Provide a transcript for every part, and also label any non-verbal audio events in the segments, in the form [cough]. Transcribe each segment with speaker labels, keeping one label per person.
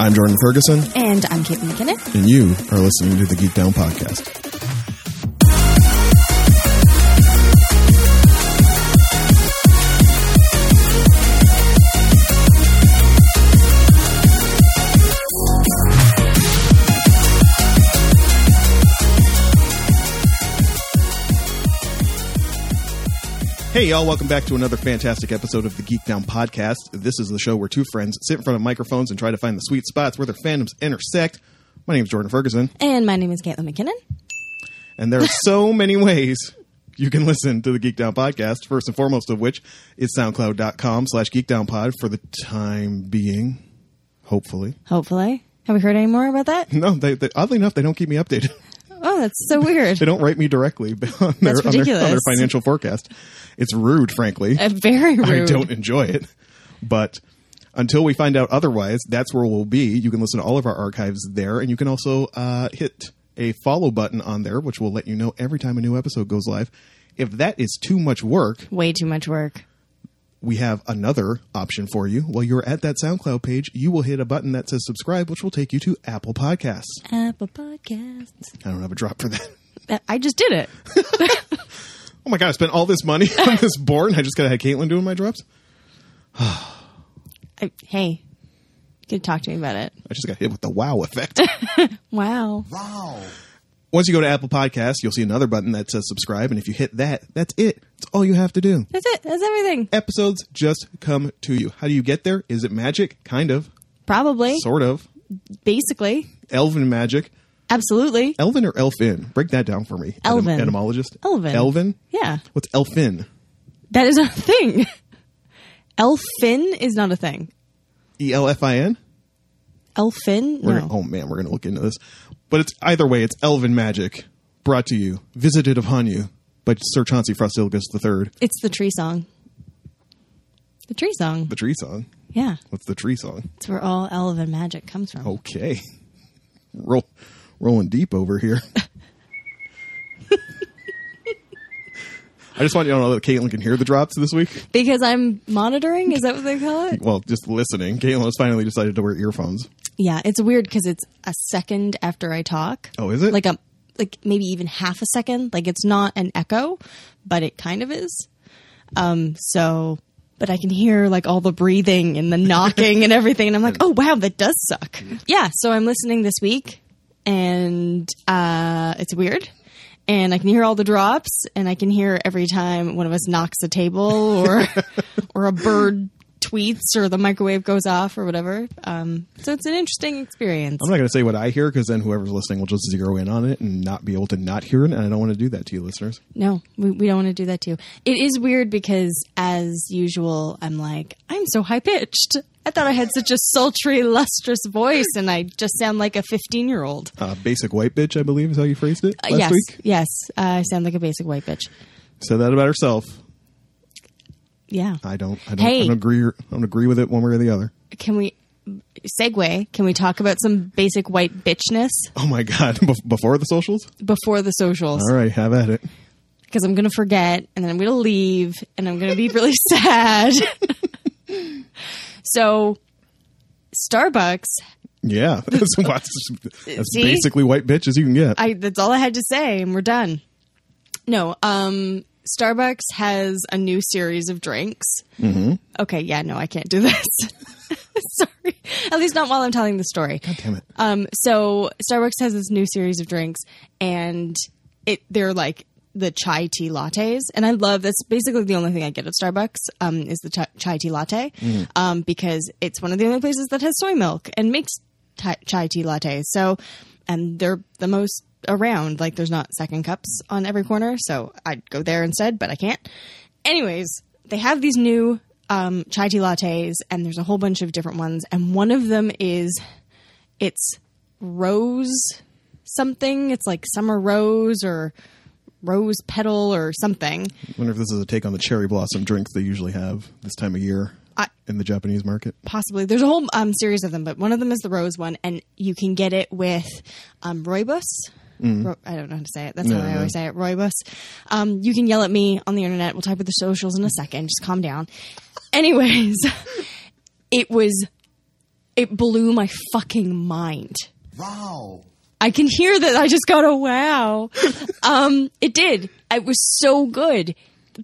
Speaker 1: I'm Jordan Ferguson,
Speaker 2: And I'm Kate McKinnon.
Speaker 1: and you are listening to the Geek Down Podcast. Hey, y'all, welcome back to another fantastic episode of the Geek Down Podcast. This is the show where two friends sit in front of microphones and try to find the sweet spots where their fandoms intersect. My name is Jordan Ferguson.
Speaker 2: And my name is Caitlin McKinnon.
Speaker 1: And [laughs] there are so many ways you can listen to the Geek Down podcast. First and foremost of which is soundcloud.com slash geekdownpod for the time being, hopefully. [laughs]
Speaker 2: Hopefully. Have we heard any more about that?
Speaker 1: No, they, they, oddly enough, they don't keep me updated. [laughs]
Speaker 2: Oh, that's [laughs] so weird.
Speaker 1: They don't write me directly [laughs] on their, on their, on their
Speaker 2: ridiculous.
Speaker 1: financial forecast. It's rude, [laughs] frankly.
Speaker 2: Uh, very rude.
Speaker 1: I don't enjoy it. But until we find out otherwise, that's where we'll be. You can listen to all of our archives there, and you can also uh, hit a follow button on there, which will let you know every time a new episode goes live. If that is too much work,
Speaker 2: Way too much work.
Speaker 1: we have another option for you. While you're at that SoundCloud page, you will hit a button that says subscribe, which will take you to Apple Podcasts.
Speaker 2: Apple Podcasts.
Speaker 1: I don't have a drop for that. [laughs]
Speaker 2: Uh, I just did it.
Speaker 1: Oh my God, I spent all this money [laughs] on this board, and I just got to have Caitlin doing my drops.
Speaker 2: I, hey, you could talk to me about it.
Speaker 1: I just got hit with the wow effect.
Speaker 2: Wow.
Speaker 1: Once you go to Apple Podcasts, you'll see another button that says subscribe. And if you hit that, that's it. That's all you have to do.
Speaker 2: That's it. That's everything.
Speaker 1: Episodes just come to you. How do you get there? Is it magic? Kind of.
Speaker 2: Probably.
Speaker 1: Sort of.
Speaker 2: Basically.
Speaker 1: Elven magic.
Speaker 2: Absolutely.
Speaker 1: Elven or elfin? Break that down for me. Etym-
Speaker 2: Elven.
Speaker 1: etymologist.
Speaker 2: Elven.
Speaker 1: Elven?
Speaker 2: Yeah.
Speaker 1: What's elfin?
Speaker 2: That is not a [laughs] thing. Elfin is not a thing.
Speaker 1: E L F I N?
Speaker 2: Elfin?
Speaker 1: We're
Speaker 2: No.
Speaker 1: gonna- Oh man, we're going to look into this. But it's either way, it's elven magic brought to you, visited upon you by Sir Chauncey Frostilgus III,
Speaker 2: It's the tree song. The tree song.
Speaker 1: the tree song.
Speaker 2: yeah.
Speaker 1: What's the tree song?
Speaker 2: It's where all elven magic comes
Speaker 1: Oh.
Speaker 2: from.
Speaker 1: Okay. Roll, rolling deep over here. I just want you to know that Caitlin can hear the drops this week.
Speaker 2: Because I'm monitoring, is that what they call it?
Speaker 1: Well, just listening. Caitlin has finally decided to wear earphones.
Speaker 2: Yeah, it's weird because it's a second after I talk.
Speaker 1: Oh, is it?
Speaker 2: Like a like maybe even half a second. Like it's not an echo, but it kind of is. Um. So, but I can hear like all the breathing and the knocking and everything, and I'm like, oh wow, that does suck. Yeah. So I'm listening this week, and uh, it's weird. And I can hear all the drops, and I can hear every time one of us knocks a table or or a bird tweets or the microwave goes off or whatever. Um, so it's an interesting experience.
Speaker 1: I'm not going to say what I hear because then whoever's listening will just zero in on it and not be able to not hear it. And I don't want to do that to you, listeners.
Speaker 2: No, we, we don't want to do that too. It is weird because, as usual, I'm like, I'm so high pitched. I thought I had such a sultry, lustrous voice, and I just sound like a 15 year old.
Speaker 1: Uh, basic white bitch, I believe, is how you phrased it last
Speaker 2: yes,
Speaker 1: week.
Speaker 2: yes, uh, I sound like a basic white bitch.
Speaker 1: Said that about herself.
Speaker 2: Yeah.
Speaker 1: I don't. I don't, I
Speaker 2: Hey.
Speaker 1: don't agree. I don't agree with it one way or the other.
Speaker 2: Can we segue? Can we talk about some basic white bitchness
Speaker 1: Oh my god! Bef- Before the socials.
Speaker 2: before the socials?
Speaker 1: All right, have at it.
Speaker 2: Because I'm gonna forget, and then I'm gonna leave, and I'm gonna be really [laughs]
Speaker 1: [laughs]
Speaker 2: sad. so, Starbucks
Speaker 1: Yeah, [laughs]
Speaker 2: [laughs]
Speaker 1: that's, that's, that's
Speaker 2: See?
Speaker 1: basically white bitch as you can get.
Speaker 2: I that's all I had to say, and we're done. No, um, Starbucks has a new series of drinks. Mm-hmm. Okay, yeah, no, I can't do this. [laughs] Sorry, at least not while I'm telling the story.
Speaker 1: Damn it!
Speaker 2: Um, so Starbucks has this new series of drinks, and it they're like the chai tea lattes, and I love that's basically the only thing I get at Starbucks um, is the chai, chai tea latte um, because it's one of the only places that has soy milk and makes ti- chai tea lattes. So, and they're the most around. Like, there's not second cups on every corner, so I'd go there instead, but I can't. Anyways, they have these new. Um, chai tea lattes, and there's a whole bunch of different ones, and one of them is it's rose something. It's like summer rose or rose petal or something.
Speaker 1: I wonder if this is a take on the cherry blossom drinks they usually have this time of year
Speaker 2: I-
Speaker 1: in the Japanese market.
Speaker 2: Possibly there's a whole um, series of them, but one of them is the rose one, and you can get it with um, rooibos. Ro- I don't know how to say it. That's how I
Speaker 1: Mm-hmm. no.
Speaker 2: always say it. Rooibos. Um, you can yell at me on the internet. We'll talk about the [laughs] socials in a second. Just calm down. Anyways, it was it blew my fucking mind.
Speaker 3: Wow.
Speaker 2: I can hear that. I just got a wow. um, it did. It was so good.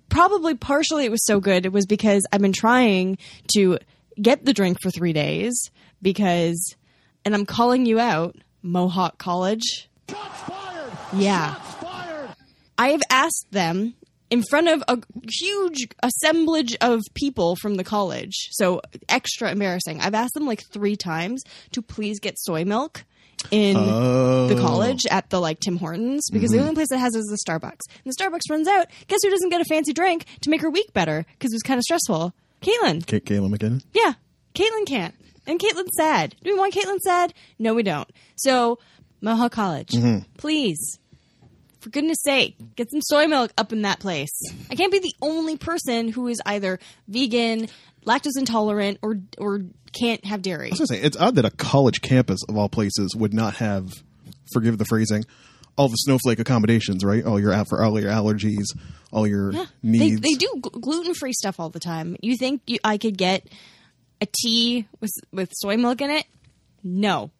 Speaker 2: Probably partially it was so good. It was because I've been trying to get the drink for three days because, and I'm calling you out, Mohawk College.
Speaker 4: Shots fired.
Speaker 2: Yeah.
Speaker 4: Shots fired.
Speaker 2: I have asked them in front of a huge assemblage of people from the college, so extra embarrassing. I've asked them like three times to please get soy milk in the college at the like Tim Hortons because the only place that has it is the Starbucks. And the Starbucks runs out. Guess who doesn't get a fancy drink to make her week better because it was kind of stressful? Caitlin.
Speaker 1: Kate Kayla McKinnon.
Speaker 2: Yeah, Caitlyn can't. And Caitlin's sad. Do we want Caitlyn sad? No, we don't. So, Mohawk College, please, for goodness sake, get some soy milk up in that place. I can't be the only person who is either vegan, lactose intolerant, or or can't have dairy.
Speaker 1: I was gonna say it's odd that a college campus of all places would not have, forgive the phrasing, all the snowflake accommodations, right? All your for all your allergies, all your
Speaker 2: They,
Speaker 1: needs.
Speaker 2: they do gluten free stuff all the time. You think you, I could get a tea with with soy milk in it? No.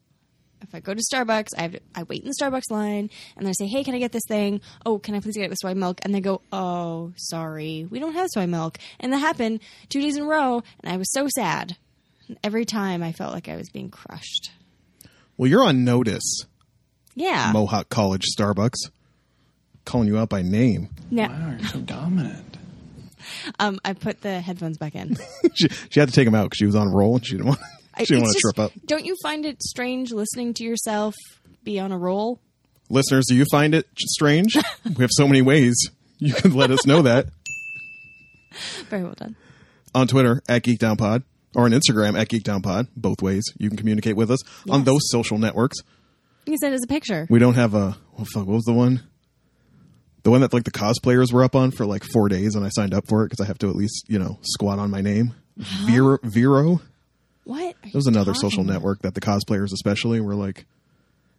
Speaker 2: If I go to Starbucks, I have to, I wait in the Starbucks line, and they say, "Hey, can I get this thing? Oh, can I please get it with soy milk?" And they go, "Oh, sorry, we don't have soy milk." And that happened two days in a row, and I was so sad. And every time, I felt like I was being crushed.
Speaker 1: Well, you're on notice,
Speaker 2: Yeah.
Speaker 1: Mohawk College Starbucks, calling you out by name. [laughs]
Speaker 2: no.
Speaker 3: Wow, you're so dominant.
Speaker 2: Um, I put the headphones
Speaker 1: [laughs]
Speaker 2: back in.
Speaker 1: she, she had to take him out because she was on a roll and she didn't want. [laughs]
Speaker 2: I-
Speaker 1: she didn't
Speaker 2: it's
Speaker 1: want to
Speaker 2: just-
Speaker 1: trip up.
Speaker 2: Don't you find it strange listening to yourself be on a roll?
Speaker 1: Listeners, do you find it strange? we have so many ways you can let us know that
Speaker 2: Very well done.
Speaker 1: on Twitter at GeekdownPod or on Instagram at GeekdownPod. Both ways you can communicate with us on
Speaker 2: Yes.
Speaker 1: those social networks.
Speaker 2: You can send us a picture.
Speaker 1: We don't have a. Oh fuck, what was the one? The one that like the cosplayers were up on for like four days, and I signed up for it because I have to at least you know squat on my name. Vero, Vero.
Speaker 2: What? Are
Speaker 1: That was another social network that the cosplayers especially were like.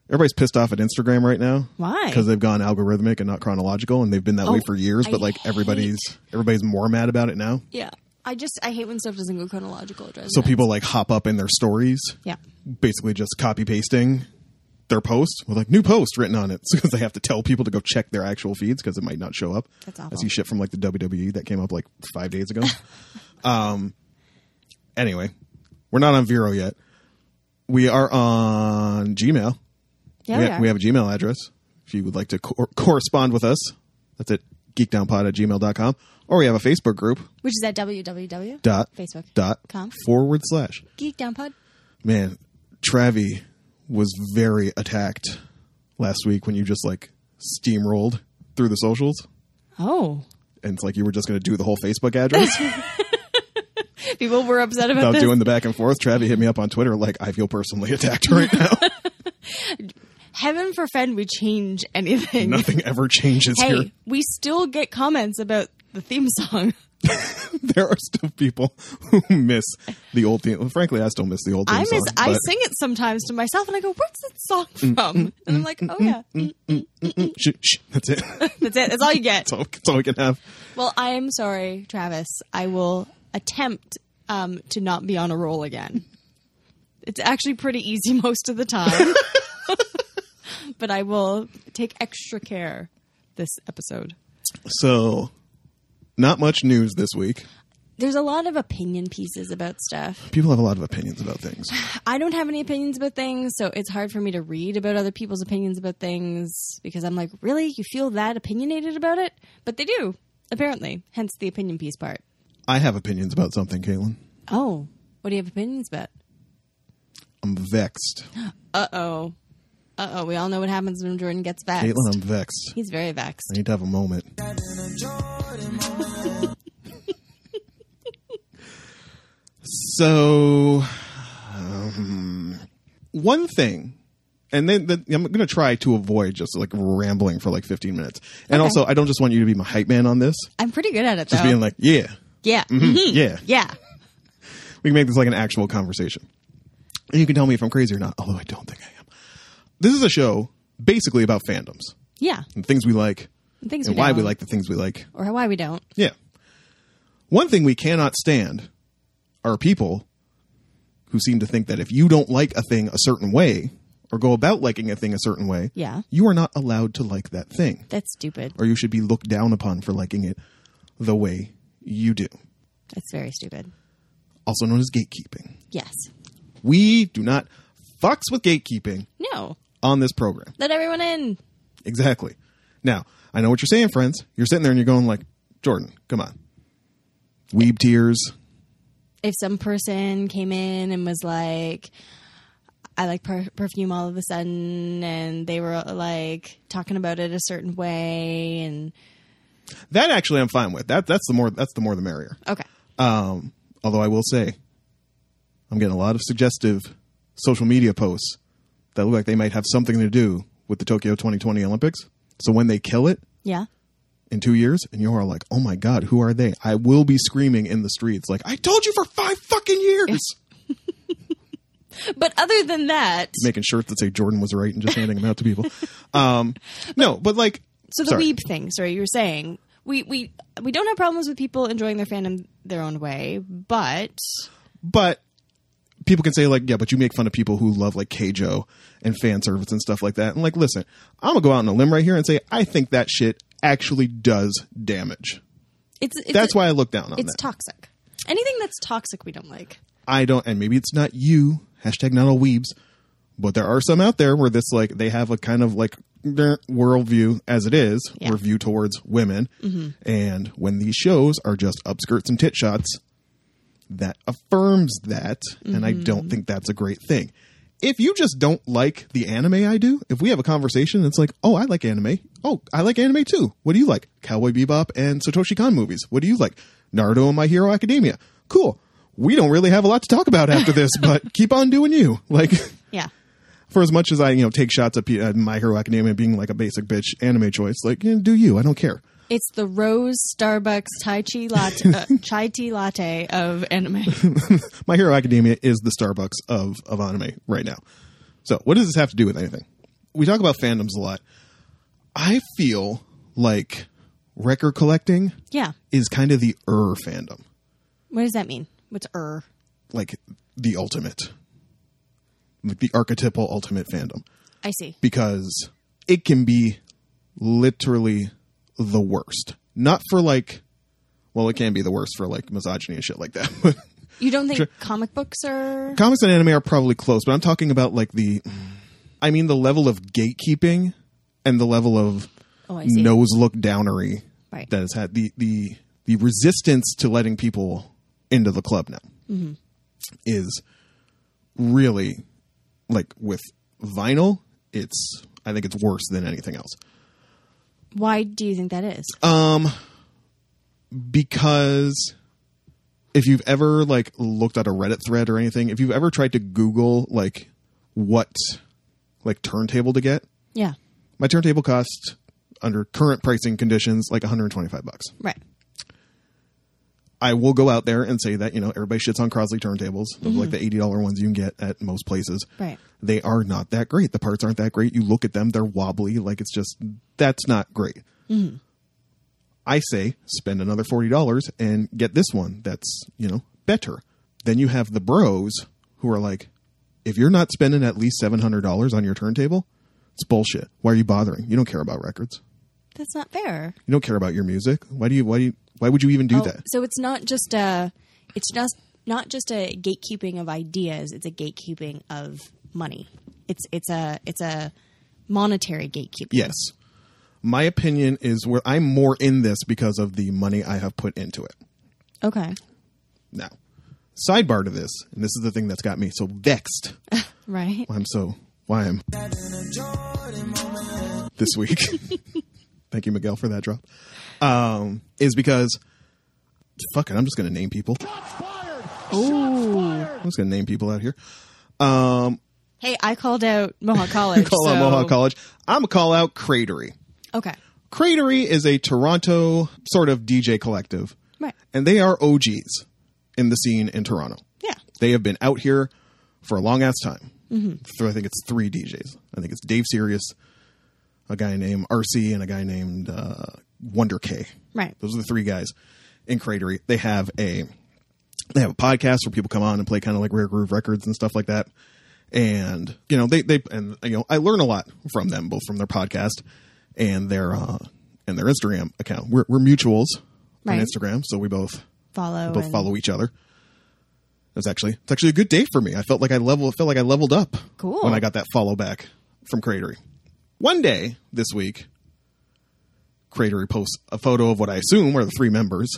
Speaker 1: Everybody's pissed off at Instagram right now.
Speaker 2: Why?
Speaker 1: Because they've gone algorithmic and not chronological, and they've been that way
Speaker 2: Oh,
Speaker 1: for years.
Speaker 2: I
Speaker 1: But like everybody's everybody's more mad about it now.
Speaker 2: Yeah. I just I hate when stuff doesn't go chronological. It drives
Speaker 1: So
Speaker 2: me nuts.
Speaker 1: people like hop up in their stories,
Speaker 2: Yeah.
Speaker 1: basically just copy pasting their post with like new post written on it [laughs] because they have to tell people to go check their actual feeds because it might not show up.
Speaker 2: That's
Speaker 1: I
Speaker 2: awful.
Speaker 1: see shit from like the WWE that came up like five days
Speaker 2: [laughs]
Speaker 1: ago. um, anyway, we're not on Vero yet. We are on Gmail.
Speaker 2: Yeah.
Speaker 1: we,
Speaker 2: we
Speaker 1: ha-
Speaker 2: are.
Speaker 1: we have a Gmail address. If you would like to cor- correspond with us, that's at geekdownpod at gmail.com. Or we have a Facebook group
Speaker 2: Which is at www.
Speaker 1: dot
Speaker 2: Facebook
Speaker 1: dot
Speaker 2: com.
Speaker 1: forward slash
Speaker 2: Geek Down Pod.
Speaker 1: man, Travi was very attacked last week when you just like steamrolled through the socials.
Speaker 2: Oh.
Speaker 1: And it's like you were just going to do the whole Facebook address
Speaker 2: [laughs] People were upset about
Speaker 1: without
Speaker 2: this.
Speaker 1: doing the back and forth. Travi hit me up on Twitter like, I feel personally attacked right
Speaker 2: [laughs]
Speaker 1: now.
Speaker 2: Heaven forfend we change anything.
Speaker 1: Nothing ever changes
Speaker 2: [laughs] hey,
Speaker 1: here. [laughs]
Speaker 2: we still get comments about the theme song.
Speaker 1: There are still people who miss the old theme. Well, frankly, I still miss the old theme
Speaker 2: [laughs] I miss
Speaker 1: song.
Speaker 2: I
Speaker 1: but Mm,
Speaker 2: sing it sometimes to myself and I go, Where's that song from? and I'm like, Oh yeah. Mm,
Speaker 1: [laughs] shh, shh, that's it. that's
Speaker 2: [laughs] That's it. That's all you get.
Speaker 1: all, that's all we can have.
Speaker 2: Well, I am sorry, Travis. I will attempt um, to not be on a roll again. It's actually pretty easy [laughs] most of the time, but I will take extra care this episode.
Speaker 1: So, not much news this week.
Speaker 2: There's a lot of opinion pieces about stuff.
Speaker 1: People have a lot of opinions about things.
Speaker 2: I don't have any opinions about things, so it's hard for me to read about other people's opinions about things because I'm like, really? You feel that opinionated about it? But they do, apparently, hence the opinion piece part.
Speaker 1: I have opinions about something, Caitlin.
Speaker 2: Oh, what do you have opinions about?
Speaker 1: I'm vexed.
Speaker 2: Uh oh. Uh oh. We all know what happens when Jordan gets vexed.
Speaker 1: Caitlin, I'm vexed.
Speaker 2: He's very
Speaker 1: I
Speaker 2: vexed.
Speaker 1: need to have a moment. [laughs] so, um, one thing, and then then I'm going to try to avoid just like rambling for like 15 minutes. And also, I don't just want you to be my hype man on this.
Speaker 2: I'm pretty good at it, though.
Speaker 1: Just being like, yeah,
Speaker 2: yeah. Mm-hmm.
Speaker 1: mhm, yeah,
Speaker 2: Yeah.
Speaker 1: we can make this like an actual conversation. And you can tell me if I'm crazy or not, although I don't think I am. This is a show basically about fandoms
Speaker 2: Yeah.
Speaker 1: and things we like
Speaker 2: And things
Speaker 1: and
Speaker 2: we
Speaker 1: why
Speaker 2: don't.
Speaker 1: we like the things we like.
Speaker 2: Or why we don't.
Speaker 1: Yeah. One thing we cannot stand are people who seem to think that if you don't like a thing a certain way or go about liking a thing a certain way,
Speaker 2: Yeah.
Speaker 1: you are not allowed to like that thing
Speaker 2: That's stupid.
Speaker 1: or you should be looked down upon for liking it the way you do,
Speaker 2: That's very stupid.
Speaker 1: also known as gatekeeping.
Speaker 2: Yes.
Speaker 1: We do not fucks with gatekeeping
Speaker 2: No.
Speaker 1: on this program.
Speaker 2: Let everyone in.
Speaker 1: Exactly. Now, I know what you're saying, friends. You're sitting there and you're going like, Jordan, come on. Weeb tears.
Speaker 2: If some person came in and was like, I like per- perfume all of a sudden, and they were like talking about it a certain way, and
Speaker 1: That actually I'm fine with. That that's the more that's the more the merrier.
Speaker 2: okay.
Speaker 1: Um, although I will say, I'm getting a lot of suggestive social media posts that look like they might have something to do with the Tokyo 2020 Olympics. So when they kill it
Speaker 2: Yeah.
Speaker 1: in two years, and you are like, oh my god, who are they? I will be screaming in the streets like, I told you for five fucking years,
Speaker 2: But other than that,
Speaker 1: making shirts that say Jordan was right and just handing them out to people. [laughs] Um, no, but like,
Speaker 2: so the
Speaker 1: sorry.
Speaker 2: weeb thing, sorry, you were saying we, we we don't have problems with people enjoying their fandom their own way, but
Speaker 1: but people can say like yeah but you make fun of people who love like kjo and fan service and stuff like that and like listen i'm gonna go out on a limb right here and say i think that shit actually does damage
Speaker 2: it's, it's
Speaker 1: that's why i look down on
Speaker 2: it's
Speaker 1: that
Speaker 2: toxic. Anything that's toxic, we don't like.
Speaker 1: i don't and maybe it's not you hashtag not all weebs but there are some out there where this like they have a kind of like der, worldview as it is
Speaker 2: Yeah. Mm-hmm.
Speaker 1: or view towards women and when these shows are just upskirts and tit shots that affirms that and i don't think that's a great thing if you just don't like the anime i do if we have a conversation it's like oh i like anime oh i like anime too what do you like cowboy bebop and satoshi kon movies what do you like naruto and my hero academia cool we don't really have a lot to talk about after this but keep on doing you [laughs] like
Speaker 2: Yeah.
Speaker 1: for as much as i you know take shots at, P- at my hero academia being like a basic bitch anime choice like eh, do you i don't care
Speaker 2: It's the rose Starbucks Thai tea latte,
Speaker 1: [laughs]
Speaker 2: uh, chai tea latte of anime.
Speaker 1: My Hero Academia is the Starbucks of of anime right now. So, what does this have to do with anything? We talk about fandoms a lot. I feel like record collecting
Speaker 2: yeah.
Speaker 1: is kind of the er fandom,
Speaker 2: What does that mean? What's er?
Speaker 1: like the ultimate, like the archetypal ultimate fandom,
Speaker 2: I see.
Speaker 1: because it can be literally the worst. Not for like, well, it can be the worst for like misogyny and shit like that, [laughs] but
Speaker 2: You don't think comic books are?
Speaker 1: comics and anime are probably close, but I'm talking about like the, I mean the level of gatekeeping and the level of
Speaker 2: Oh, I see.
Speaker 1: nose look downery
Speaker 2: Right.
Speaker 1: that has had the the the resistance to letting people into the club now
Speaker 2: Mm-hmm.
Speaker 1: is really like with vinyl. It's I think it's worse than anything else.
Speaker 2: Why do you think that is?
Speaker 1: Uh, because if you've ever like looked at a reddit thread or anything if you've ever tried to google like what like turntable to get
Speaker 2: yeah.
Speaker 1: my turntable cost under current pricing conditions like 125 bucks
Speaker 2: Right.
Speaker 1: i will go out there and say that you know everybody shits on crosley turntables those are like the $80 ones you can get at most places
Speaker 2: Mm-hmm. Right.
Speaker 1: they are not that great the parts aren't that great you look at them they're wobbly like it's just that's not great
Speaker 2: Mm-hmm.
Speaker 1: I say spend another forty dollars and get this one that's you know better. Then you have the bros who are like, if you're not spending at least seven hundred dollars on your turntable, it's bullshit. Why are you bothering? You don't care about records.
Speaker 2: That's not fair.
Speaker 1: You don't care about your music. Why do you? Why do you? Why would you even do
Speaker 2: Oh,
Speaker 1: that?
Speaker 2: So it's not just a, it's just not just a gatekeeping of ideas. It's a gatekeeping of money. It's it's a it's a monetary gatekeeping.
Speaker 1: Yes, my opinion is where I'm more in this because of the money I have put into it.
Speaker 2: Okay.
Speaker 1: Now, sidebar to this, and this is the thing that's got me so vexed.
Speaker 2: Right.
Speaker 1: I'm so why I'm this week. Thank you, Miguel, for that drop. Um, is because fuck it, I'm just gonna name people. I'm just gonna name people out here.
Speaker 2: Hey, I called out
Speaker 1: [laughs]
Speaker 2: Mohawk College.
Speaker 1: Call out
Speaker 2: so-
Speaker 1: Mohawk College. I'm gonna call out Cratery.
Speaker 2: Okay.
Speaker 1: Cratery is a Toronto sort of DJ collective,
Speaker 2: Right.
Speaker 1: and they are OGs in the scene in Toronto.
Speaker 2: Yeah.
Speaker 1: They have been out here for a long ass time. So I think it's three DJs. I think it's Dave Sirius, a guy named RC, and a guy named uh, Wonder K.
Speaker 2: Right.
Speaker 1: Those are the three guys in Cratery. They have a they have a podcast where people come on and play kind of like rare groove records and stuff like that and you know they they and you know i learn a lot from them both from their podcast and their uh and their instagram account we're, we're mutuals on
Speaker 2: Right.
Speaker 1: instagram so we both
Speaker 2: Follow.
Speaker 1: both
Speaker 2: and-
Speaker 1: follow each other that's actually it's actually a good day for me i felt like i level felt like i leveled up
Speaker 2: Cool.
Speaker 1: when i got that follow back from cratery one day this week cratery posts a photo of what i assume are the three members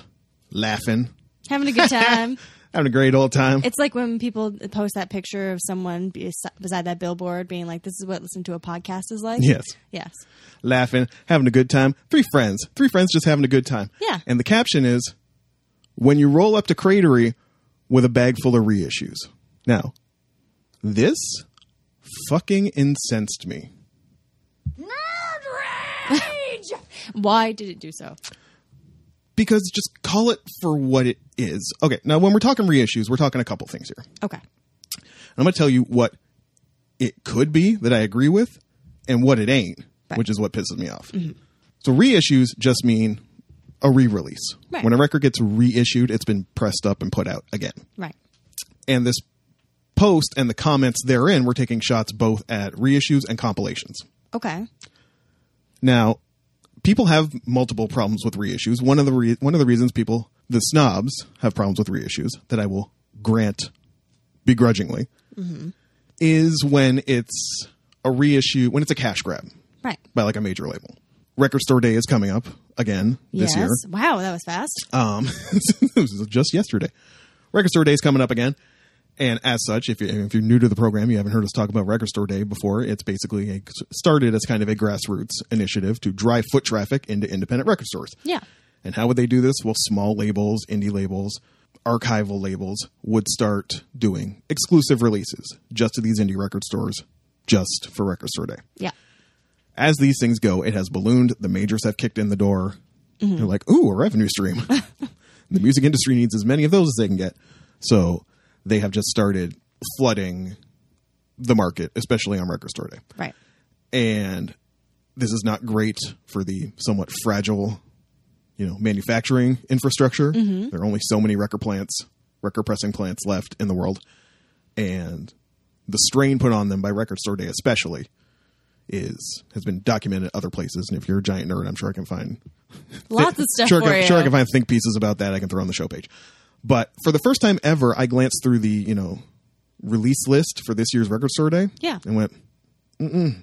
Speaker 1: laughing
Speaker 2: Having a
Speaker 1: [laughs]
Speaker 2: good time.
Speaker 1: having a great old time
Speaker 2: It's like when people post that picture of someone bes- beside that billboard being like, this is what listening to a podcast is like.
Speaker 1: Yes.
Speaker 2: Yes.
Speaker 1: laughing, having a good time. Three friends, three friends just having a good time.
Speaker 2: Yeah.
Speaker 1: And the caption is, "When you roll up to Cratery with a bag full of reissues." Now, this fucking incensed me.
Speaker 2: [laughs] Why did it do so?
Speaker 1: Because just call it for what it is. Okay, now when we're talking reissues, we're talking a couple things here.
Speaker 2: Okay.
Speaker 1: I'm going to tell you what it could be that I agree with and what it ain't,
Speaker 2: Right. Mm-hmm.
Speaker 1: which is what pisses me off. So reissues just mean a re-release.
Speaker 2: Right.
Speaker 1: When a record gets reissued, it's been pressed up and put out again.
Speaker 2: Right.
Speaker 1: And this post and the comments therein were taking shots both at reissues and compilations.
Speaker 2: Okay.
Speaker 1: Now, people have multiple problems with reissues. One of the re- one of the reasons people, the snobs, have problems with reissues that I will grant begrudgingly is when it's a reissue when it's a cash grab
Speaker 2: Right.
Speaker 1: by like a major label. Record Store Day is coming up again this year.
Speaker 2: yes. Wow, that was fast.
Speaker 1: Um, [laughs] it was just yesterday. Record Store Day is coming up again. And as such, if, you, if you're new to the program, you haven't heard us talk about Record Store Day before. It's basically a, started as kind of a grassroots initiative to drive foot traffic into independent record stores.
Speaker 2: Yeah.
Speaker 1: And how would they do this? Well, small labels, indie labels, archival labels would start doing exclusive releases just to these indie record stores, just for Record Store Day
Speaker 2: Yeah.
Speaker 1: as these things go, it has ballooned. The majors have kicked in the door. They're like, ooh, a revenue stream. the music industry needs as many of those as they can get. So they have just started flooding the market, especially on Record Store Day.
Speaker 2: Right.
Speaker 1: And this is not great for the somewhat fragile, you know, manufacturing infrastructure. There are only so many record plants, record pressing plants left in the world. And the strain put on them by Record Store Day especially is has been documented other places. And if you're a giant nerd, I'm sure I can find
Speaker 2: Lots of stuff
Speaker 1: sure, I
Speaker 2: for
Speaker 1: can,
Speaker 2: you.
Speaker 1: sure I can find think pieces about that. I can throw on the show page. But for the first time ever, I glanced through the you know release list for this year's record store day.
Speaker 2: Yeah.
Speaker 1: and went, mm mm,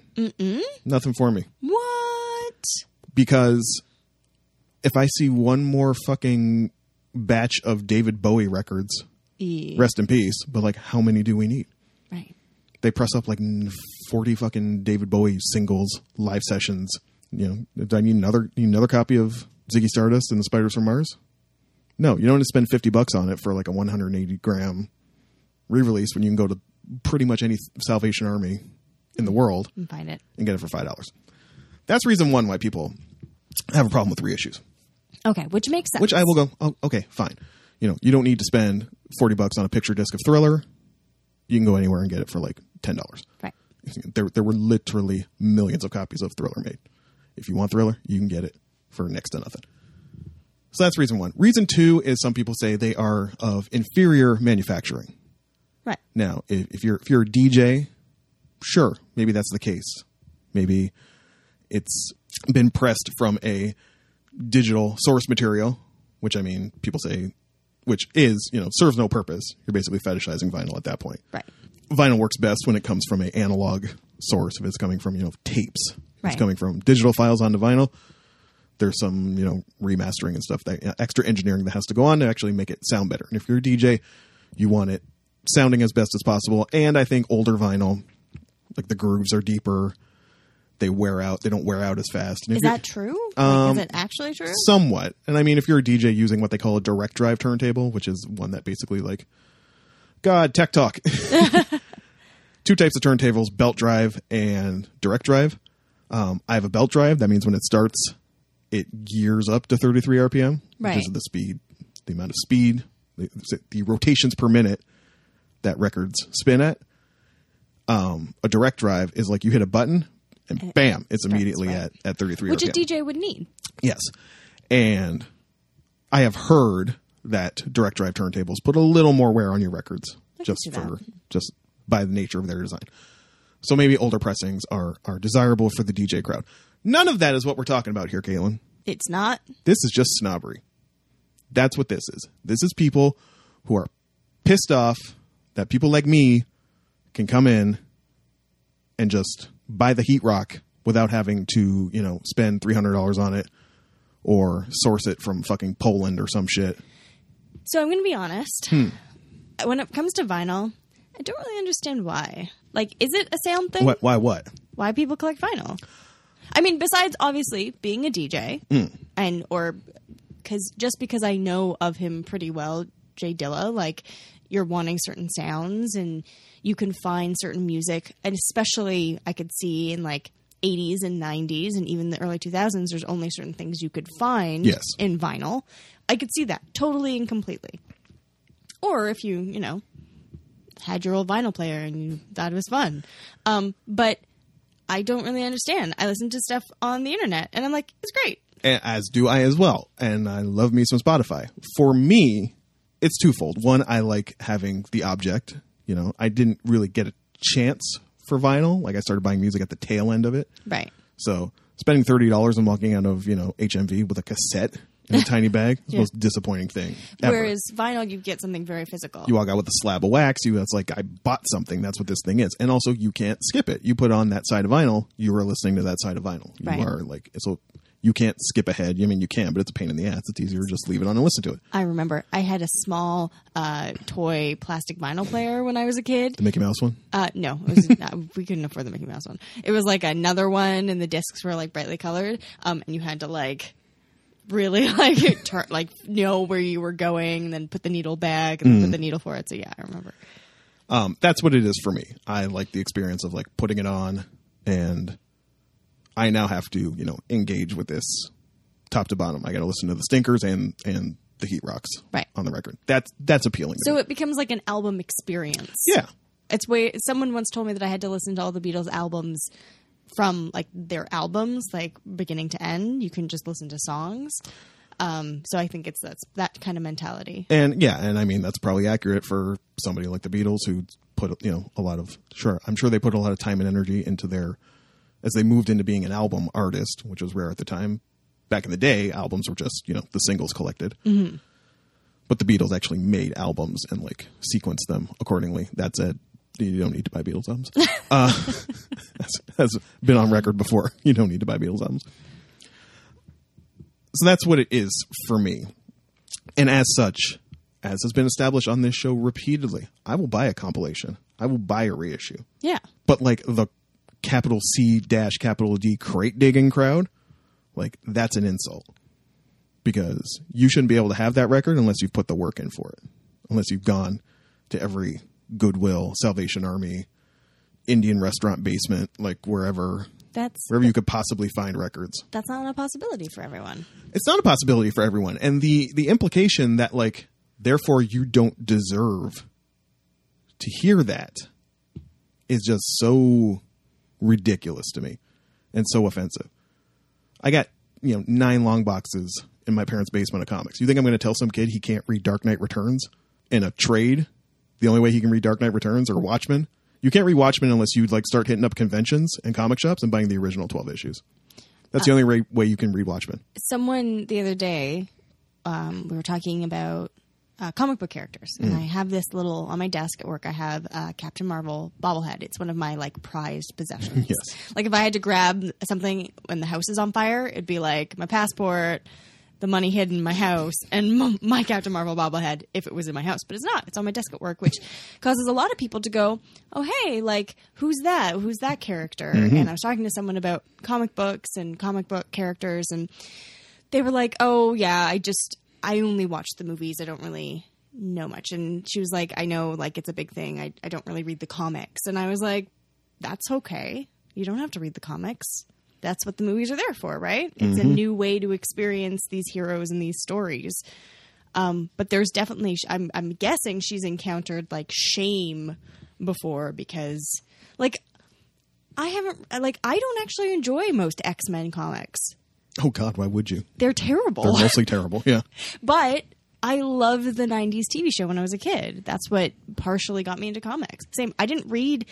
Speaker 1: nothing for me
Speaker 2: what?
Speaker 1: because if I see one more fucking batch of David Bowie records,
Speaker 2: E-
Speaker 1: rest in peace. But like, how many do we need?
Speaker 2: right.
Speaker 1: They press up like n- forty fucking David Bowie singles, live sessions. You know, do I need another need another copy of Ziggy Stardust and the Spiders from Mars? No, you don't want to spend fifty bucks on it for like a one hundred and eighty gram re-release when you can go to pretty much any Salvation Army in the world
Speaker 2: And find it.
Speaker 1: and get it for five dollars. That's reason one why people have a problem with reissues.
Speaker 2: Okay, which makes sense.
Speaker 1: Which I will go, oh, okay, fine. You know, you don't need to spend forty bucks on a picture disc of Thriller. You can go anywhere and get it for like ten dollars.
Speaker 2: Right.
Speaker 1: There, there were literally millions of copies of Thriller made. If you want Thriller, you can get it for next to nothing. So that's reason one. Reason two is some people say they are of inferior manufacturing.
Speaker 2: Right.
Speaker 1: Now, if, if you're if you're a DJ, sure, maybe that's the case. Maybe it's been pressed from a digital source material, which I mean, people say, which is you know serves no purpose. You're basically fetishizing vinyl at that point.
Speaker 2: Right.
Speaker 1: Vinyl works best when it comes from an analog source. If it's coming from you know tapes, If
Speaker 2: Right.
Speaker 1: it's coming from digital files onto vinyl. There's some you know remastering and stuff that you know, extra engineering that has to go on to actually make it sound better. And if you're a DJ, you want it sounding as best as possible. And I think older vinyl, like the grooves are deeper. They wear out. They don't wear out as fast. And if
Speaker 2: Is
Speaker 1: you're-
Speaker 2: that true? Like,
Speaker 1: Um,
Speaker 2: is it actually true?
Speaker 1: somewhat and i mean if you're a dj using what they call a direct drive turntable which is one that basically like god tech talk [laughs] two types of turntables belt drive and direct drive um, i have a belt drive that means when it starts it gears up to 33 rpm
Speaker 2: Right.
Speaker 1: because of the speed the amount of speed the, the rotations per minute that records spin at um, a direct drive is like you hit a button and bam it's immediately
Speaker 2: right.
Speaker 1: at, at 33
Speaker 2: Which
Speaker 1: rpm
Speaker 2: a DJ would need.
Speaker 1: Yes. And I have heard that direct drive turntables put a little more wear on your records just
Speaker 2: see that.
Speaker 1: for just by the nature of their design. So maybe older pressings are are desirable for the DJ crowd. None of that is what we're talking about here, Caitlin.
Speaker 2: It's not.
Speaker 1: This is just snobbery. That's what this is. This is people who are pissed off that people like me can come in and just buy the heat rock without having to, you know, spend $300 on it or source it from fucking Poland or some shit.
Speaker 2: So I'm going to be honest.
Speaker 1: Hmm.
Speaker 2: When it comes to vinyl, I don't really understand why. Like, is it a sound thing?
Speaker 1: What, why what?
Speaker 2: Why people collect vinyl? I mean, besides obviously being a DJ, and or because just because I know of him pretty well, Jay Dilla, like you're wanting certain sounds and you can find certain music, and especially I could see in like. 80s and 90s and even the early 2000s there's only certain things you could find
Speaker 1: Yes.
Speaker 2: in vinyl i could see that totally and completely or if you you know had your old vinyl player and you thought it was fun um, but i don't really understand i listen to stuff on the internet and i'm like it's great
Speaker 1: and as do I as well. And I love me some Spotify. For me, it's twofold. One, I like having the object. You know, I didn't really get a chance for vinyl. Like I started buying music at the tail end of it.
Speaker 2: right
Speaker 1: So spending thirty dollars and walking out of you know HMV with a cassette in a tiny bag is the most disappointing thing. Ever.
Speaker 2: whereas vinyl you get something very physical
Speaker 1: you walk out with a slab of wax. You that's like I bought something. That's what this thing is. And also, you can't skip it. You put on that side of vinyl. You are listening to that side of vinyl. You
Speaker 2: Right.
Speaker 1: are like so. You can't skip ahead. I mean, you can, but it's a pain in the ass. It's easier to just leave it on and listen to it.
Speaker 2: i remember i had a small uh, toy plastic vinyl player when i was a kid
Speaker 1: The Mickey Mouse one.
Speaker 2: Uh, no, it was not, [laughs] we couldn't afford the Mickey Mouse one. It was like another one, and the discs were like brightly colored. Um, and you had to like really [laughs] like turn, like know where you were going, and then put the needle back and then
Speaker 1: Mm.
Speaker 2: put the needle for it. So yeah, I remember.
Speaker 1: Um, that's what it is for me. I like the experience of like putting it on, and I now have to you know engage with this top to bottom. I got to listen to the stinkers and and the heat rocks
Speaker 2: Right.
Speaker 1: on the record. That's that's appealing. To
Speaker 2: So
Speaker 1: me.
Speaker 2: it becomes like an album experience.
Speaker 1: yeah,
Speaker 2: it's way. Someone once told me that I had to listen to all the Beatles albums from like their albums, like beginning to end. You can just listen to songs. Um, so I think it's that's that kind of mentality.
Speaker 1: And yeah, and I mean that's probably accurate for somebody like the Beatles who put you know a lot of sure I'm sure they put a lot of time and energy into their as they moved into being an album artist, which was rare at the time. Back in the day, albums were just you know the singles collected. But the Beatles actually made albums and like sequenced them accordingly. That said, you don't need to buy Beatles albums. uh, [laughs] that's, that's been on record before. You don't need to buy Beatles albums. So that's what it is for me. And as such, as has been established on this show repeatedly, I will buy a compilation. I will buy a reissue.
Speaker 2: Yeah.
Speaker 1: But like the capital C dash capital D crate digging crowd, like that's an insult. Because you shouldn't be able to have that record unless you've put the work in for it. Unless you've gone to every Goodwill, Salvation Army, Indian restaurant basement, like wherever
Speaker 2: That's
Speaker 1: wherever you could possibly find records
Speaker 2: that's not a possibility for everyone.
Speaker 1: it's not a possibility for everyone and the the implication that like therefore you don't deserve to hear that is just so ridiculous to me and so offensive i got you know nine long boxes in my parents basement of comics you think i'm going to tell some kid he can't read dark knight returns in a trade the only way he can read dark knight returns or watchmen you can't read watchmen unless you like start hitting up conventions and comic shops and buying the original 12 issues that's the only ra- way you can read watchmen
Speaker 2: someone the other day um, we were talking about uh, comic book characters and i have this little on my desk at work i have uh, captain marvel bobblehead it's one of my like prized possessions
Speaker 1: Yes.
Speaker 2: like if i had to grab something when the house is on fire it'd be like my passport the money hidden in my house and m- my captain marvel bobblehead if it was in my house but it's not it's on my desk at work which causes a lot of people to go oh hey like who's that who's that character and i was talking to someone about comic books and comic book characters and they were like, "Oh yeah, I just I only watch the movies. I don't really know much." And she was like, "I know like it's a big thing. I I don't really read the comics." And I was like, "That's okay. You don't have to read the comics. That's what the movies are there for, right? It's a new way to experience these heroes and these stories." Um, but there's definitely I'm I'm guessing she's encountered like shame before because like I haven't like I don't actually enjoy most X-Men comics.
Speaker 1: Oh God, why would you?
Speaker 2: They're terrible.
Speaker 1: They're mostly terrible. Yeah,
Speaker 2: But I loved the 90s TV show when I was a kid. That's what partially got me into comics. Same, I didn't read,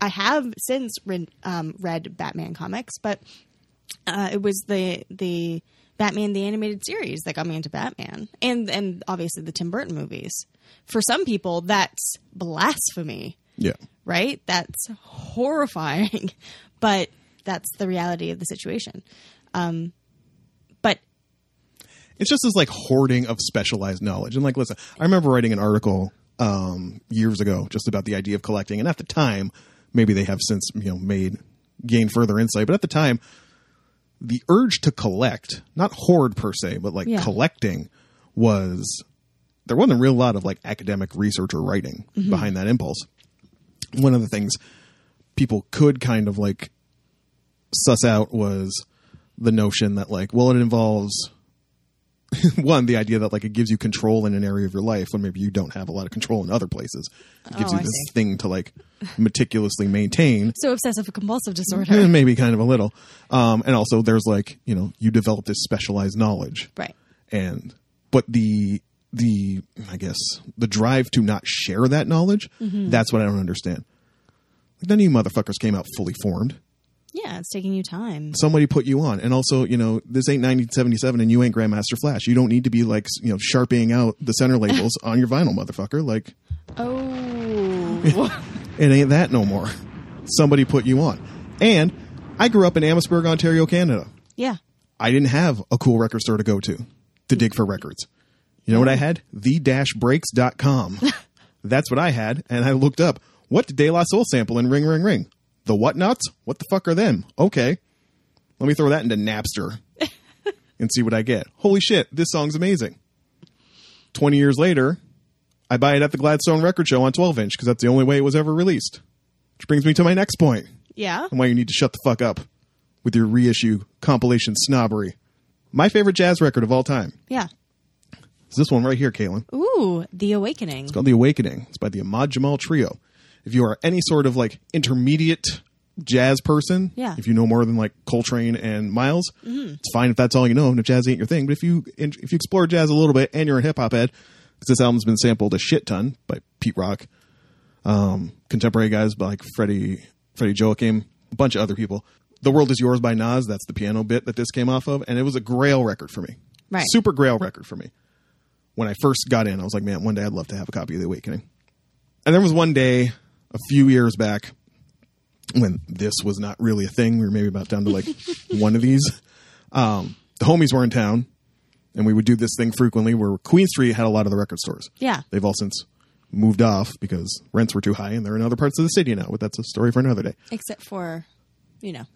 Speaker 2: I have since read, um, read Batman comics, but uh, it was the, the Batman the animated series that got me into Batman and, and obviously the Tim Burton movies. For some people, that's blasphemy
Speaker 1: Yeah.
Speaker 2: right? That's horrifying, [laughs] but that's the reality of the situation. Um, but
Speaker 1: It's just this like hoarding of specialized knowledge. And like, listen, I remember writing an article um, years ago just about the idea of collecting. And at the time, maybe they have since, you know, made, gained further insight. But at the time, the urge to collect, not hoard per se, but like
Speaker 2: Yeah.
Speaker 1: collecting was, there wasn't a real lot of like academic research or writing behind that impulse. One of the things people could kind of like suss out was the notion that like, well, it involves [laughs] one the idea that like it gives you control in an area of your life when maybe you don't have a lot of control in other places it gives
Speaker 2: Oh,
Speaker 1: you
Speaker 2: I
Speaker 1: this
Speaker 2: see.
Speaker 1: thing to like meticulously maintain [clears throat]
Speaker 2: so obsessive compulsive
Speaker 1: [laughs]
Speaker 2: disorder,
Speaker 1: maybe kind of a little um and also there's like you know you develop this specialized knowledge
Speaker 2: right?
Speaker 1: and but the the i guess the drive to not share that knowledge that's what i don't understand like none of you motherfuckers came out fully formed
Speaker 2: Yeah, it's taking you time.
Speaker 1: somebody put you on. And also, you know, this ain't 1977 and you ain't Grandmaster Flash. You don't need to be like, you know, sharpieing out the center labels on your vinyl, motherfucker. Like,
Speaker 2: Oh,
Speaker 1: it ain't that no more. Somebody put you on. And I grew up in Amherstburg, Ontario, Canada.
Speaker 2: [laughs] yeah.
Speaker 1: I didn't have a cool record store to go to to dig for records. You know what I had? The-breaks.com. That's what I had. And I looked up, what did De La Soul sample in Ring Ring Ring? The Whatnots? What the fuck are them? Okay. Let me throw that into Napster and see what I get. Holy shit, this song's amazing. 20 years later, I buy it at the Gladstone Record Show on 12 inch because that's the only way it was ever released. Which brings me to my next point
Speaker 2: Yeah.
Speaker 1: and why you need to shut the fuck up with your reissue compilation snobbery. My favorite jazz record of all time
Speaker 2: Yeah.
Speaker 1: is this one right here, Caitlin. It's
Speaker 2: Ooh, The Awakening.
Speaker 1: called The Awakening. It's by the Ahmad Jamal Trio. If you are any sort of like intermediate jazz person,
Speaker 2: Yeah.
Speaker 1: if you know more than like Coltrane and Miles, it's fine if that's all you know and if jazz ain't your thing. But if you if you explore jazz a little bit and you're a hip hop head, 'cause this album's been sampled a shit ton by Pete Rock, contemporary guys like Freddie Freddie Joachim, a bunch of other people. The World Is Yours by Nas, that's the piano bit that this came off of, and it was a grail record for me.
Speaker 2: Right.
Speaker 1: Super grail record for me. When I first got in, I was like, man, one day I'd love to have a copy of The Awakening. And there was one day a few years back when this was not really a thing. We were maybe about down to
Speaker 2: [laughs]
Speaker 1: like one of these. Um, the homies were in town, and we would do this thing frequently where Queen Street had a lot of the record stores.
Speaker 2: Yeah.
Speaker 1: They've all since moved off because rents were too high and they're in other parts of the city now, but that's a story for another day.
Speaker 2: Except for, you know.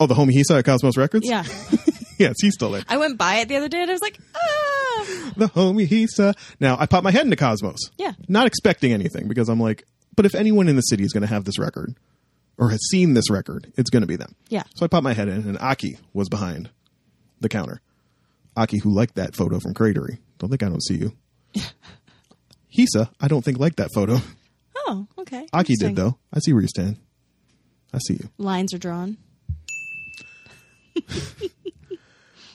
Speaker 1: Oh, the homie Hisa at Cosmos Records?
Speaker 2: Yeah.
Speaker 1: [laughs] yes, he's still there.
Speaker 2: I went by it the other day and I was like, ah.
Speaker 1: The homie Hisa. Now, I pop my head into Cosmos.
Speaker 2: Yeah.
Speaker 1: Not expecting anything because I'm like, but if anyone in the city is going to have this record or has seen this record, it's going to be them.
Speaker 2: Yeah.
Speaker 1: So I popped my head in and Aki was behind the counter. Aki, who liked that photo from Cratery. Don't think I don't see
Speaker 2: [laughs]
Speaker 1: you. Hisa, I don't think liked that photo.
Speaker 2: Oh, okay.
Speaker 1: Aki
Speaker 2: Interesting.
Speaker 1: did though. I see where you stand. I see you.
Speaker 2: Lines are drawn.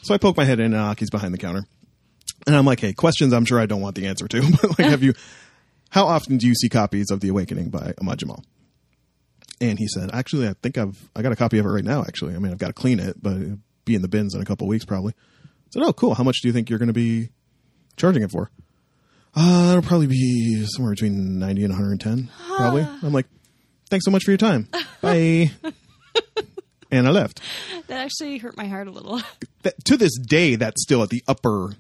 Speaker 1: So I poke my head in, and Aki's behind the counter, and I'm like, "Hey, questions? I'm sure I don't want the answer to, [laughs] but like, have you? How often do you see copies of The Awakening by Ahmad Jamal?" And he said, "Actually, I think I've I got a copy of it right now. Actually, I mean, I've got to clean it, but it'll be in the bins in a couple weeks probably." I said, "Oh, cool. How much do you think you're going to be charging it for?" Uh, it'll probably be somewhere between ninety and one hundred and ten, probably. I'm like, "Thanks so much for your time. Bye." and I left
Speaker 2: That actually hurt my heart a little. [laughs]
Speaker 1: that, to this day, that's still at the upper.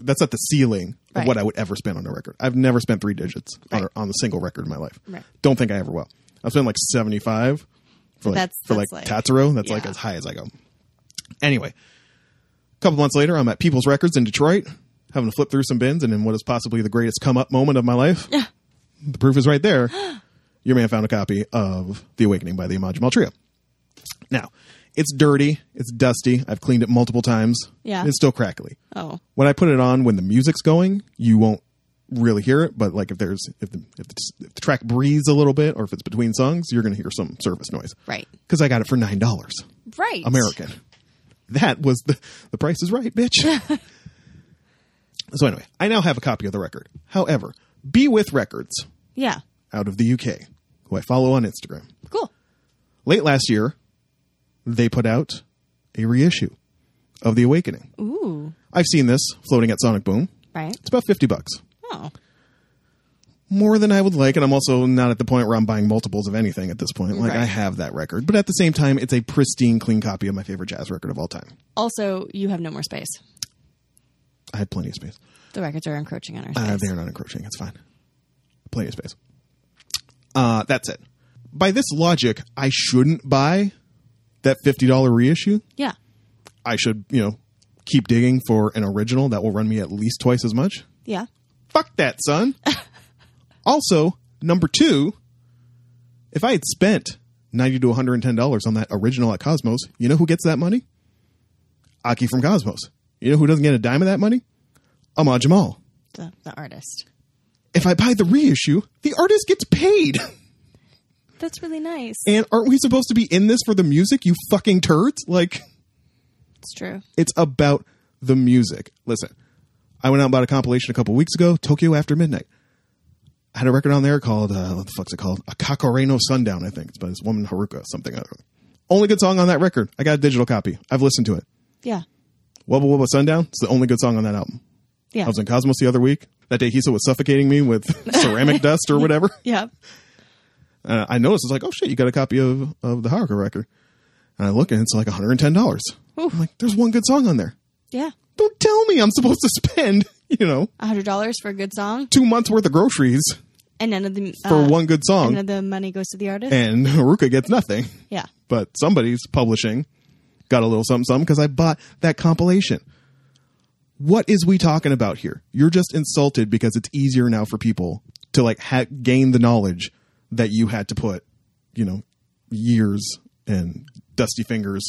Speaker 1: That's at the ceiling of
Speaker 2: Right.
Speaker 1: what I would ever spend on a record. I've never spent three digits on,
Speaker 2: Right.
Speaker 1: a, on a single record in my life.
Speaker 2: Right.
Speaker 1: Don't think I ever will. I've spent like seventy five for like
Speaker 2: That's-
Speaker 1: for
Speaker 2: that's
Speaker 1: like,
Speaker 2: like-
Speaker 1: Tatsuro. That's like
Speaker 2: yeah.
Speaker 1: as high as I go. Anyway, a couple months later, I'm at People's Records in Detroit, having to flip through some bins, and in what is possibly the greatest come up moment of my
Speaker 2: [laughs]
Speaker 1: life,
Speaker 2: Yeah.
Speaker 1: the proof is right
Speaker 2: [gasps]
Speaker 1: there. Your man found a copy of The Awakening by the Imad Jamal Trio. Now, it's dirty, it's dusty. I've cleaned it multiple times.
Speaker 2: Yeah.
Speaker 1: It's still crackly.
Speaker 2: Oh,
Speaker 1: When I put it on when the music's going, you won't really hear it, but like if there's if the, if the, if the track breathes a little bit or if it's between songs, you're going to hear some service noise.
Speaker 2: right.
Speaker 1: Cuz I got it for
Speaker 2: [laughs]
Speaker 1: $9
Speaker 2: Right. [laughs]
Speaker 1: American. That was the the price is right, bitch. So anyway, I now have a copy of the record. However, Be With Records
Speaker 2: Yeah.
Speaker 1: out of the UK, who I follow on Instagram,
Speaker 2: Cool.
Speaker 1: late last year, they put out a reissue of The Awakening.
Speaker 2: Ooh.
Speaker 1: I've seen this floating at Sonic Boom.
Speaker 2: Right.
Speaker 1: It's about 50 bucks.
Speaker 2: Oh.
Speaker 1: More than I would like, and I'm also not at the point where I'm buying multiples of anything at this point. Like
Speaker 2: Right.
Speaker 1: I have that record, but at the same time, it's a pristine, clean copy of my favorite jazz record of all time.
Speaker 2: Also, you have no more space.
Speaker 1: I had plenty of space.
Speaker 2: The records are encroaching on our space.
Speaker 1: Uh, they're not encroaching. It's fine. Plenty of space. Uh, that's it. By this logic, I shouldn't buy that fifty dollar reissue.
Speaker 2: Yeah.
Speaker 1: I should, you know, keep digging for an original that will run me at least twice as much.
Speaker 2: Yeah.
Speaker 1: Fuck that, son. also, number two, if I had spent ninety to one hundred and ten dollars on that original at Cosmos, you know who gets that money? Aki from Cosmos. You know who doesn't get a dime of that money? Ahmad Jamal.
Speaker 2: The, the artist.
Speaker 1: if I buy the reissue, the artist gets paid. [laughs]
Speaker 2: That's really nice.
Speaker 1: And aren't we supposed to be in this for the music, you fucking turds? Like,
Speaker 2: It's true.
Speaker 1: it's about the music. Listen, I went out and bought a compilation a couple weeks ago, Tokyo After Midnight. I had a record on there called, uh, what the fuck's it called? A Kakoreno Sundown, I think. It's by this woman, Haruka, something. Other. Only good song on that record. I got a digital copy. I've listened to it.
Speaker 2: Yeah.
Speaker 1: Wubba Wubba Sundown. It's the only good song on that album.
Speaker 2: Yeah.
Speaker 1: I was in Cosmos the other week. That day, Hisa was suffocating me with [laughs] ceramic dust or whatever.
Speaker 2: yeah.
Speaker 1: And I noticed it's like, oh shit, you got a copy of, of the Haruka record. And I look and it's like $110. I'm like, there's one good song on there.
Speaker 2: Yeah.
Speaker 1: Don't tell me I'm supposed to spend, [laughs] you know,
Speaker 2: A hundred dollars for a good song,
Speaker 1: two months worth of groceries
Speaker 2: and none of the uh,
Speaker 1: for one good
Speaker 2: none
Speaker 1: song
Speaker 2: of the money goes to the artist.
Speaker 1: and Haruka gets nothing.
Speaker 2: yeah.
Speaker 1: But somebody's publishing got a little something something because I bought that compilation. What is we talking about here? You're just insulted because it's easier now for people to like ha- gain the knowledge that you had to put, you know, years and dusty fingers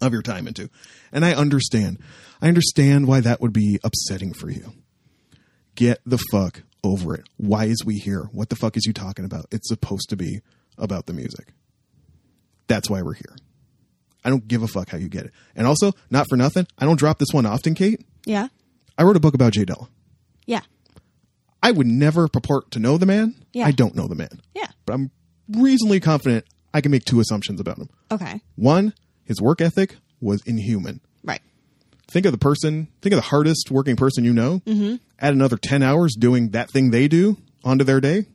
Speaker 1: of your time into. And I understand. I understand why that would be upsetting for you. Get the fuck over it. Why is we here? What the fuck is you talking about? It's supposed to be about the music. That's why we're here. I don't give a fuck how you get it. And also, not for nothing, I don't drop this one often, Kate.
Speaker 2: Yeah.
Speaker 1: I wrote a book about Jay Della.
Speaker 2: Yeah.
Speaker 1: I would never purport to know the man.
Speaker 2: Yeah.
Speaker 1: I don't know the man.
Speaker 2: Yeah.
Speaker 1: But I'm reasonably confident I can make two assumptions about him.
Speaker 2: Okay.
Speaker 1: One, his work ethic was inhuman.
Speaker 2: Right.
Speaker 1: Think of the person, think of the hardest working person you know. Mm-hmm. Add another 10 hours doing that thing they do onto their day,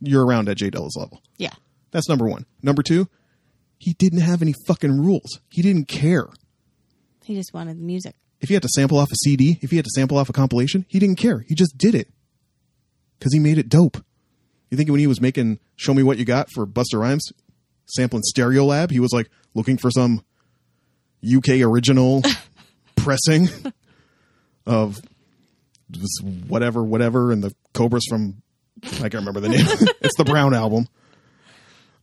Speaker 1: you're around at Jay Della's level.
Speaker 2: Yeah.
Speaker 1: That's number one. Number two, he didn't have any fucking rules. He didn't care.
Speaker 2: He just wanted the music.
Speaker 1: if he had to sample off a CD, if he had to sample off a compilation, he didn't care. He just did it because he made it dope. You think when he was making "Show Me What You Got" for Buster Rhymes, sampling Stereo Lab, he was like looking for some UK original pressing of this whatever, whatever, and the Cobras from I can't remember the name. [laughs] it's the Brown album. Um,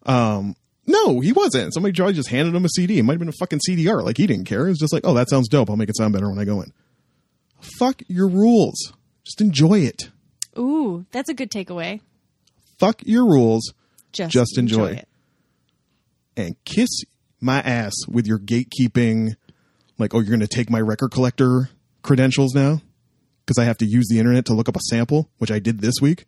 Speaker 1: no, he wasn't. Somebody probably just handed him a CD. It might have been a fucking CDR. Like he didn't care. It was just like, oh, that sounds dope. I'll make it sound better when I go in. Fuck your rules. Just enjoy it.
Speaker 2: Ooh, that's a good takeaway.
Speaker 1: Fuck your rules
Speaker 2: Just,
Speaker 1: Just enjoy.
Speaker 2: it.
Speaker 1: and kiss my ass with your gatekeeping. Like, oh, you're going to take my record collector credentials now because I have to use the internet to look up a sample, which I did this week.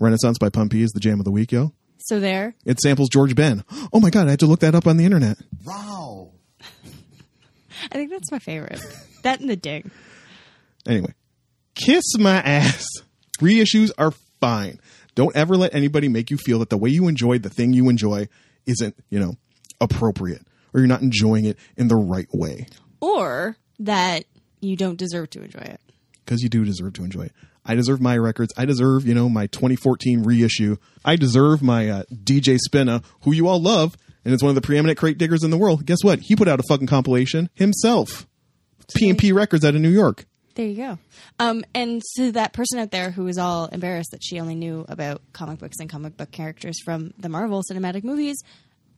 Speaker 1: Renaissance by Pumpy is the jam of the week, yo.
Speaker 2: So there.
Speaker 1: It samples George Ben. [gasps] Oh my god, I had to look that up on the internet.
Speaker 3: Wow.
Speaker 2: I think that's my favorite. that and the dig.
Speaker 1: Anyway, kiss my ass. Reissues are fine. Don't ever let anybody make you feel that the way you enjoy the thing you enjoy isn't, you know, appropriate or you're not enjoying it in the right way
Speaker 2: Or that you don't deserve to enjoy it.
Speaker 1: because you do deserve to enjoy it. I deserve my records. I deserve, you know, my 2014 reissue. I deserve my uh, DJ Spinna, who you all love and is one of the preeminent crate diggers in the world. Guess what? He put out a fucking compilation himself. P&P Records out of New York.
Speaker 2: There you go. Um, and to that person out there who is all embarrassed that she only knew about comic books and comic book characters from the Marvel cinematic movies,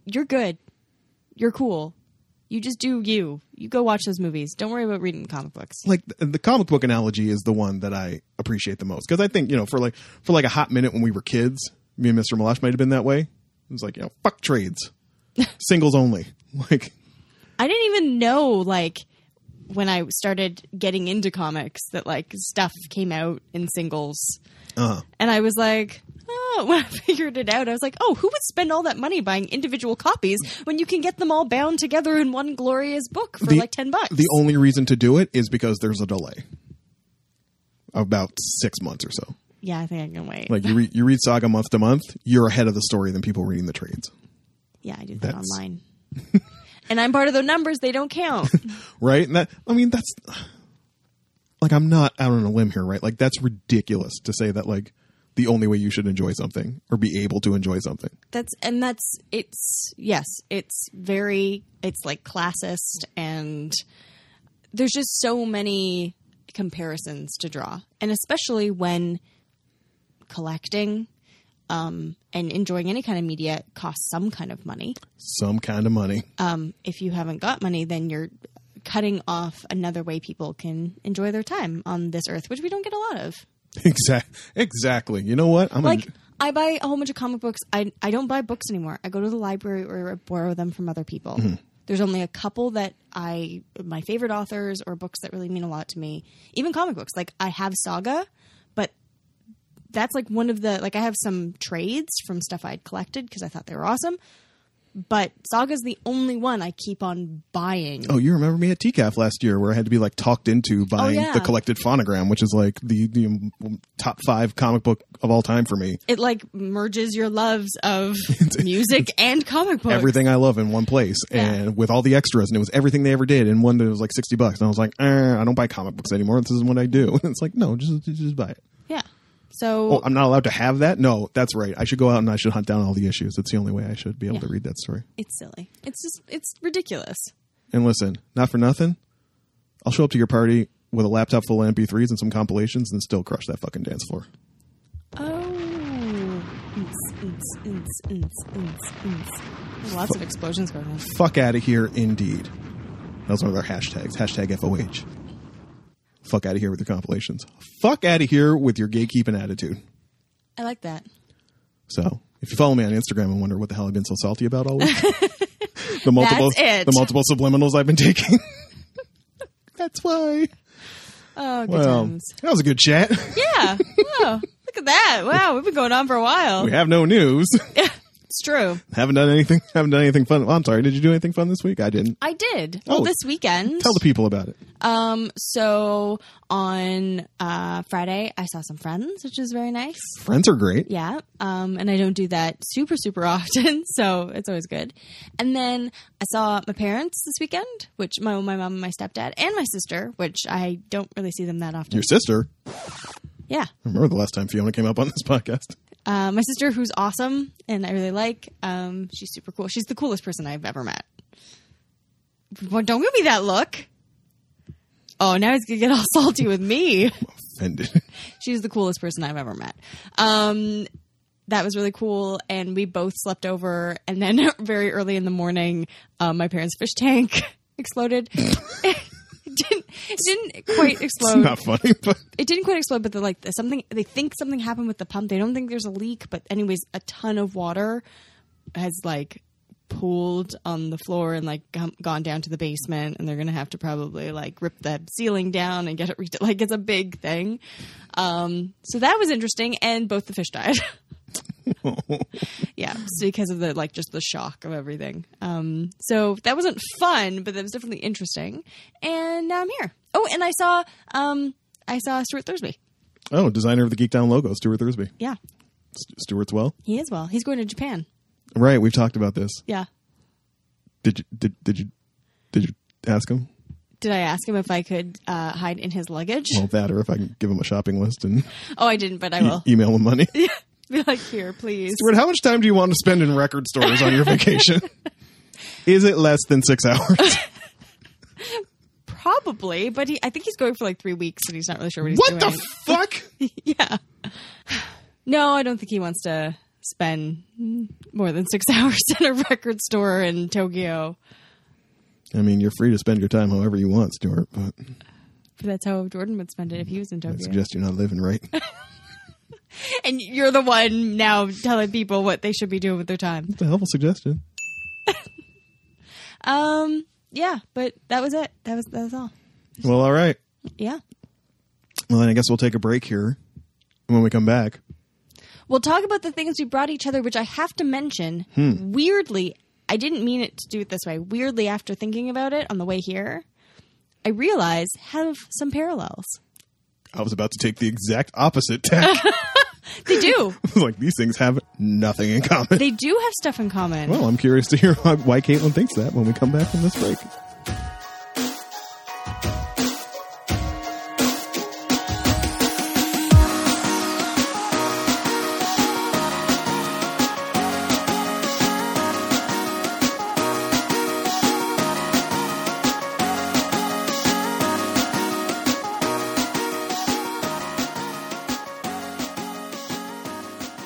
Speaker 2: you're good. You're cool. You just do you. You go watch those movies. Don't worry about reading comic books.
Speaker 1: like th- the comic book analogy is the one that I appreciate the most because I think you know for like for like a hot minute when we were kids, me and Mr. Malash might have been that way. It was like you know fuck trades, singles only. Like
Speaker 2: I didn't even know like when I started getting into comics that like stuff came out in singles.
Speaker 1: Uh-huh.
Speaker 2: And I was like, oh, [laughs] when I figured it out, I was like, oh, who would spend all that money buying individual copies when you can get them all bound together in one glorious book for
Speaker 1: The-
Speaker 2: like 10 bucks?
Speaker 1: The only reason to do it is because there's a delay, about six months or so.
Speaker 2: yeah, I think I can wait.
Speaker 1: Like you read you read Saga month to month, you're ahead of the story than people reading the trades,
Speaker 2: yeah, I do that
Speaker 1: that's-
Speaker 2: online. [laughs] and I'm part of the numbers, they don't count.
Speaker 1: right? And that I mean that's like I'm not out on a limb here, right? Like that's ridiculous to say that like the only way you should enjoy something or be able to enjoy something.
Speaker 2: that's and that's it's yes it's very it's like classist and there's just so many comparisons to draw and especially when collecting um, and enjoying any kind of media costs some kind of money
Speaker 1: Some kind of money. [laughs]
Speaker 2: um, if you haven't got money then you're cutting off another way people can enjoy their time on this earth which we don't get a lot of
Speaker 1: Exact, exactly. You know what? I'm a-
Speaker 2: like I buy a whole bunch of comic books. I I don't buy books anymore. I go to the library or I borrow them from other people. There's only a couple that I my favorite authors or books that really mean a lot to me. Even comic books. Like I have Saga, but that's like one of the like I have some trades from stuff I'd collected because I thought they were awesome. But Saga's the only one I keep on buying.
Speaker 1: Oh, you remember me at TCAF last year where I had to be like talked into buying
Speaker 2: Oh, yeah.
Speaker 1: the collected phonogram, which is like the, the um, top five comic book of all time for me.
Speaker 2: It like merges your loves of music and comic books.
Speaker 1: Everything I love in one place and with all the extras, and it was everything they ever did in one that was like 60 bucks. And I was like, eh, I don't buy comic books anymore. This is what I do. [laughs] And it's like, no, just, just just buy it.
Speaker 2: Yeah. So
Speaker 1: Oh, I'm not allowed to have that? No, that's right. I should go out and I should hunt down all the issues. That's the only way I should be able
Speaker 2: Yeah.
Speaker 1: to read that story.
Speaker 2: It's silly. It's just it's ridiculous.
Speaker 1: And listen, not for nothing, I'll show up to your party with a laptop full of MP3s and some compilations and still crush that fucking dance floor.
Speaker 2: Oh. There's lots of explosions going on.
Speaker 1: fuck out of here indeed That's one of our hashtags hashtag foh fuck out of here with your compilations fuck out of here with your gatekeeping attitude
Speaker 2: I like that.
Speaker 1: so if you follow me on instagram and wonder what the hell i've been so salty about all
Speaker 2: [laughs]
Speaker 1: week the multiple
Speaker 2: That's it.
Speaker 1: the multiple subliminals i've been taking [laughs] that's why
Speaker 2: Oh, good
Speaker 1: well
Speaker 2: times.
Speaker 1: that was a good chat
Speaker 2: [laughs] Yeah. Oh, look at that. Wow, we've been going on for a while.
Speaker 1: we have no
Speaker 2: [laughs]
Speaker 1: news
Speaker 2: It's true.
Speaker 1: haven't done anything haven't done anything fun well, i'm sorry did you do anything fun this week i didn't
Speaker 2: I did.
Speaker 1: Oh.
Speaker 2: Well, this weekend.
Speaker 1: tell the people about it
Speaker 2: Um, so on uh, Friday, I saw some friends, which is very nice.
Speaker 1: friends are great
Speaker 2: Yeah. Um, and I don't do that super, super [laughs] often. So it's always good. And then I saw my parents this weekend, which my, my mom and my stepdad and my sister, which I don't really see them that often.
Speaker 1: your sister
Speaker 2: Yeah.
Speaker 1: I remember the last time fiona came up on this [laughs] podcast
Speaker 2: Uh, my sister, who's awesome and I really like, um, she's super cool. She's the coolest person I've ever met. Well, don't give me that look. Oh, now he's going to get all [laughs] salty with me.
Speaker 1: offended
Speaker 2: She's the coolest person I've ever met. Um, that was really cool, and we both slept over. And then [laughs] very early in the morning, um, my parents' fish tank [laughs] exploded. it didn't it didn't quite explode.
Speaker 1: It's [laughs] not funny, but [laughs]
Speaker 2: It didn't quite explode, but they're like something. They think something happened with the pump. They don't think there's a leak, but anyways, a ton of water has like pooled on the floor and like gum- gone down to the basement and they're gonna have to probably like rip the ceiling down and get it re- [laughs] like it's a big thing um so that was interesting and both the fish died [laughs] yeah so because of the like just the shock of everything um so that wasn't fun but that was definitely interesting and now i'm here oh and i saw um i saw stuart thursby
Speaker 1: oh, designer of the Geek Down logo, Stuart Thursby.
Speaker 2: yeah
Speaker 1: St- Stuart's well,
Speaker 2: he is well he's going to japan
Speaker 1: right? We've talked about this.
Speaker 2: yeah
Speaker 1: Did you did did you did you ask him?
Speaker 2: did i ask him if i could uh hide in his luggage
Speaker 1: Well, that or if I can give him a shopping list and e-,
Speaker 2: oh i didn't but i will
Speaker 1: email him money.
Speaker 2: Be like, here, please.
Speaker 1: Stuart, how much time do you want to spend in record stores on your vacation? Is it less than six hours?
Speaker 2: Probably, but he, I think he's going for like three weeks, and he's not really sure what he's
Speaker 1: what the
Speaker 2: doing.
Speaker 1: fuck?
Speaker 2: yeah. No, I don't think he wants to spend more than six [laughs] hours in a record store in Tokyo.
Speaker 1: I mean, you're free to spend your time however you want, Stuart, but
Speaker 2: But that's how Jordan would spend it if he was in
Speaker 1: I
Speaker 2: Tokyo.
Speaker 1: suggest you're not living right.
Speaker 2: and you're the one now telling people what they should be doing with their time.
Speaker 1: It's a helpful suggestion.
Speaker 2: Um. Yeah, but that was it. That was that was all.
Speaker 1: Well, all right.
Speaker 2: Yeah.
Speaker 1: Well, then I guess we'll take a break here. When we come back,
Speaker 2: We'll talk about the things we brought each other, which I have to mention.
Speaker 1: Hmm.
Speaker 2: Weirdly, I didn't mean it to do it this way. Weirdly, after thinking about it on the way here, I realize have some parallels.
Speaker 1: I was about to take the exact opposite tack. [laughs]
Speaker 2: They do.
Speaker 1: like these things have nothing in common.
Speaker 2: they do have stuff in common.
Speaker 1: Well, I'm curious to hear why- why Caitlin thinks that when we come back from this break.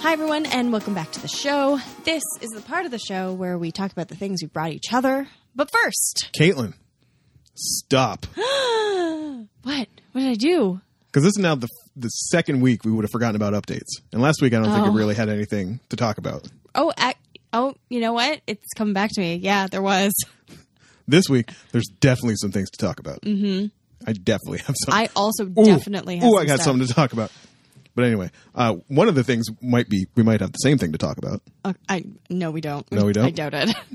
Speaker 2: Hi, everyone, and welcome back to the show. This is the part of the show where we talk about the things we brought each other. But first,
Speaker 1: Caitlin, stop.
Speaker 2: what? What did I do?
Speaker 1: Because this is now the the second week we would have forgotten about updates, and last week I don't think
Speaker 2: Oh.
Speaker 1: it really had anything to talk about.
Speaker 2: Oh, I, oh, you know what? It's coming back to me. Yeah, there was.
Speaker 1: This week, there's definitely some things to talk about. Mm-hmm. I definitely have some.
Speaker 2: I also
Speaker 1: Ooh.
Speaker 2: definitely have
Speaker 1: Ooh,
Speaker 2: some
Speaker 1: I got
Speaker 2: stuff.
Speaker 1: something to talk about. But anyway, uh, one of the things might be we might have the same thing to talk about.
Speaker 2: Uh, I no, we don't.
Speaker 1: No, we don't?
Speaker 2: I doubt it. [laughs]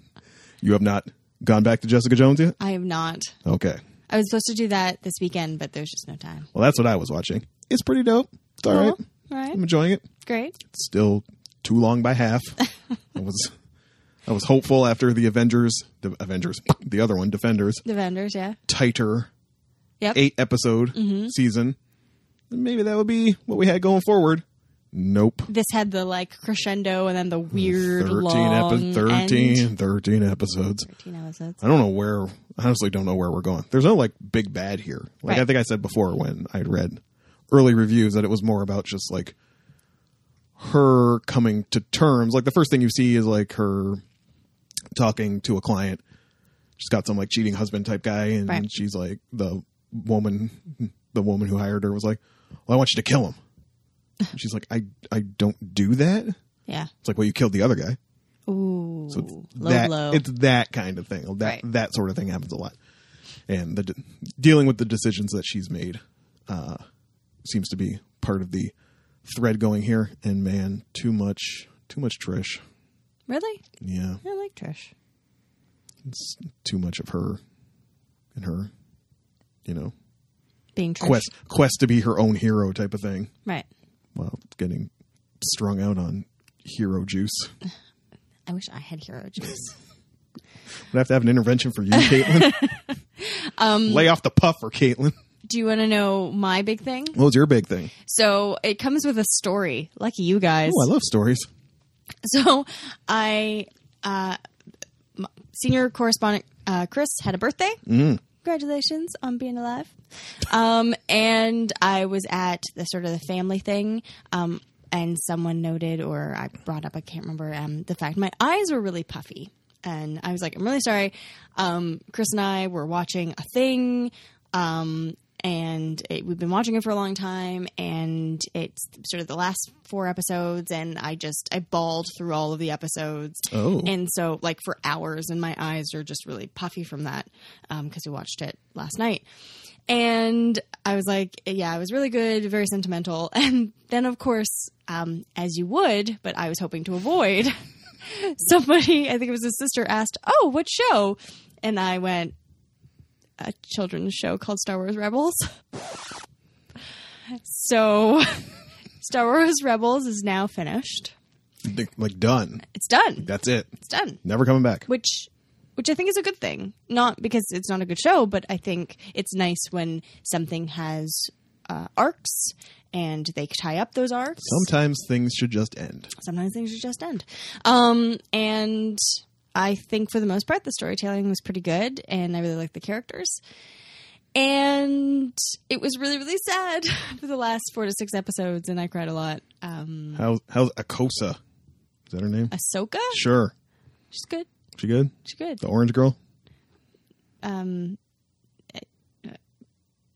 Speaker 1: You have not gone back to Jessica Jones yet.
Speaker 2: I am not.
Speaker 1: Okay.
Speaker 2: I was supposed to do that this weekend, but there's just no time.
Speaker 1: Well, that's what I was watching. It's pretty dope. It's all
Speaker 2: Cool.
Speaker 1: right.
Speaker 2: Uh-huh.
Speaker 1: Mm.
Speaker 2: All right.
Speaker 1: I'm enjoying it.
Speaker 2: Great.
Speaker 1: It's still too long by
Speaker 2: [laughs]
Speaker 1: half. I was I was hopeful after the Avengers, the Avengers, [coughs] the other one, Defenders,
Speaker 2: The vendors, yeah.
Speaker 1: tighter
Speaker 2: Yep.
Speaker 1: eight episode
Speaker 2: Mm-hmm.
Speaker 1: season. then Maybe that would be what we had going forward. Nope.
Speaker 2: This had the like crescendo and then the weird
Speaker 1: 13,
Speaker 2: long
Speaker 1: epi- 13,
Speaker 2: end.
Speaker 1: 13 episodes.
Speaker 2: 13 episodes.
Speaker 1: I don't know where, honestly, don't know where we're going. There's no like big bad here. Like I
Speaker 2: Right.
Speaker 1: think I said before when I read early reviews that it was more about just like her coming to terms. Like the first thing you see is like her talking to a client. She's got some like cheating husband type guy, and
Speaker 2: Right.
Speaker 1: she's like the woman, the woman who hired her was like, "Well, I want you to kill him." And she's like, "I I don't do that." It's
Speaker 2: Yeah.
Speaker 1: like, "Well, you killed the other guy."
Speaker 2: Ooh.
Speaker 1: So it's
Speaker 2: low
Speaker 1: that
Speaker 2: blow.
Speaker 1: it's that kind of thing. That
Speaker 2: Right.
Speaker 1: that sort of thing happens a lot, and the de- dealing with the decisions that she's made uh, seems to be part of the thread going here. And man, too much, too much Trish.
Speaker 2: really?
Speaker 1: Yeah,
Speaker 2: I like Trish.
Speaker 1: it's too much of her and her, you know,
Speaker 2: Being Trish.
Speaker 1: quest quest to be her own hero type of thing.
Speaker 2: Right.
Speaker 1: While getting strung out on hero juice, we
Speaker 2: I wish I had hero juice.
Speaker 1: would have to have an intervention
Speaker 2: [laughs]
Speaker 1: for you, Caitlin. um, Lay off the puffer, Caitlin.
Speaker 2: Do you want to know my big thing?
Speaker 1: What was your big thing?
Speaker 2: So it comes with a story. Lucky you guys.
Speaker 1: Oh, I love stories.
Speaker 2: [laughs] So I, uh, m- senior correspondent uh, Chris had a birthday. Congratulations on being alive. Um, and I was at the sort of the family thing. Um, and someone noted, or I brought up, I can't remember, um, the fact my eyes were really puffy. And I was like, I'm really sorry. Um, Chris and I were watching a thing. Um, and it, we've been watching it for a long time and it's sort of the last four episodes and i just i bawled through all of the episodes
Speaker 1: Oh.
Speaker 2: and so like for hours and my eyes are just really puffy from that because we watched it last night and i was like yeah it was really good very sentimental [laughs] and then of course um, as you would but i was hoping to avoid [laughs] somebody i think it was his sister asked oh what show and i went a children's show called Star Wars Rebels. [laughs] So, [laughs] Star Wars Rebels is now finished.
Speaker 1: Like- Like done.
Speaker 2: It's done.
Speaker 1: That's it.
Speaker 2: It's done.
Speaker 1: Never coming back.
Speaker 2: Which which I think is a good thing. Not because it's not a good show, but I think it's nice when something has uh, arcs and they tie up those arcs.
Speaker 1: Sometimes things should just end.
Speaker 2: Sometimes things should just end. Um, and I think for the most part, the storytelling was pretty good, and I really liked the characters. And it was really, really sad [laughs] for the last four to six episodes, and I cried a lot. Um,
Speaker 1: How how's Akosa? Is that her name?
Speaker 2: Ahsoka,
Speaker 1: Sure.
Speaker 2: she's good.
Speaker 1: She good?
Speaker 2: She's good.
Speaker 1: The orange girl?
Speaker 2: Um, uh,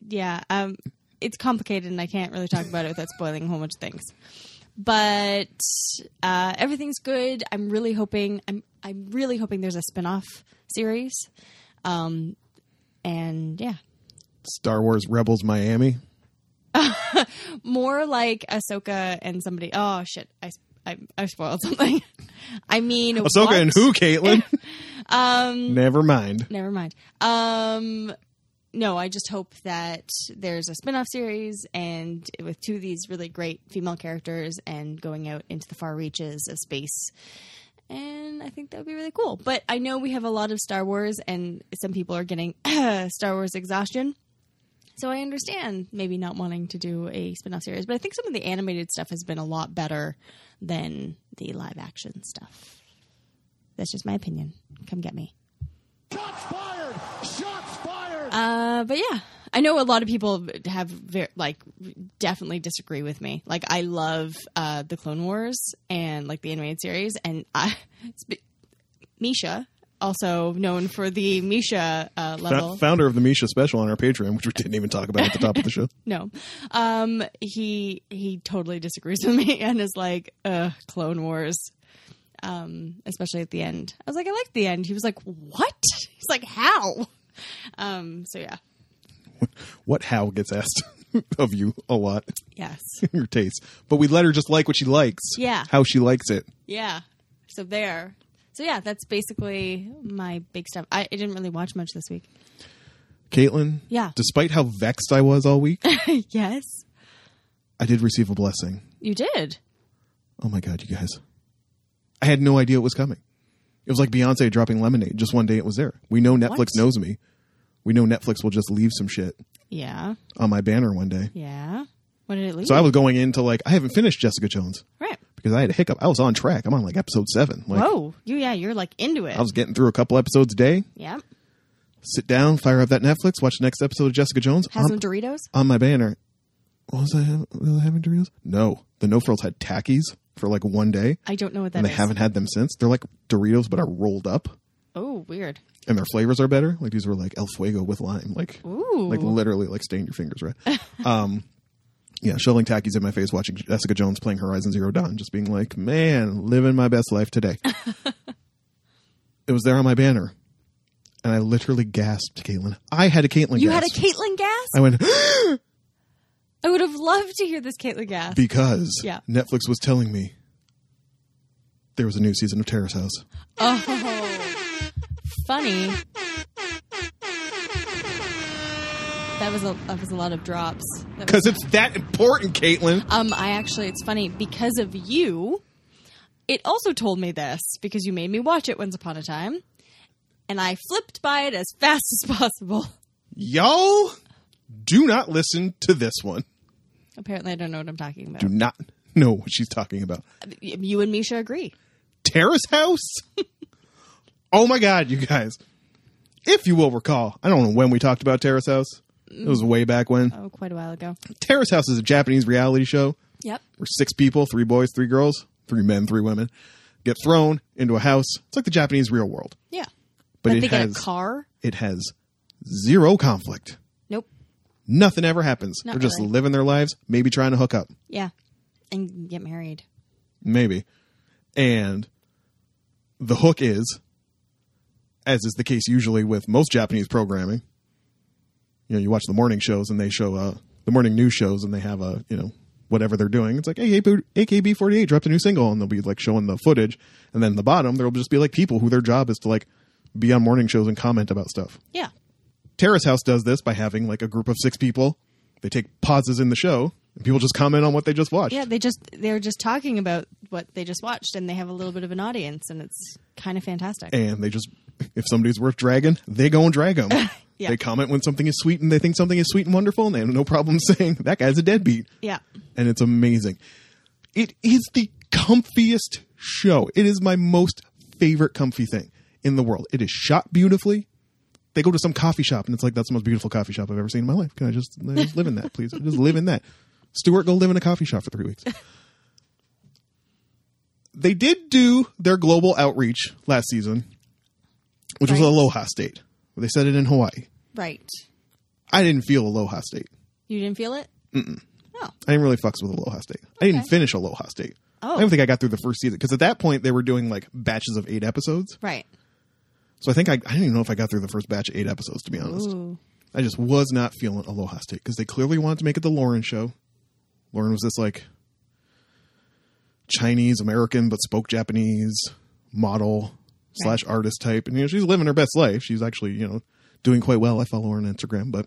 Speaker 2: yeah. Um, it's complicated, and I can't really talk about it without spoiling a whole bunch of things. But uh, everything's good. I'm really hoping. I'm I'm really hoping there's a spin off series. Um, and yeah,
Speaker 1: Star Wars Rebels Miami.
Speaker 2: More like Ahsoka and somebody. Oh shit! I I, I spoiled something. [laughs] I mean,
Speaker 1: Ahsoka
Speaker 2: what?
Speaker 1: and who,
Speaker 2: [laughs]
Speaker 1: Caitlin? um, Never mind.
Speaker 2: Never mind. Um, no, I just hope that there's a spin-off series and with two of these really great female characters and going out into the far reaches of space. And I think that would be really cool. But I know we have a lot of Star Wars and some people are getting [clears throat] Star Wars exhaustion. So I understand maybe not wanting to do a spin-off series, but I think some of the animated stuff has been a lot better than the live action stuff. That's just my opinion. Come get me.
Speaker 3: Shots fired! Shots fired!
Speaker 2: Uh, but yeah, I know a lot of people have ver- like definitely disagree with me. Like I love uh, the Clone Wars and like the animated series, and I, [laughs] it's be- Misha, also known for the Misha uh, level.
Speaker 1: Fo- founder of the Misha Special on our Patreon, which we didn't even talk about at the top of the
Speaker 2: [laughs]
Speaker 1: show.
Speaker 2: no, um, he he totally disagrees with me [laughs] and is like, "Ugh, Clone Wars." Um, especially at the end, I was like, "I liked the end." He was like, "What?" [laughs] He's like, "How?" Um, so yeah,
Speaker 1: What how gets asked [laughs] of you a lot,
Speaker 2: yes.
Speaker 1: your tastes. But we let her just like what she likes.
Speaker 2: Yeah.
Speaker 1: How she likes it.
Speaker 2: Yeah. So there. So yeah, that's basically my big stuff. I, I didn't really watch much this week. [laughs]
Speaker 1: Caitlin?
Speaker 2: Yeah.
Speaker 1: Despite how vexed I was all week,
Speaker 2: yes,
Speaker 1: I did receive a blessing.
Speaker 2: you did.
Speaker 1: Oh my God, you guys. I had no idea it was coming. It was like Beyonce dropping lemonade. Just one day it was there. We know Netflix
Speaker 2: What?
Speaker 1: knows me. We know Netflix will just leave some shit
Speaker 2: Yeah.
Speaker 1: on my banner one day.
Speaker 2: Yeah. What did it leave?
Speaker 1: So I was going into like, I haven't finished Jessica Jones
Speaker 2: right.
Speaker 1: because I had a hiccup. I was on track. I'm on like episode seven. Like,
Speaker 2: Whoa. You yeah. You're like into it.
Speaker 1: I was getting through a couple episodes a day.
Speaker 2: yeah.
Speaker 1: Sit down, fire up that Netflix, watch the next episode of Jessica Jones
Speaker 2: Have
Speaker 1: on,
Speaker 2: some Doritos.
Speaker 1: on my banner. What was I, having, was I having Doritos? No, the No Frills had Tackies for like one day,
Speaker 2: I don't know what that
Speaker 1: and
Speaker 2: is.
Speaker 1: they haven't had them since. They're like Doritos, but are rolled up,
Speaker 2: Oh, weird.
Speaker 1: and their flavors are better. Like these were like El Fuego with lime, like
Speaker 2: Ooh.
Speaker 1: like literally like stain your fingers red.
Speaker 2: [laughs]
Speaker 1: um, yeah, shoveling Tackies in my face, watching Jessica Jones playing Horizon Zero Dawn, just being like, man, living my best life
Speaker 2: [laughs]
Speaker 1: today. it was there on my banner, and I literally gasped, Caitlin. I had a Caitlin.
Speaker 2: you
Speaker 1: gasp.
Speaker 2: had a Caitlyn gas.
Speaker 1: I went [gasps]
Speaker 2: I would have loved to hear this Caitlyn gas.
Speaker 1: because
Speaker 2: Yeah.
Speaker 1: Netflix was telling me there was a new season of Terrace House.
Speaker 2: Oh. Funny. That was a that was a lot of drops. That was
Speaker 1: Because it's that important, Caitlin.
Speaker 2: Um, I actually, it's funny because of you. It also told me this because you made me watch it once upon a time, and I flipped by it as [laughs] fast as possible.
Speaker 1: Y'all do not listen to this one.
Speaker 2: Apparently, I don't know what I'm talking about.
Speaker 1: Do not know what she's talking about.
Speaker 2: You and Misha agree.
Speaker 1: Terrace House? [laughs] oh my God, you guys. If you will recall, I don't know when we talked about Terrace House. It was way back when.
Speaker 2: Oh, quite a while ago.
Speaker 1: Terrace House is a Japanese reality show
Speaker 2: Yep.
Speaker 1: where six people, three boys, three girls, three men, three women, get thrown into a house. It's like the Japanese real world.
Speaker 2: Yeah.
Speaker 1: But it
Speaker 2: they
Speaker 1: has
Speaker 2: get a car.
Speaker 1: it has zero conflict.
Speaker 2: Nope.
Speaker 1: Nothing ever happens.
Speaker 2: Not
Speaker 1: They're just
Speaker 2: really.
Speaker 1: living their lives, maybe trying to hook up.
Speaker 2: Yeah. And get married.
Speaker 1: Maybe. And the hook is, as is the case usually with most Japanese programming, you know, you watch the morning shows and they show uh, the morning news shows and they have a, you know, whatever they're doing. It's like, hey, AKB 48 dropped a new single and they'll be like showing the footage. And then in the bottom, there'll just be like people who their job is to like be on morning shows and comment about stuff.
Speaker 2: Yeah.
Speaker 1: Terrace House does this by having like a group of six people. They take pauses in the show and people just comment on what they just watched.
Speaker 2: Yeah. They just they're just talking about what they just watched, and they have a little bit of an audience, and it's kind of fantastic.
Speaker 1: and they just if somebody's worth dragging, they go and drag them.
Speaker 2: [laughs] Yeah.
Speaker 1: They comment when something is sweet and they think something is sweet and wonderful, and they have no problem [laughs] saying that guy's a deadbeat.
Speaker 2: yeah.
Speaker 1: And it's amazing. It is the comfiest show. It is my most favorite comfy thing in the world. It is shot beautifully. They go to some coffee shop and it's like that's the most beautiful coffee shop I've ever seen in my life. Can I just, I just live in that, please? I just live in that. Stuart, go live in a coffee shop for three weeks. they did do their global outreach last season, which was
Speaker 2: Right.
Speaker 1: Aloha State. They said it in Hawaii.
Speaker 2: Right.
Speaker 1: I didn't feel Aloha State.
Speaker 2: You didn't feel it. Mm-mm. Oh.
Speaker 1: I didn't really fucks with Aloha State. I didn't finish Aloha State.
Speaker 2: Oh.
Speaker 1: I don't think I got through the first season because at that point they were doing like batches of eight episodes.
Speaker 2: Right.
Speaker 1: So I think I, I didn't even know if I got through the first batch of eight episodes to be honest.
Speaker 2: Ooh.
Speaker 1: I just was not feeling Aloha State because they clearly wanted to make it the Lauren show. Lauren was this like Chinese American but spoke Japanese model slash artist type, and you know she's living her best life. She's actually you know doing quite well. I follow her on Instagram,
Speaker 2: [laughs]
Speaker 1: but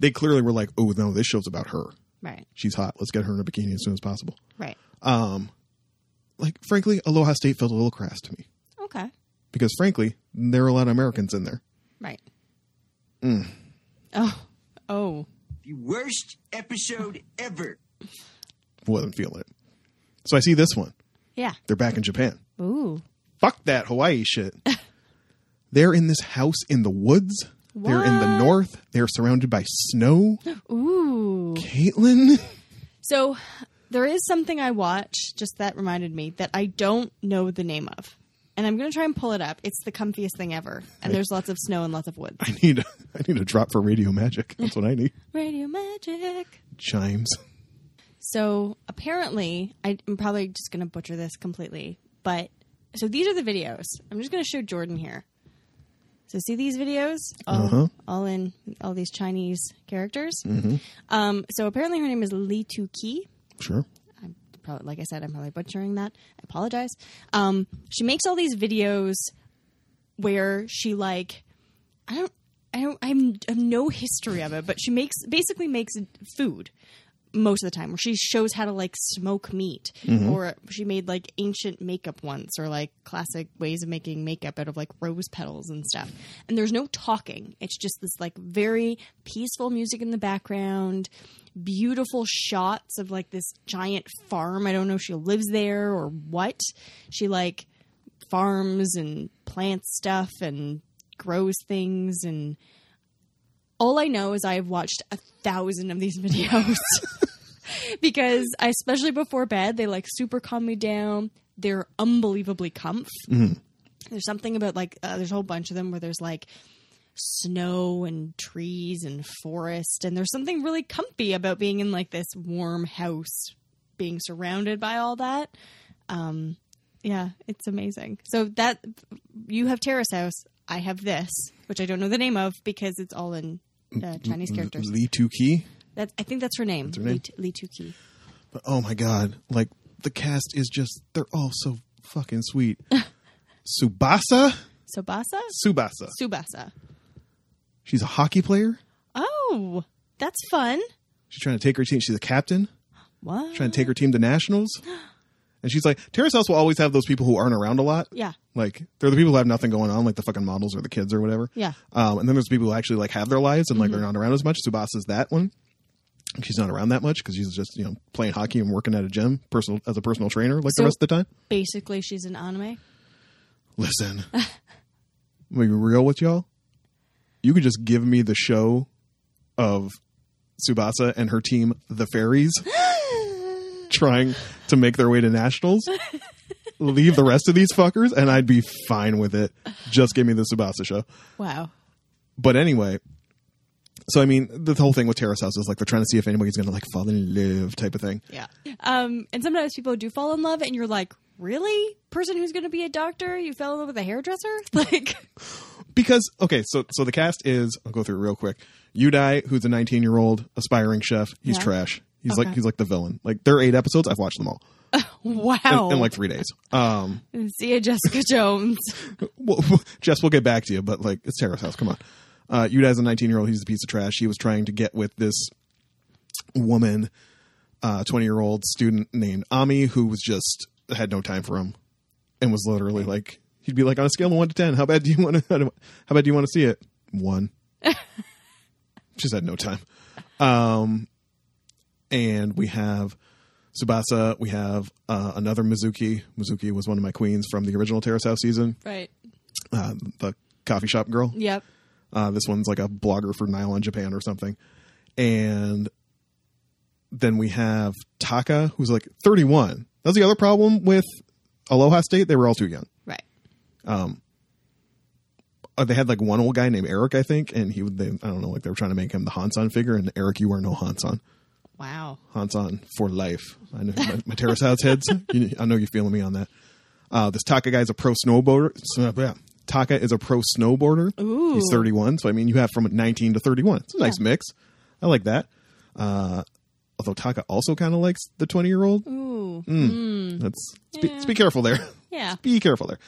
Speaker 1: they clearly were like, oh no, this show's about her.
Speaker 2: Right.
Speaker 1: She's hot. Let's get her in a bikini as soon as possible.
Speaker 2: Right.
Speaker 1: Like frankly, Aloha State felt a little crass to me
Speaker 2: Okay.
Speaker 1: because frankly there are a lot of Americans in there.
Speaker 2: Right. Oh. Oh.
Speaker 4: The worst episode ever.
Speaker 1: Wasn't feeling it. So I see this one.
Speaker 2: Yeah.
Speaker 1: They're back in Japan.
Speaker 2: Ooh.
Speaker 1: fuck that Hawaii shit. They're in this house in the woods. They're in the
Speaker 2: What?
Speaker 1: north. They're surrounded by snow.
Speaker 2: Ooh.
Speaker 1: Caitlin, [laughs]
Speaker 2: So there is something I watched just that reminded me that I don't know the name of. And I'm going to try and pull it up. It's the comfiest thing ever. And there's lots of snow and lots of woods.
Speaker 1: I need I need a drop for Radio Magic. That's what I need.
Speaker 2: Radio magic.
Speaker 1: Chimes.
Speaker 2: So apparently, I- I'm probably just going to butcher this completely, but so these are the videos. I'm just going to show Jordan here. So see these videos, all,
Speaker 1: Uh-huh.
Speaker 2: all in all these Chinese characters. Um, so apparently, her name is Li Tu Ki.
Speaker 1: Sure.
Speaker 2: I'm probably, like I said, I'm probably butchering that. I apologize. Um, she makes all these videos where she like, I don't, I don't, I'm, I have no history of it, but she makes basically makes food most of the time, where she shows how to like smoke meat, or she made like ancient makeup once, or like classic ways of making makeup out of like rose petals and stuff. And there's no talking; it's just this like very peaceful music in the background, beautiful shots of like this giant farm. I don't know if she lives there or what. She like farms and plants stuff and grows things and all I know is I've watched a thousand of these [laughs] videos because I, especially before bed, they like super calm me down. They're unbelievably comf. There's something about like uh, there's a whole bunch of them where there's like snow and trees and forest and there's something really comfy about being in like this warm house being surrounded by all that um yeah it's amazing so that you have terrace house i have this which i don't know the name of because it's all in uh, chinese characters
Speaker 1: Lee Tukey.
Speaker 2: that i think that's her name,
Speaker 1: name.
Speaker 2: Li, Li Tuki.
Speaker 1: But oh my god, like the cast is just they're all so fucking
Speaker 2: [laughs]
Speaker 1: sweet. Subasa?
Speaker 2: sobasa
Speaker 1: Subasa.
Speaker 2: subasa
Speaker 1: She's a hockey player.
Speaker 2: oh that's fun
Speaker 1: She's trying to take her team. She's a captain.
Speaker 2: what
Speaker 1: Trying to take her team to
Speaker 2: [gasps]
Speaker 1: nationals. And she's like, Terrace House will always have those people who aren't around a lot.
Speaker 2: yeah
Speaker 1: Like they're the people who have nothing going on, like the fucking models or the kids or whatever.
Speaker 2: Yeah. Mm-hmm.
Speaker 1: Um, and then there's people who actually like have their lives and like they're not around as much. Subasa's that one. She's not around that much because she's just you know playing hockey and working at a gym, personal as a personal trainer, like
Speaker 2: So-
Speaker 1: the rest of the time.
Speaker 2: basically she's an anime
Speaker 1: Listen, I'm gonna be real with y'all. You could just give me the show of Subasa and her team, the Fairies, trying to make their way to nationals. Leave the rest of these fuckers, and I'd be fine with it. Just give me the Subasa show.
Speaker 2: wow
Speaker 1: But anyway, so I mean, the whole thing with Terrace House is like they're trying to see if anybody's going to like fall in love type of thing.
Speaker 2: Yeah. Um, and sometimes people do fall in love, and you're like, really? Person who's going to be a doctor? You fell in love with a hairdresser? [laughs] Like,
Speaker 1: because okay, so so the cast is I'll go through it real quick. Yudai, who's a 19 year old aspiring chef, he's
Speaker 2: Yeah.
Speaker 1: trash. He's like
Speaker 2: Okay.
Speaker 1: he's like the villain. Like there are eight episodes. I've watched them all
Speaker 2: wow.
Speaker 1: in, in like three days. Um,
Speaker 2: See ya, Jessica Jones.
Speaker 1: well, [laughs] Jess, we'll get back to you, but like it's Tara's house. Come on. Uh, Yudai's a 19 year old. He's a piece of trash. He was trying to get with this woman, 20 year old student named Ami, who was just had no time for him, and was literally like he'd be like on a scale of one to ten, how bad do you want to [laughs] how bad do you want to see it? One. She's had no time. Um, and we have Subasa. We have uh, another Mizuki. Mizuki was one of my queens from the original Terrace House season
Speaker 2: [laughs] right.
Speaker 1: uh, the coffee shop girl.
Speaker 2: Yep.
Speaker 1: Uh, this one's like a blogger for Nylon Japan or something. And then we have Taka, who's like 31. That's the other problem with Aloha State. They were all too young.
Speaker 2: Right.
Speaker 1: Uh, they had like one old guy named Eric, I think, and he would, they, I don't know, like they were trying to make him the Hansan figure. And Eric, you are no Hansan.
Speaker 2: Wow.
Speaker 1: Hansan for life. I know my, my terrace house heads. You, I know you're feeling me on that. Uh, this Taka guy's a pro snowboarder. sn- yeah. Taka is a pro snowboarder.
Speaker 2: Ooh.
Speaker 1: He's 31. So, I mean, you have from 19 to 31. It's a nice mix. I like that. Uh, although Taka also kind of likes the 20 year old.
Speaker 2: Ooh.
Speaker 1: Let's, let's be, let's be careful there.
Speaker 2: Yeah.
Speaker 1: Let's be careful there.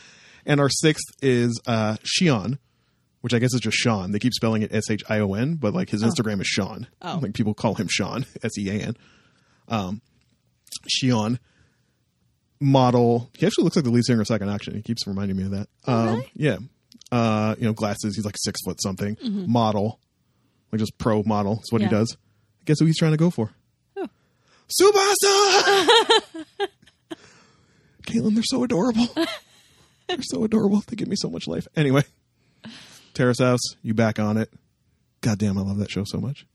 Speaker 1: And our sixth is uh, Shion, which I guess is just Sean. They keep spelling it S H I O N, but like his Instagram is Sean.
Speaker 2: Oh.
Speaker 1: Like people call him Sean, [laughs] S E A N. Um, Shion model. He actually looks like the lead singer of Second Action. He keeps reminding me of that. um,
Speaker 2: really?
Speaker 1: Yeah. Uh, you know, glasses. He's like six foot something. Model, like just pro model. That's what
Speaker 2: Mm-hmm. Yeah.
Speaker 1: he does. Guess who he's trying to go for? Subasa.
Speaker 2: [laughs]
Speaker 1: Caitlin, they're so adorable. they're so adorable. They give me so much life. Anyway, Terrace House, you back on it. God damn, I love that show so much.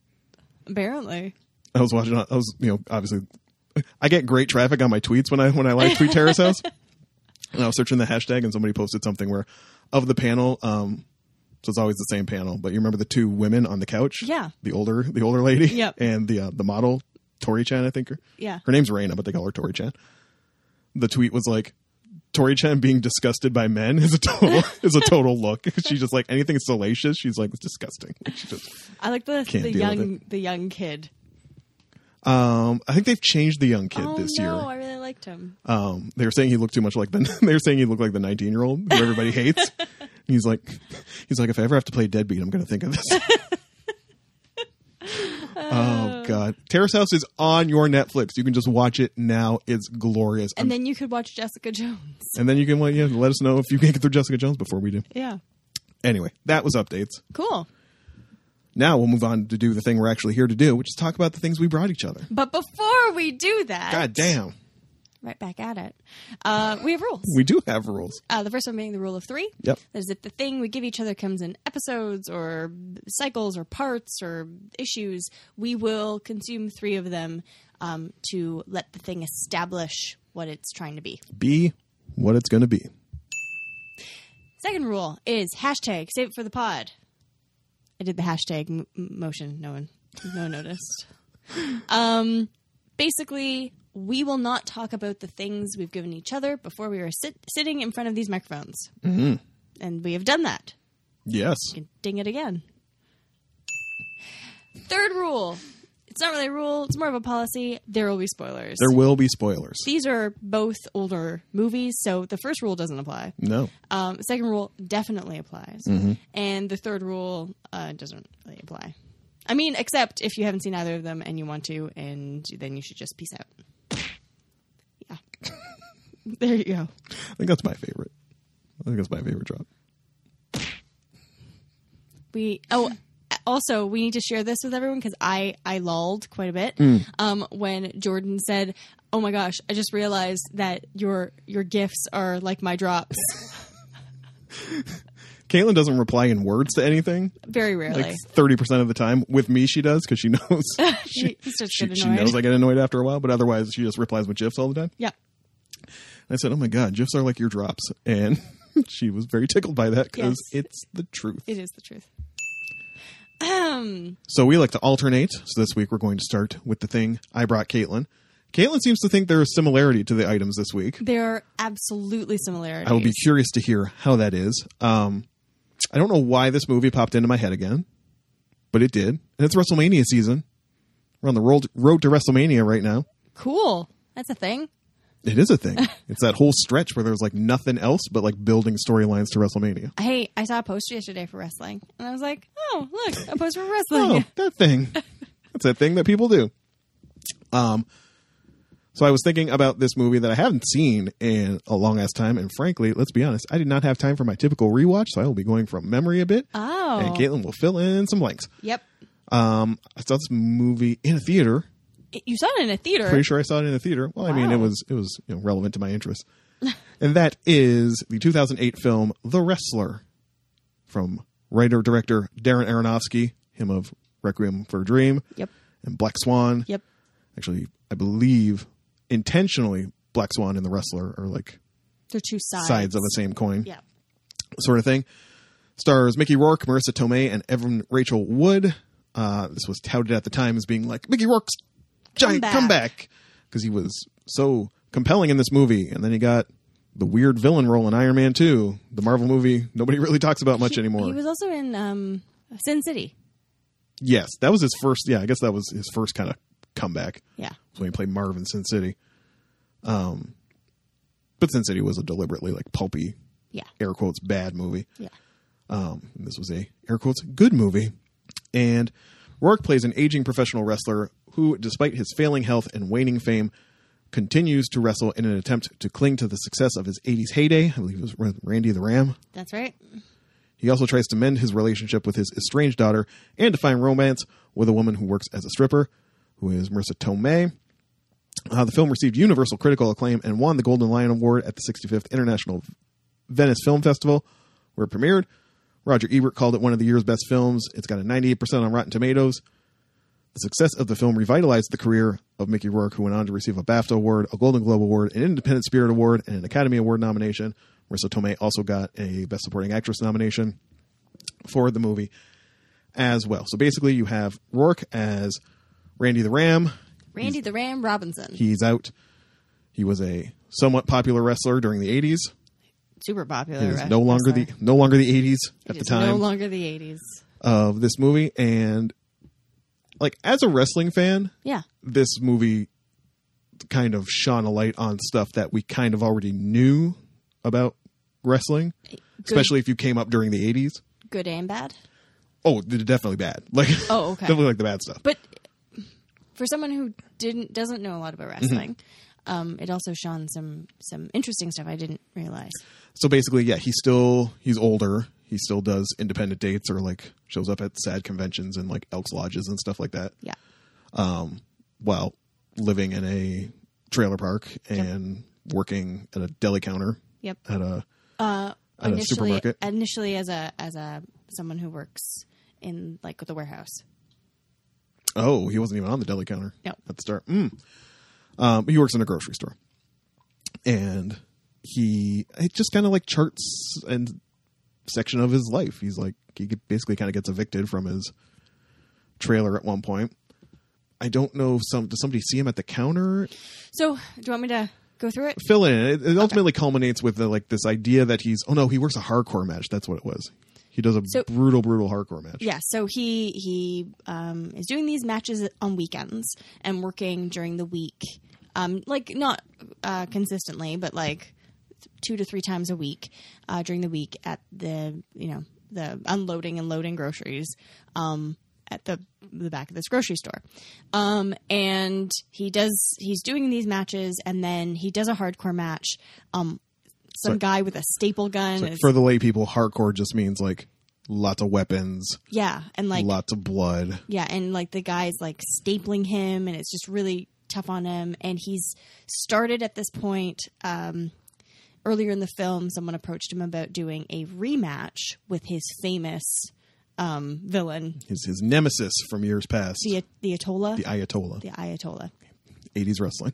Speaker 2: Apparently.
Speaker 1: I was watching. I was, you know, obviously, I get great traffic on my tweets when I when I like tweet Terrace
Speaker 2: [laughs]
Speaker 1: House. And I was searching the hashtag, and somebody posted something where of the panel. um So it's always the same panel, but you remember the two women on the couch?
Speaker 2: Yeah.
Speaker 1: the older the older lady.
Speaker 2: Yep.
Speaker 1: [laughs] and the uh, the model Tori Chan, I think. Her,
Speaker 2: Yeah.
Speaker 1: her name's Raina, but they call her Tori Chan. The tweet was like. Tori Chan being disgusted by men is a
Speaker 2: [laughs]
Speaker 1: total is a total look. [laughs] She's just like anything salacious. She's like it's disgusting. She just
Speaker 2: I like the
Speaker 1: Can't
Speaker 2: the
Speaker 1: deal with
Speaker 2: young the young kid.
Speaker 1: um, I think they've changed the young kid
Speaker 2: oh
Speaker 1: this
Speaker 2: no,
Speaker 1: year.
Speaker 2: I really liked him.
Speaker 1: um, they were saying he looked too much like the [laughs] they were saying he looked like the 19 year old who everybody [laughs] hates. And he's like, he's like, if I ever have to play deadbeat, I'm going to think of this. [laughs] oh God, Terrace House is on your Netflix. You can just watch it now. It's glorious. I'm-
Speaker 2: And then you could watch Jessica Jones.
Speaker 1: and then you can let, yeah, let us know if you can get through Jessica Jones before we do.
Speaker 2: Yeah.
Speaker 1: Anyway, that was updates.
Speaker 2: Cool.
Speaker 1: Now we'll move on to do the thing we're actually here to do, which is talk about the things we brought each other.
Speaker 2: But before we do that,
Speaker 1: God damn,
Speaker 2: right back at it. Uh, we have rules.
Speaker 1: we do have rules.
Speaker 2: Uh, the first one being the rule of three.
Speaker 1: Yep.
Speaker 2: That is that the thing we give each other comes in episodes or cycles or parts or issues. We will consume three of them um, to let the thing establish what it's trying to be.
Speaker 1: Be what it's going to be.
Speaker 2: Second rule is hashtag save it for the pod. I did the hashtag m- m- motion. No one, no one noticed. Um, basically, we will not talk about the things we've given each other before we were sit- sitting in front of these microphones, mm-hmm. and we have done that.
Speaker 1: Yes.
Speaker 2: You can ding it again. Third rule. It's not really a rule. It's more of a policy. There will be spoilers.
Speaker 1: There will be spoilers.
Speaker 2: These are both older movies, so the first rule doesn't apply.
Speaker 1: No.
Speaker 2: Um, second rule definitely applies,
Speaker 1: Mm-hmm.
Speaker 2: and the third rule uh, doesn't really apply. I mean, except if you haven't seen either of them and you want to, and then you should just peace out. Yeah, [laughs] there you go.
Speaker 1: I think that's my favorite. I think that's my favorite drop.
Speaker 2: We oh, also we need to share this with everyone because I I lulled quite a bit
Speaker 1: Hmm.
Speaker 2: um, when Jordan said, "Oh my gosh, I just realized that your your gifts are like my drops."
Speaker 1: Caitlin doesn't reply in words to anything.
Speaker 2: Very rarely.
Speaker 1: Like thirty percent of the time, with me she does because she knows
Speaker 2: [laughs] she, he starts
Speaker 1: she,
Speaker 2: getting
Speaker 1: she
Speaker 2: annoyed.
Speaker 1: knows I get annoyed after a while. But otherwise, she just replies with gifs all the time.
Speaker 2: yeah.
Speaker 1: And I said, "Oh my god, gifs are like your drops," and [laughs] she was very tickled by that because
Speaker 2: Yes.
Speaker 1: it's the truth.
Speaker 2: It is the truth. Um,
Speaker 1: So we like to alternate. So this week we're going to start with the thing I brought Caitlin. Caitlin seems to think there is similarity to the items this week.
Speaker 2: there are absolutely similarities.
Speaker 1: I will be curious to hear how that is. Um, I don't know why this movie popped into my head again, but it did. And it's WrestleMania season. We're on the road, road to WrestleMania right now.
Speaker 2: cool. That's a thing.
Speaker 1: It is a thing. it's that whole stretch where there's like nothing else but like building storylines to WrestleMania.
Speaker 2: Hey, I saw a poster yesterday for wrestling, and I was like, "Oh, look, a poster for
Speaker 1: Oh,
Speaker 2: wrestling."
Speaker 1: that thing. That's that thing that people do. Um, so I was thinking about this movie that I haven't seen in a long ass time, and frankly, let's be honest, I did not have time for my typical rewatch, so I will be going from memory a bit.
Speaker 2: [laughs] Oh.
Speaker 1: and Caitlin will fill in some blanks.
Speaker 2: Yep,
Speaker 1: Um, I saw this movie in a theater.
Speaker 2: It- you saw it in a theater.
Speaker 1: Pretty sure I saw it in a theater. Well, I mean,
Speaker 2: Wow.
Speaker 1: it was it was you know, relevant to my interest, [laughs] and that is the 2008 film The Wrestler, from writer director Darren Aronofsky, him of Requiem for a Dream,
Speaker 2: Yep.
Speaker 1: and Black Swan.
Speaker 2: Yep.
Speaker 1: Actually, I believe intentionally Black Swan and The Wrestler are like
Speaker 2: They're two sides.
Speaker 1: sides of the same coin
Speaker 2: Yeah.
Speaker 1: sort of thing. Stars Mickey Rourke, Marissa Tomei, and Evan Rachel Wood. Uh, this was touted at the time as being like Mickey Rourke's giant
Speaker 2: Comeback.
Speaker 1: comeback because he was so compelling in this movie, and then he got the weird villain role in Iron Man 2, the Marvel movie nobody [laughs] really talks about much
Speaker 2: He-
Speaker 1: anymore.
Speaker 2: He was also in um, Sin City.
Speaker 1: yes, that was his first. Yeah, I guess that was his first kind of comeback.
Speaker 2: Yeah.
Speaker 1: So he played Marv in Sin City. Um, but Sin City was a deliberately like pulpy,
Speaker 2: Yeah.
Speaker 1: air quotes, bad movie.
Speaker 2: Yeah.
Speaker 1: Um, this was a air quotes good movie, and Rourke plays an aging professional wrestler who, despite his failing health and waning fame, continues to wrestle in an attempt to cling to the success of his '80s heyday. I believe it was Ra- Randy the Ram.
Speaker 2: That's right.
Speaker 1: He also tries to mend his relationship with his estranged daughter and to find romance with a woman who works as a stripper, who is Marissa Tomei. Uh, the film received universal critical acclaim and won the Golden Lion Award at the 65th International Venice Film Festival, where it premiered. Roger Ebert called it one of the year's best films. It's got a 98% on Rotten Tomatoes. The success of the film revitalized the career of Mickey Rourke, who went on to receive a BAFTA Award, a Golden Globe Award, an Independent Spirit Award, and an Academy Award nomination. Marissa Tomei also got a Best Supporting Actress nomination for the movie as well. So basically, you have Rourke as Randy the Ram.
Speaker 2: Randy the Ram Robinson.
Speaker 1: He's out. He was a somewhat popular wrestler during the 80s.
Speaker 2: Super popular.
Speaker 1: He is
Speaker 2: right?
Speaker 1: no longer
Speaker 2: Sorry.
Speaker 1: the no longer the 80s at
Speaker 2: It
Speaker 1: the
Speaker 2: is
Speaker 1: time
Speaker 2: No longer the 80s.
Speaker 1: of this movie and like as a wrestling fan,
Speaker 2: Yeah.
Speaker 1: this movie kind of shone a light on stuff that we kind of already knew about wrestling, especially if you came up during the 80s.
Speaker 2: Good and bad.
Speaker 1: Oh, they're definitely bad. [laughs] Like
Speaker 2: Oh, okay.
Speaker 1: definitely like the bad stuff.
Speaker 2: But for someone who didn't doesn't know a lot about
Speaker 1: Mm-hmm.
Speaker 2: wrestling, um, it also shone some some interesting stuff I didn't realize.
Speaker 1: so basically, yeah, he's still he's older. He still does independent dates or like shows up at sad conventions and like Elks lodges and stuff like that.
Speaker 2: Yeah.
Speaker 1: While living in a trailer park and working at a deli counter
Speaker 2: Yep.
Speaker 1: at a at a
Speaker 2: initially,
Speaker 1: supermarket.
Speaker 2: initially as a as a someone who works in like the warehouse.
Speaker 1: Oh, he wasn't even on the deli counter.
Speaker 2: No.
Speaker 1: At the start. Mm. Um, he works in a grocery store. And he it just kind of like charts and section of his life. He's like he get- basically kind of gets evicted from his trailer at one point. I don't know if some does somebody see him at the counter?
Speaker 2: So, do you want me to go through it?
Speaker 1: Fill in. It, it ultimately culminates with the, like this idea that he's oh no, he works a hardcore match. That's what it was. He does a
Speaker 2: So-
Speaker 1: brutal, brutal hardcore match.
Speaker 2: Yeah, so he he um, is doing these matches on weekends and working during the week, um, like not uh, consistently, but like two to three times a week uh, during the week at the you know the unloading and loading groceries um, at the the back of this grocery store, um, and he does he's doing these matches and then he does a hardcore match. Um, some guy with a staple gun is,
Speaker 1: For the lay people, hardcore just means like lots of weapons,
Speaker 2: yeah, and like
Speaker 1: lots of blood.
Speaker 2: Yeah, and like the guy's like stapling him, and it's just really tough on him. And he's started at this point. Um, earlier in the film, someone approached him about doing a rematch with his famous um, villain,
Speaker 1: His his nemesis from years past,
Speaker 2: the the Atola,
Speaker 1: the Ayatollah,
Speaker 2: the Ayatollah.
Speaker 1: 80s
Speaker 2: [laughs]
Speaker 1: wrestling.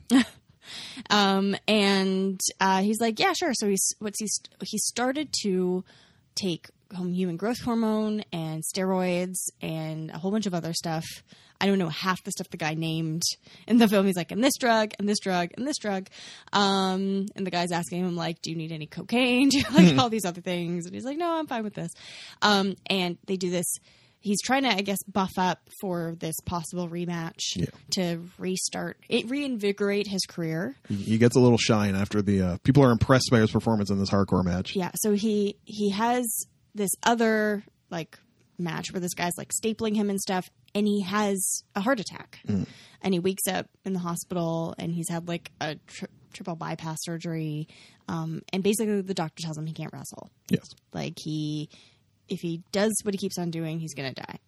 Speaker 2: Um, and uh, he's like, yeah, sure. So he's what's he st- he started to take home human growth hormone and steroids and a whole bunch of other stuff. I don't know half the stuff the guy named in the film. He's like, and this drug, and this drug, and this drug. Um, and the guy's asking him like, do you need any cocaine? [laughs] Do you like all these other things? And he's like, no, I'm fine with this. Um, and they do this. He's trying to, I guess, buff up for this possible rematch
Speaker 1: Yeah.
Speaker 2: to restart, it reinvigorate his career.
Speaker 1: he, he gets a little shine after the uh, people are impressed by his performance in this hardcore match.
Speaker 2: Yeah, so he he has this other like match where this guy's like stapling him and stuff and he has a heart attack. And he wakes up in the hospital and he's had like a tri- triple bypass surgery um and basically the doctor tells him he can't wrestle.
Speaker 1: Yes.
Speaker 2: Like he if he does what he keeps on doing, he's going to die.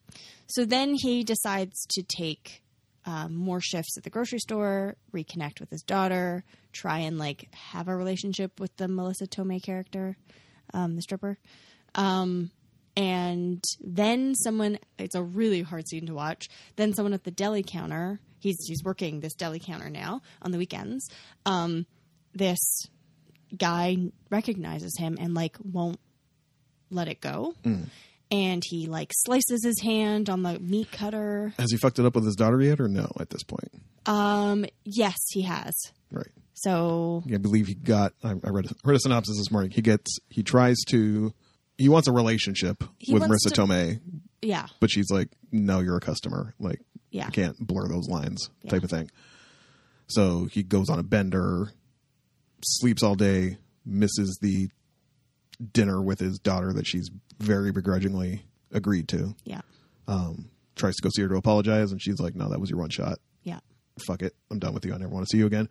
Speaker 2: So then he decides to take um, more shifts at the grocery store, reconnect with his daughter, try and like have a relationship with the Melissa Tomei character, um, the stripper. Um, and then someone, it's a really hard scene to watch. Then someone at the deli counter, he's, he's working this deli counter now on the weekends. Um, this guy recognizes him and like won't let it go.
Speaker 1: Mm.
Speaker 2: And he like slices his hand on the meat cutter.
Speaker 1: Has he fucked it up with his daughter yet, or no? At this point,
Speaker 2: Um, yes, he has.
Speaker 1: right?
Speaker 2: So
Speaker 1: I believe he got. I, I read read a synopsis this morning. He gets. He tries to. He wants a relationship
Speaker 2: He
Speaker 1: with
Speaker 2: wants
Speaker 1: Marissa
Speaker 2: to-
Speaker 1: Tomei,
Speaker 2: yeah,
Speaker 1: but she's like, "No, you're a customer. Like,
Speaker 2: Yeah.
Speaker 1: you can't blur those lines."
Speaker 2: Yeah.
Speaker 1: Type of thing. So he goes on a bender, sleeps all day, misses the dinner with his daughter that she's very begrudgingly agreed to.
Speaker 2: yeah,
Speaker 1: Tries to go see her to apologize, and she's like, "No, that was your one shot.
Speaker 2: yeah,
Speaker 1: fuck it, I'm done with you. I never want to see you again.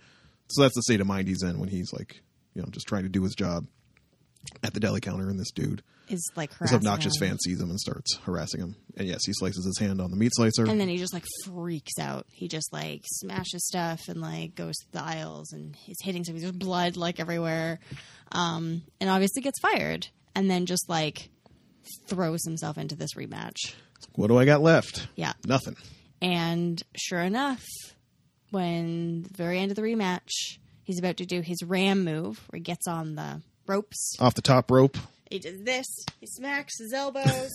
Speaker 1: So that's the state of mind he's in when he's like, you know, just trying to do his job at the deli counter, and this dude,
Speaker 2: is like
Speaker 1: this
Speaker 2: harassing
Speaker 1: obnoxious
Speaker 2: him.
Speaker 1: fan, sees him and starts harassing him. And yes, he slices his hand on the meat slicer.
Speaker 2: And then he just like freaks out. He just like smashes stuff and like goes to the aisles and he's hitting something. There's blood like everywhere. Um, and obviously gets fired and then just like throws himself into this rematch.
Speaker 1: what do I got left?
Speaker 2: Yeah.
Speaker 1: nothing.
Speaker 2: And sure enough, when the very end of the rematch, he's about to do his ram move where he gets on the ropes.
Speaker 1: Off the top rope,
Speaker 2: He does this. He smacks
Speaker 1: [laughs]
Speaker 2: his elbows.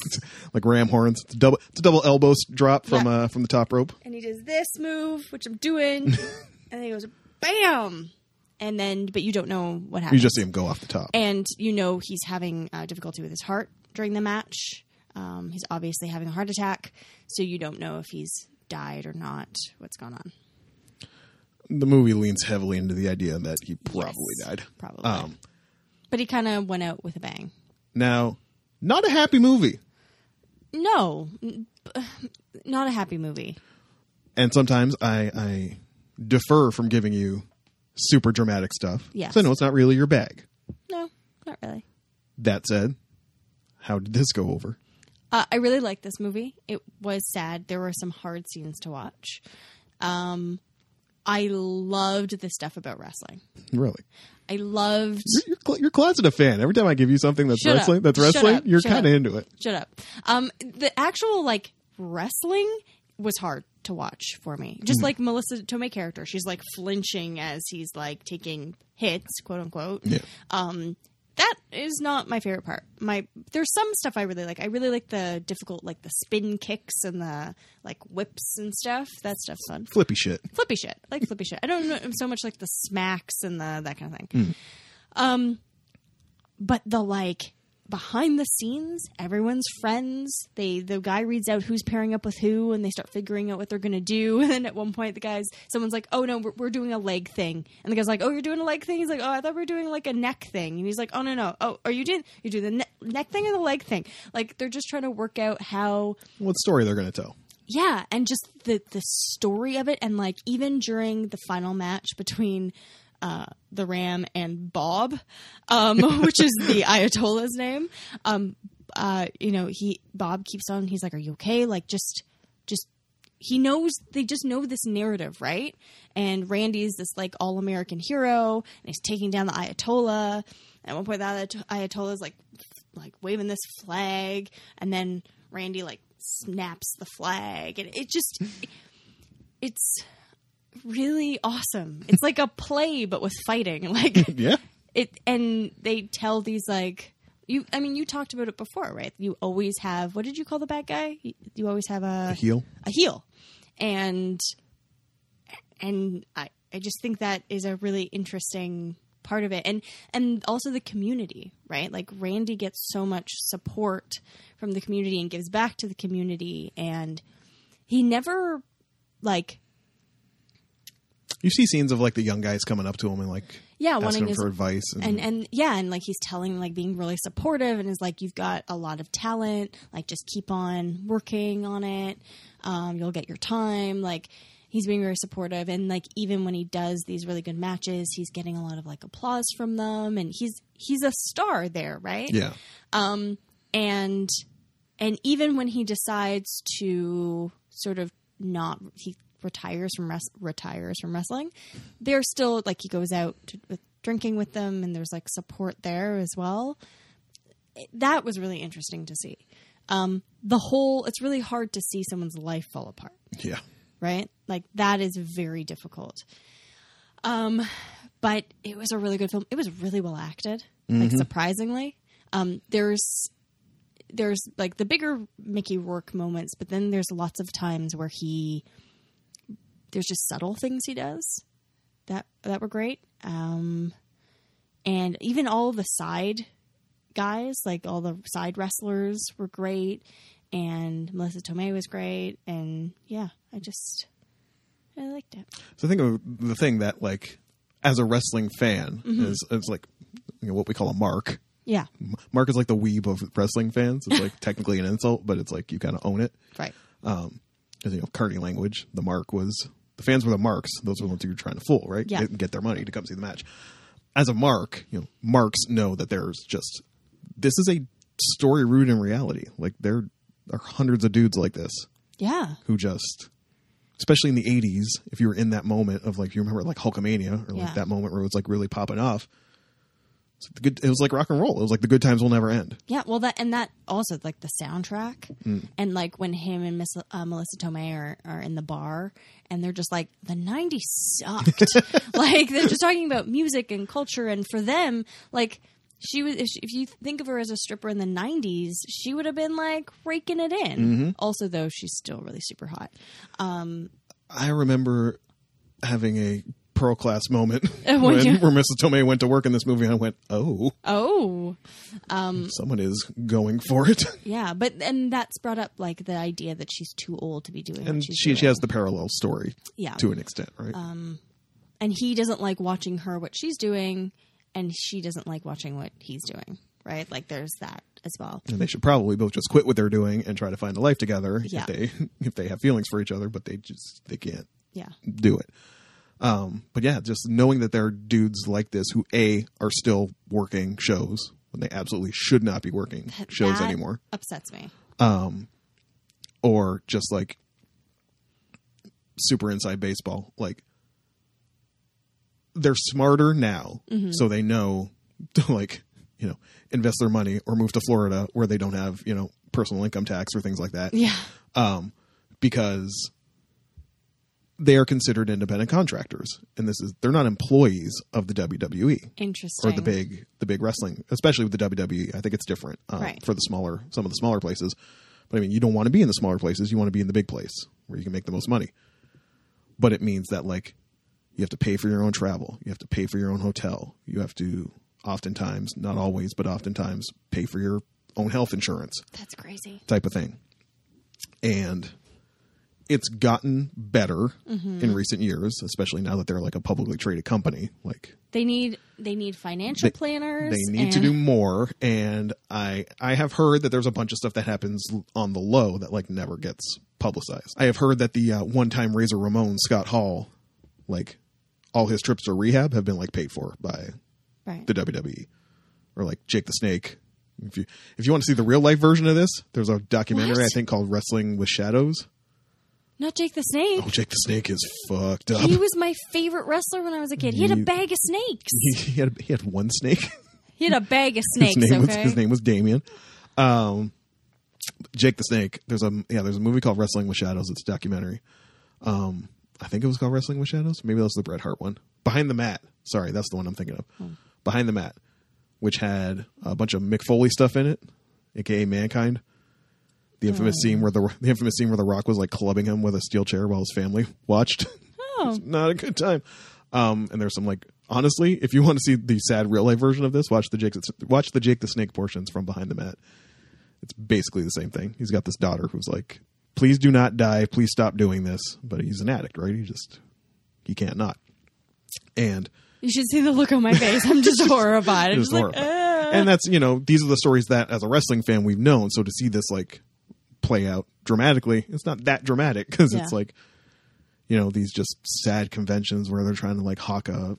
Speaker 1: like ram horns. It's a double, it's a double elbow s- drop from
Speaker 2: Yeah.
Speaker 1: uh from the top rope.
Speaker 2: and he does this move, which
Speaker 1: [laughs]
Speaker 2: I'm doing, and then he goes bam, and then but you don't know what
Speaker 1: You
Speaker 2: happens.
Speaker 1: just see him go off the top.
Speaker 2: and you know he's having uh, difficulty with his heart during the match. Um, he's obviously having a heart attack, so you don't know if he's died or not. What's going on?
Speaker 1: the movie leans heavily into the idea that he probably
Speaker 2: Yes,
Speaker 1: died.
Speaker 2: probably.
Speaker 1: Um,
Speaker 2: But he kind of went out with a bang.
Speaker 1: now, not a happy movie.
Speaker 2: No, n- b- not a happy movie.
Speaker 1: and sometimes I, I defer from giving you super dramatic stuff.
Speaker 2: Yes.
Speaker 1: So I know it's not really your bag.
Speaker 2: No, not really.
Speaker 1: That said, how did this go over?
Speaker 2: Uh, I really liked this movie. It was sad. There were some hard scenes to watch. Um, I loved the stuff about wrestling.
Speaker 1: Really?
Speaker 2: I loved.
Speaker 1: You're, you're, cl- you're closet a fan. Every time I give you something that's
Speaker 2: Shut up.
Speaker 1: wrestling, that's
Speaker 2: Shut
Speaker 1: wrestling,
Speaker 2: up.
Speaker 1: you're
Speaker 2: Shut
Speaker 1: kind of
Speaker 2: up.
Speaker 1: into it.
Speaker 2: Shut up. Um, the actual like wrestling was hard to watch for me. Just like Melissa Tomei character, she's like flinching as he's like taking hits, quote unquote.
Speaker 1: Yeah.
Speaker 2: that is not my favorite part. My there's some stuff I really like. I really like the difficult like the spin kicks and the like whips and stuff. That stuff's fun.
Speaker 1: Flippy shit.
Speaker 2: Flippy shit. I like flippy shit. I don't know so much like the smacks and the that kind of thing. Um but the like behind the scenes, everyone's friends. They the guy reads out who's pairing up with who and they start figuring out what they're going to do [laughs] and then at one point the guys someone's like, "Oh no, we're, we're doing a leg thing." And the guy's like, "Oh, you're doing a leg thing?" He's like, "Oh, I thought we were doing like a neck thing." And he's like, "Oh no, no. Oh, are you doing you do the ne- neck thing or the leg thing?" Like they're just trying to work out how
Speaker 1: What story they're going to tell?
Speaker 2: yeah, and just the the story of it, and like even during the final match between uh, the Ram and Bob, um, [laughs] which is the Ayatollah's name, um, uh, you know, he Bob keeps on. He's like, "Are you okay?" Like just just he knows they just know this narrative, right? And Randy is this like all American hero, and he's taking down the Ayatollah. At one point, the Ayat- Ayatollah's like f- like waving this flag, and then Randy like snaps the flag, and it just it's really awesome. It's like a play but with fighting, [laughs] like
Speaker 1: Yeah.
Speaker 2: it and they tell these like you i mean you talked about it before right you always have what did you call the bad guy you, you always have a,
Speaker 1: A heel.
Speaker 2: a heel and and i i just think that is a really interesting part of it and and also the community right like randy gets so much support from the community and gives back to the community and he never like
Speaker 1: You see scenes of like the young guys coming up to him and like
Speaker 2: yeah
Speaker 1: asking
Speaker 2: wanting
Speaker 1: him
Speaker 2: his
Speaker 1: for advice. And,
Speaker 2: and and yeah and like he's telling like being really supportive and is like you've got a lot of talent like just keep on working on it um, you'll get your time like he's being very supportive and like even when he does these really good matches he's getting a lot of like applause from them and he's he's a star there right
Speaker 1: yeah.
Speaker 2: and and even when he decides to sort of not he retires from res- retires from wrestling they're still like he goes out to, with drinking with them and there's like support there as well It- that was really interesting to see um the whole it's really hard to see someone's life fall apart
Speaker 1: Yeah.
Speaker 2: right? Like that is very difficult. Um, but it was a really good film. It was really well acted, like surprisingly. Um, there's there's like the bigger Mickey Rourke moments, but then there's lots of times where he there's just subtle things he does that that were great. um, and even all the side guys, like all the side wrestlers, were great. And Melissa Tomei was great, and yeah, I just I liked it.
Speaker 1: So think of the thing that like as a wrestling fan
Speaker 2: Mm-hmm.
Speaker 1: is it's like you know what we call a mark.
Speaker 2: Yeah,
Speaker 1: M- Mark is like the weeb of wrestling fans. It's
Speaker 2: [laughs]
Speaker 1: like technically an insult, but it's like you kind of own it.
Speaker 2: right.
Speaker 1: 'Cause, you know, carny language. The mark was the fans were the marks. Those were the ones you were trying to fool, right?
Speaker 2: Yeah.
Speaker 1: Get, get their money to come see the match. As a mark, you know, marks know that there's just this is a story rooted in reality. Like there are hundreds of dudes like this
Speaker 2: Yeah,
Speaker 1: who just especially in the 80s if you were in that moment of like you remember like hulkamania or
Speaker 2: Yeah.
Speaker 1: like that moment where it was like really popping off it's like the good, it was like rock and roll it was like the good times will never end
Speaker 2: Yeah, well, that and that also like the soundtrack, and like when him and Miss uh, Melissa Tomei are, are in the bar, and they're just like the '90s sucked. like they're just talking about music and culture, and for them, like she was. If, she, if you think of her as a stripper in the '90s, she would have been like raking it in. Also, though, she's still really super hot.
Speaker 1: i remember having a pearl class
Speaker 2: [laughs]
Speaker 1: moment
Speaker 2: Oh,
Speaker 1: when,
Speaker 2: yeah.
Speaker 1: where mrs tomei went to work in this movie and i went oh
Speaker 2: Oh,
Speaker 1: someone is going for it [laughs]
Speaker 2: yeah, but and that's brought up like the idea that she's too old to be doing.
Speaker 1: and
Speaker 2: what she's
Speaker 1: she,
Speaker 2: doing.
Speaker 1: she has the parallel story
Speaker 2: Yeah. Um,
Speaker 1: to an extent right
Speaker 2: and he doesn't like watching her what she's doing and she doesn't like watching what he's doing right like there's that as well
Speaker 1: and they should probably both just quit what they're doing and try to find a life together
Speaker 2: Yeah.
Speaker 1: if they [laughs] if they have feelings for each other but they just they can't
Speaker 2: yeah
Speaker 1: do it. Um, but yeah, just knowing that there are dudes like this who a are still working shows when they absolutely should not be working shows
Speaker 2: That
Speaker 1: anymore,
Speaker 2: upsets me
Speaker 1: or just like super inside baseball. Like they're smarter now,
Speaker 2: Mm-hmm.
Speaker 1: so they know to like you know invest their money or move to Florida where they don't have you know personal income tax or things like that
Speaker 2: yeah
Speaker 1: um, because they are considered independent contractors, and this is they're not employees of the WWE
Speaker 2: interesting
Speaker 1: or the big the big wrestling, especially with the WWE. I think it's different um,
Speaker 2: Right.
Speaker 1: for the smaller some of the smaller places. But I mean, you don't want to be in the smaller places. You want to be in the big place where you can make the most money. But it means that like you have to pay for your own travel, you have to pay for your own hotel, you have to oftentimes, not always, but oftentimes, pay for your own health insurance
Speaker 2: that's crazy
Speaker 1: type of thing. And it's gotten better
Speaker 2: Mm-hmm.
Speaker 1: in recent years, especially now that they're like a publicly traded company. Like
Speaker 2: they need they need financial
Speaker 1: They-
Speaker 2: planners
Speaker 1: they need to
Speaker 2: and-
Speaker 1: do more. And I I have heard that there's a bunch of stuff that happens on the low that like never gets publicized. I have heard that the uh, one time Razor Ramon Scott Hall, like all his trips to rehab have been like paid for by
Speaker 2: right.
Speaker 1: the WWE, or like Jake the Snake. If you if you want to see the real life version of this, there's a documentary
Speaker 2: What?
Speaker 1: I think called Wrestling with Shadows.
Speaker 2: not jake the snake
Speaker 1: Oh, Jake the Snake is fucked up.
Speaker 2: he was my favorite wrestler when i was a kid he had a
Speaker 1: Oh, You-
Speaker 2: bag of snakes
Speaker 1: [laughs] He, he had he had one snake. [laughs]
Speaker 2: he had a bag of
Speaker 1: his
Speaker 2: snakes
Speaker 1: name was
Speaker 2: okay
Speaker 1: his name was Damien. Um, Jake the Snake. There's a yeah. There's a movie called Wrestling with Shadows. It's a documentary. Um, I think it was called Wrestling with Shadows. Maybe that was the Bret Hart one. Behind the Mat. Sorry, that's the one I'm thinking of.
Speaker 2: Hmm.
Speaker 1: Behind the Mat, which had a bunch of Mick Foley stuff in it, aka Mankind. The infamous scene where the the infamous scene where the Rock was like clubbing him with a steel chair while his family watched.
Speaker 2: oh
Speaker 1: [laughs] not a good time. Um, and there's some like honestly, if you want to see the sad real life version of this, watch the Jake watch the Jake the Snake portions from Behind the Mat. It's basically the same thing. He's got this daughter who's like, "Please do not die. Please stop doing this." But he's an addict, right? He just he can't not. And
Speaker 2: you should see the look on my face i'm
Speaker 1: [laughs]
Speaker 2: just horrified i'm
Speaker 1: it's
Speaker 2: just like "Uh." "Ah."
Speaker 1: horrifying.
Speaker 2: "Ugh."
Speaker 1: and that's you know these are the stories that as a wrestling fan we've known. So to see this like play out dramatically, it's not that dramatic because it's
Speaker 2: Yeah.
Speaker 1: like you know these just sad conventions where they're trying to like hawk a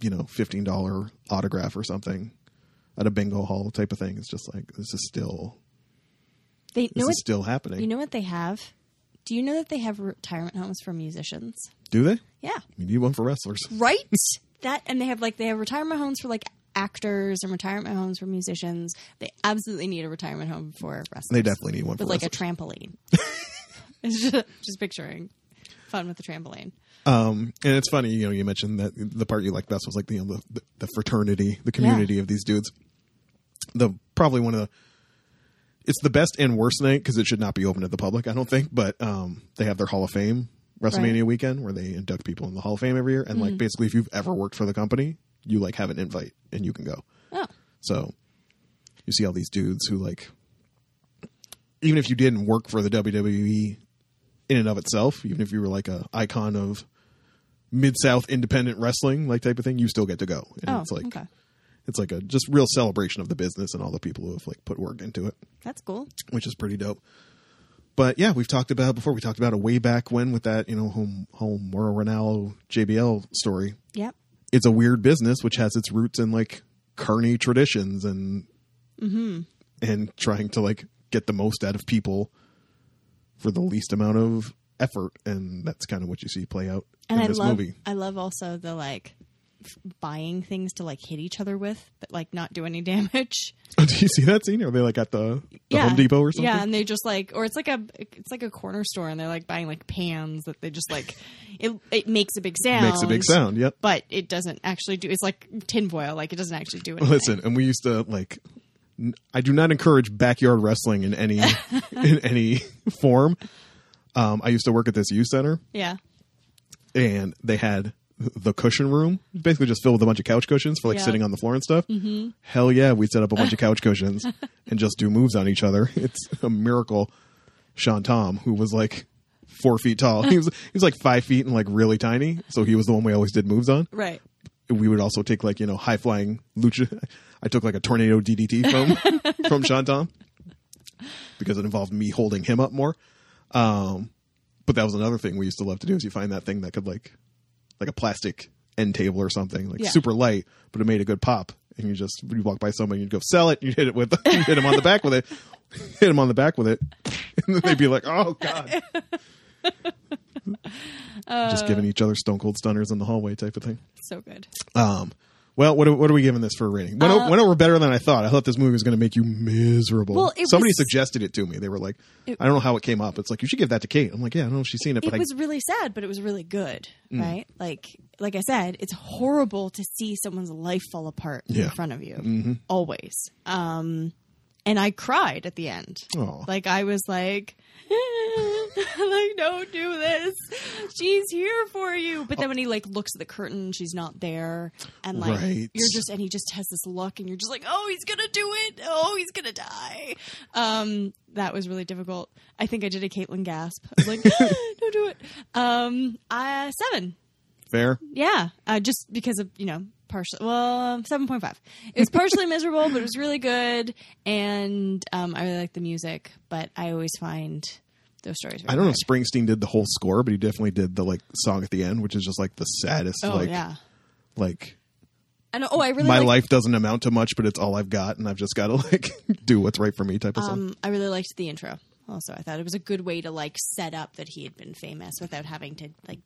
Speaker 1: you know fifteen dollar autograph or something at a bingo hall type of thing. It's just like this is still
Speaker 2: they
Speaker 1: this
Speaker 2: know
Speaker 1: is
Speaker 2: what
Speaker 1: still happening.
Speaker 2: you know what they have do you know that they have retirement homes for musicians
Speaker 1: Do they?
Speaker 2: yeah
Speaker 1: We need one for wrestlers.
Speaker 2: right that and they have like they have retirement homes for like actors and retirement homes for musicians they absolutely need a retirement home for wrestlers
Speaker 1: They definitely need one for
Speaker 2: with like a
Speaker 1: wrestlers.
Speaker 2: trampoline
Speaker 1: [laughs]
Speaker 2: It's just, [laughs] just picturing fun with the trampoline
Speaker 1: and it's funny, you know, you mentioned that the part you liked best was like the you know, the, the fraternity, the community of these dudes. The probably one of the it's the best and worst thing because it should not be open to the public, I don't think. But um, they have their Hall of Fame WrestleMania
Speaker 2: Right. Mm-hmm.
Speaker 1: weekend where they induct people in the Hall of Fame every year, and like basically if you've ever worked for the company, you like have an invite and you can go.
Speaker 2: Oh.
Speaker 1: So you see all these dudes who like even if you didn't work for the WWE in and of itself, even if you were like a icon of mid South independent wrestling, like type of thing, you still get to go. And
Speaker 2: Oh,
Speaker 1: it's like
Speaker 2: okay.
Speaker 1: it's like a just real celebration of the business and all the people who have like put work into it,
Speaker 2: That's cool.
Speaker 1: which is pretty dope. But yeah, we've talked about before. We talked about it way back when with that, you know, home home Moro Ronaldo JBL story
Speaker 2: Yep.
Speaker 1: it's a weird business which has its roots in like carny traditions and
Speaker 2: Mm-hmm.
Speaker 1: and trying to like get the most out of people for the least amount of effort and that's kind of what you see play out
Speaker 2: And
Speaker 1: in
Speaker 2: I
Speaker 1: this
Speaker 2: love
Speaker 1: movie [laughs]
Speaker 2: I love also the like f- buying things to like hit each other with, but like not do any [laughs] damage.
Speaker 1: do you see that scene are they like at the, the home depot or something
Speaker 2: Yeah, and they just like, or it's like a, it's like a corner store, and they're like buying like pans that they just like, [laughs] it it makes a big sound,
Speaker 1: makes a big sound yep
Speaker 2: but it doesn't actually do. It's like tinfoil, like it doesn't actually do
Speaker 1: [laughs]
Speaker 2: anything.
Speaker 1: listen and we used to like n- i do not encourage backyard wrestling in
Speaker 2: [laughs]
Speaker 1: any in any form um, i used to work at this youth center
Speaker 2: yeah,
Speaker 1: and they had the cushion room, basically just filled with a bunch of couch cushions for like
Speaker 2: Yeah.
Speaker 1: sitting on the floor and stuff. Mm-hmm. Hell yeah, we set up a bunch of couch cushions and just do moves on each other. [laughs] It's a miracle. Sean Tom, who was like four feet tall, [laughs] he was he was like five feet and like really tiny, so he was the one we always did moves on.
Speaker 2: right.
Speaker 1: We would also take like you know high flying lucha. [laughs] I took like a tornado DDT from from Sean Tom because it involved me holding him up more. Um, but that was another thing we used to love to do is you find that thing that could like like a plastic end table or something like
Speaker 2: Yeah.
Speaker 1: super light, but it made a good pop. And you just you walk by somebody, you'd go sell it, you hit it with [laughs] you hit him on the back with it, [laughs] hit him on the back with it, [laughs] and then they'd be like, oh god. just giving each other stone cold stunners in the hallway type of thing.
Speaker 2: So good.
Speaker 1: Um, well, what are, what are we giving this for a rating? Went,
Speaker 2: Uh,
Speaker 1: o- went over better than I thought. I thought this movie was going to make you miserable.
Speaker 2: Well, it
Speaker 1: Somebody
Speaker 2: was-
Speaker 1: suggested it to me. They were like, I don't know how it came up. It's like, you should give that to Kate. I'm like, yeah, I don't know if she's seen it,
Speaker 2: It
Speaker 1: but
Speaker 2: was
Speaker 1: I, Mm.
Speaker 2: really sad, but it was really good, right? Like, like I said, it's horrible to see someone's life fall apart
Speaker 1: Yeah. Mm-hmm.
Speaker 2: in front of you, always. Um, and I cried at the end.
Speaker 1: Aw.
Speaker 2: Like I was like, [laughs] like don't do this. She's here for you. But
Speaker 1: Oh.
Speaker 2: then when he like looks at the curtain, she's not there, and like
Speaker 1: Right.
Speaker 2: you're just and he just has this look, and you're just like, oh, he's gonna do it. Oh, he's gonna die. Um, that was really difficult. I think I did a Caitlin gasp. I
Speaker 1: [laughs]
Speaker 2: was like, "Ah, don't do it. Um, uh, seven.
Speaker 1: fair.
Speaker 2: Yeah, uh, just because of you know partially. Well, seven point five. It was
Speaker 1: [laughs]
Speaker 2: partially miserable, but it was really good, and um, I really like the music. But I always find those stories. Really
Speaker 1: I don't know
Speaker 2: hard.
Speaker 1: if Springsteen did the whole score, but he definitely did the like song at the end, which is just like the saddest,
Speaker 2: Oh
Speaker 1: like,
Speaker 2: yeah.
Speaker 1: like
Speaker 2: I know. Oh, I really
Speaker 1: my
Speaker 2: liked,
Speaker 1: life doesn't amount to much, but it's all I've got, and I've just got to [laughs] like do what's right for me type of song.
Speaker 2: Um, I really liked the intro. Also, I thought it was a good way to like set up that he had been famous without having to like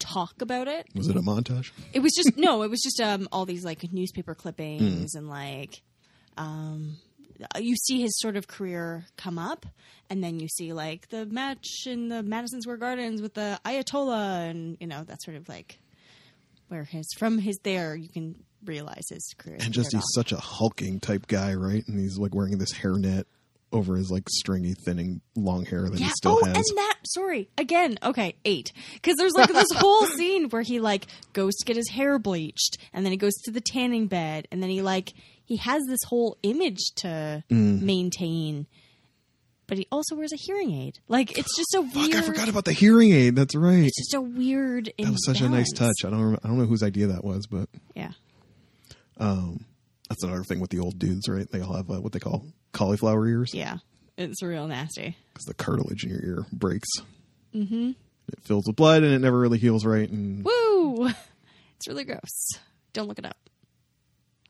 Speaker 2: talk about it.
Speaker 1: Was it a montage?
Speaker 2: It was
Speaker 1: [laughs]
Speaker 2: just no, it was just um all these like newspaper clippings
Speaker 1: Hmm.
Speaker 2: and like um you see his sort of career come up and then you see like the match in the Madison Square Gardens with the Ayatollah and you know that sort of like where his from his there you can realize his career
Speaker 1: And just he's such a hulking type guy, right? And he's like wearing this hairnet over his like stringy, thinning, long hair that
Speaker 2: yeah.
Speaker 1: he still
Speaker 2: oh,
Speaker 1: has.
Speaker 2: and that sorry again. Okay, eight because there's
Speaker 1: [laughs]
Speaker 2: like this whole scene where he like goes to get his hair bleached, and then he goes to the tanning bed, and then he like he has this whole image to
Speaker 1: Mm.
Speaker 2: maintain, but he also wears a hearing aid. Like it's just a
Speaker 1: Fuck,
Speaker 2: weird.
Speaker 1: I forgot about the hearing aid. That's right.
Speaker 2: It's just a weird.
Speaker 1: That was such a nice touch. I don't. Remember, I don't know whose idea that was, but
Speaker 2: Yeah.
Speaker 1: that's another thing with the old dudes, right? They all have uh, what they call cauliflower ears because
Speaker 2: Yeah. It's real nasty.
Speaker 1: the cartilage in your ear breaks. Mm-hmm. It fills with blood and it never really heals right. And
Speaker 2: Woo! [laughs] It's really gross. Don't look it up.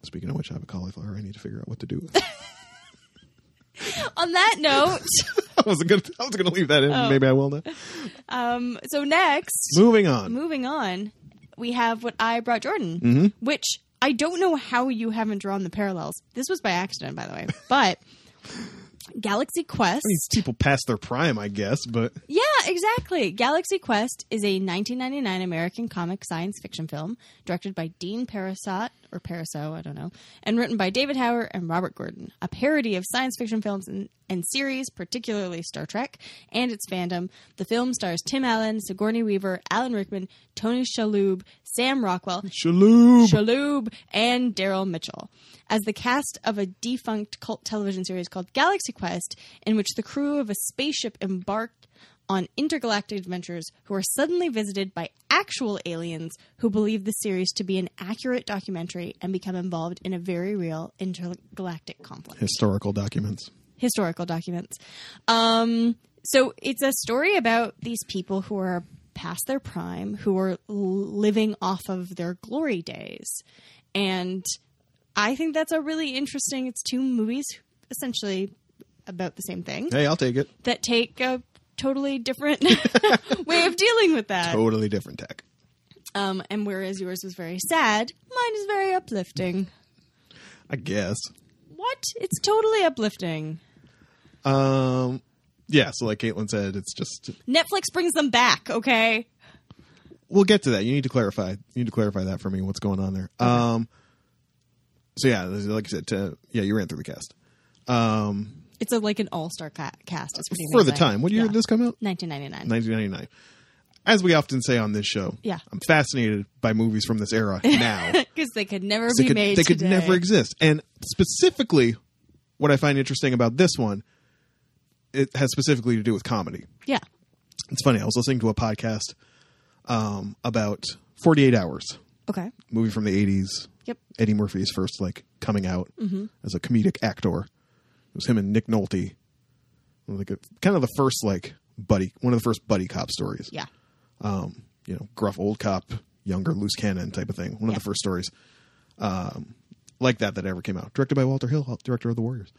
Speaker 1: speaking of which, I have a cauliflower. I need to figure out what to do. with [laughs] it.
Speaker 2: On that note, [laughs]
Speaker 1: I wasn't gonna. I was gonna leave that in.
Speaker 2: Oh.
Speaker 1: Maybe I will now.
Speaker 2: um, so next
Speaker 1: Moving on.
Speaker 2: moving on, we have what I brought Jordan, which I don't know how you haven't drawn the parallels. This was by accident, by the way, but Galaxy Quest.
Speaker 1: These people pass their prime, I guess, but
Speaker 2: Yeah, Yeah, exactly. Galaxy Quest is a 1999 American comic science fiction film directed by Dean Parasot or Paraso, I don't know, and written by David Hauer and Robert Gordon. A parody of science fiction films and, and series, particularly Star Trek and its fandom. The film stars Tim Allen, Sigourney Weaver, Alan Rickman, Tony Shalhoub, Sam Rockwell,
Speaker 1: Shaloub.
Speaker 2: Shalhoub, and Daryl Mitchell as the cast of a defunct cult television series called Galaxy Quest, in which the crew of a spaceship embarked on intergalactic adventures who are suddenly visited by actual aliens who believe the series to be an accurate documentary and become involved in a very real intergalactic conflict
Speaker 1: Historical documents.
Speaker 2: historical documents. Um, so it's a story about these people who are past their prime, who are l- living off of their glory days, and I think that's a really interesting. It's two movies essentially about the same thing
Speaker 1: Hey, I'll take it.
Speaker 2: that take a totally different way of dealing with that.
Speaker 1: Totally different tech.
Speaker 2: Um, and whereas yours was very sad, mine is very uplifting.
Speaker 1: I guess.
Speaker 2: What? It's totally uplifting.
Speaker 1: Um, yeah. So like Caitlin said, it's just
Speaker 2: Netflix brings them back, okay?
Speaker 1: we'll get to that. You need to clarify. You need to clarify that for me. What's going on there? Um, so yeah, this is- like you said, to, yeah, you ran through the cast
Speaker 2: It's a, like an all star ca- cast. It's pretty
Speaker 1: for the
Speaker 2: amazing.
Speaker 1: time. What year
Speaker 2: Yeah.
Speaker 1: did this come out?
Speaker 2: 1999.
Speaker 1: 1999. As we often say on this show,
Speaker 2: Yeah.
Speaker 1: I'm fascinated by movies from this
Speaker 2: [laughs]
Speaker 1: era now.
Speaker 2: Because they could never
Speaker 1: they
Speaker 2: be
Speaker 1: could,
Speaker 2: made
Speaker 1: they could
Speaker 2: today.
Speaker 1: never exist. And specifically, what I find interesting about this one, it has specifically to do with comedy.
Speaker 2: Yeah.
Speaker 1: It's funny. I was listening to a podcast um, about 48 Hours,
Speaker 2: Okay.
Speaker 1: movie from the 80s.
Speaker 2: Yep. Mm-hmm.
Speaker 1: Eddie Murphy's first like coming out as a comedic actor. It was him and Nick Nolte. Like a, kind of the first like buddy, one of the first buddy cop stories
Speaker 2: Yeah.
Speaker 1: you know, gruff old cop, younger loose cannon type of thing. One
Speaker 2: Yeah.
Speaker 1: of the first stories um, like that that ever came out. Directed by Walter Hill, director of The Warriors.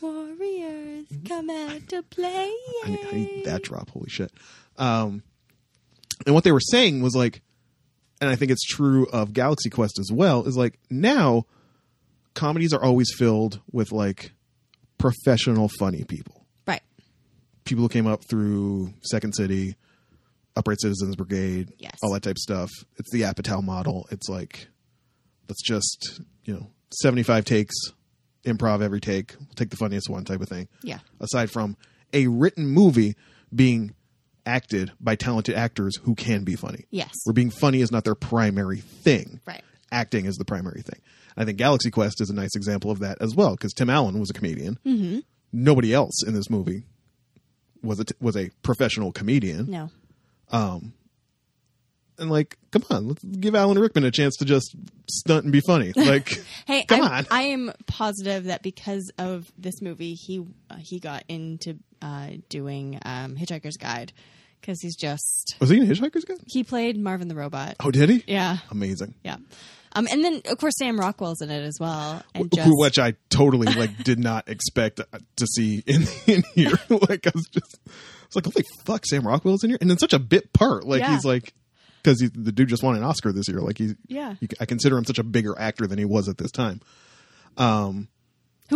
Speaker 2: Warriors come out to play.
Speaker 1: I need, I need that drop. Holy shit. Um, and what they were saying was like, and I think it's true of Galaxy Quest as well, is like now comedies are always filled with like professional funny people.
Speaker 2: Right.
Speaker 1: people who came up through Second City, Upright Citizens Brigade,
Speaker 2: Yes.
Speaker 1: all that type of stuff. It's the Apatow model. It's like let's just you know seventy five takes, improv every take. We'll take the funniest one type of thing.
Speaker 2: Yeah.
Speaker 1: Aside from a written movie being acted by talented actors who can be funny.
Speaker 2: Yes.
Speaker 1: Where being funny is not their primary thing.
Speaker 2: Right.
Speaker 1: Acting is the primary thing. I think Galaxy Quest is a nice example of that as well because Tim Allen was a comedian. Mm-hmm. Nobody else in this movie was a t- was a professional comedian.
Speaker 2: No.
Speaker 1: And like, come on, let's give Alan Rickman a chance to just stunt and be
Speaker 2: [laughs]
Speaker 1: funny. Like,
Speaker 2: Hey,
Speaker 1: come
Speaker 2: I'm-
Speaker 1: on.
Speaker 2: I am positive that because of this movie, he uh, he got into uh, doing um, Hitchhiker's Guide because he's just
Speaker 1: was he in Hitchhiker's Guide?
Speaker 2: he played Marvin the robot.
Speaker 1: Oh, did he?
Speaker 2: Yeah,
Speaker 1: Amazing.
Speaker 2: yeah. Um, and then of course Sam Rockwell's in it as well. And
Speaker 1: Wh- [laughs]
Speaker 2: just
Speaker 1: Which I totally
Speaker 2: [laughs]
Speaker 1: like did not expect uh, to see in, in here. [laughs] like I was just, I was like, holy fuck, Sam Rockwell's in here, and in such a bit part. Like
Speaker 2: Yeah.
Speaker 1: he's like, because the dude just won an Oscar this year. Like he's,
Speaker 2: Yeah.
Speaker 1: you, I consider him such a bigger actor than he was at this time.
Speaker 2: who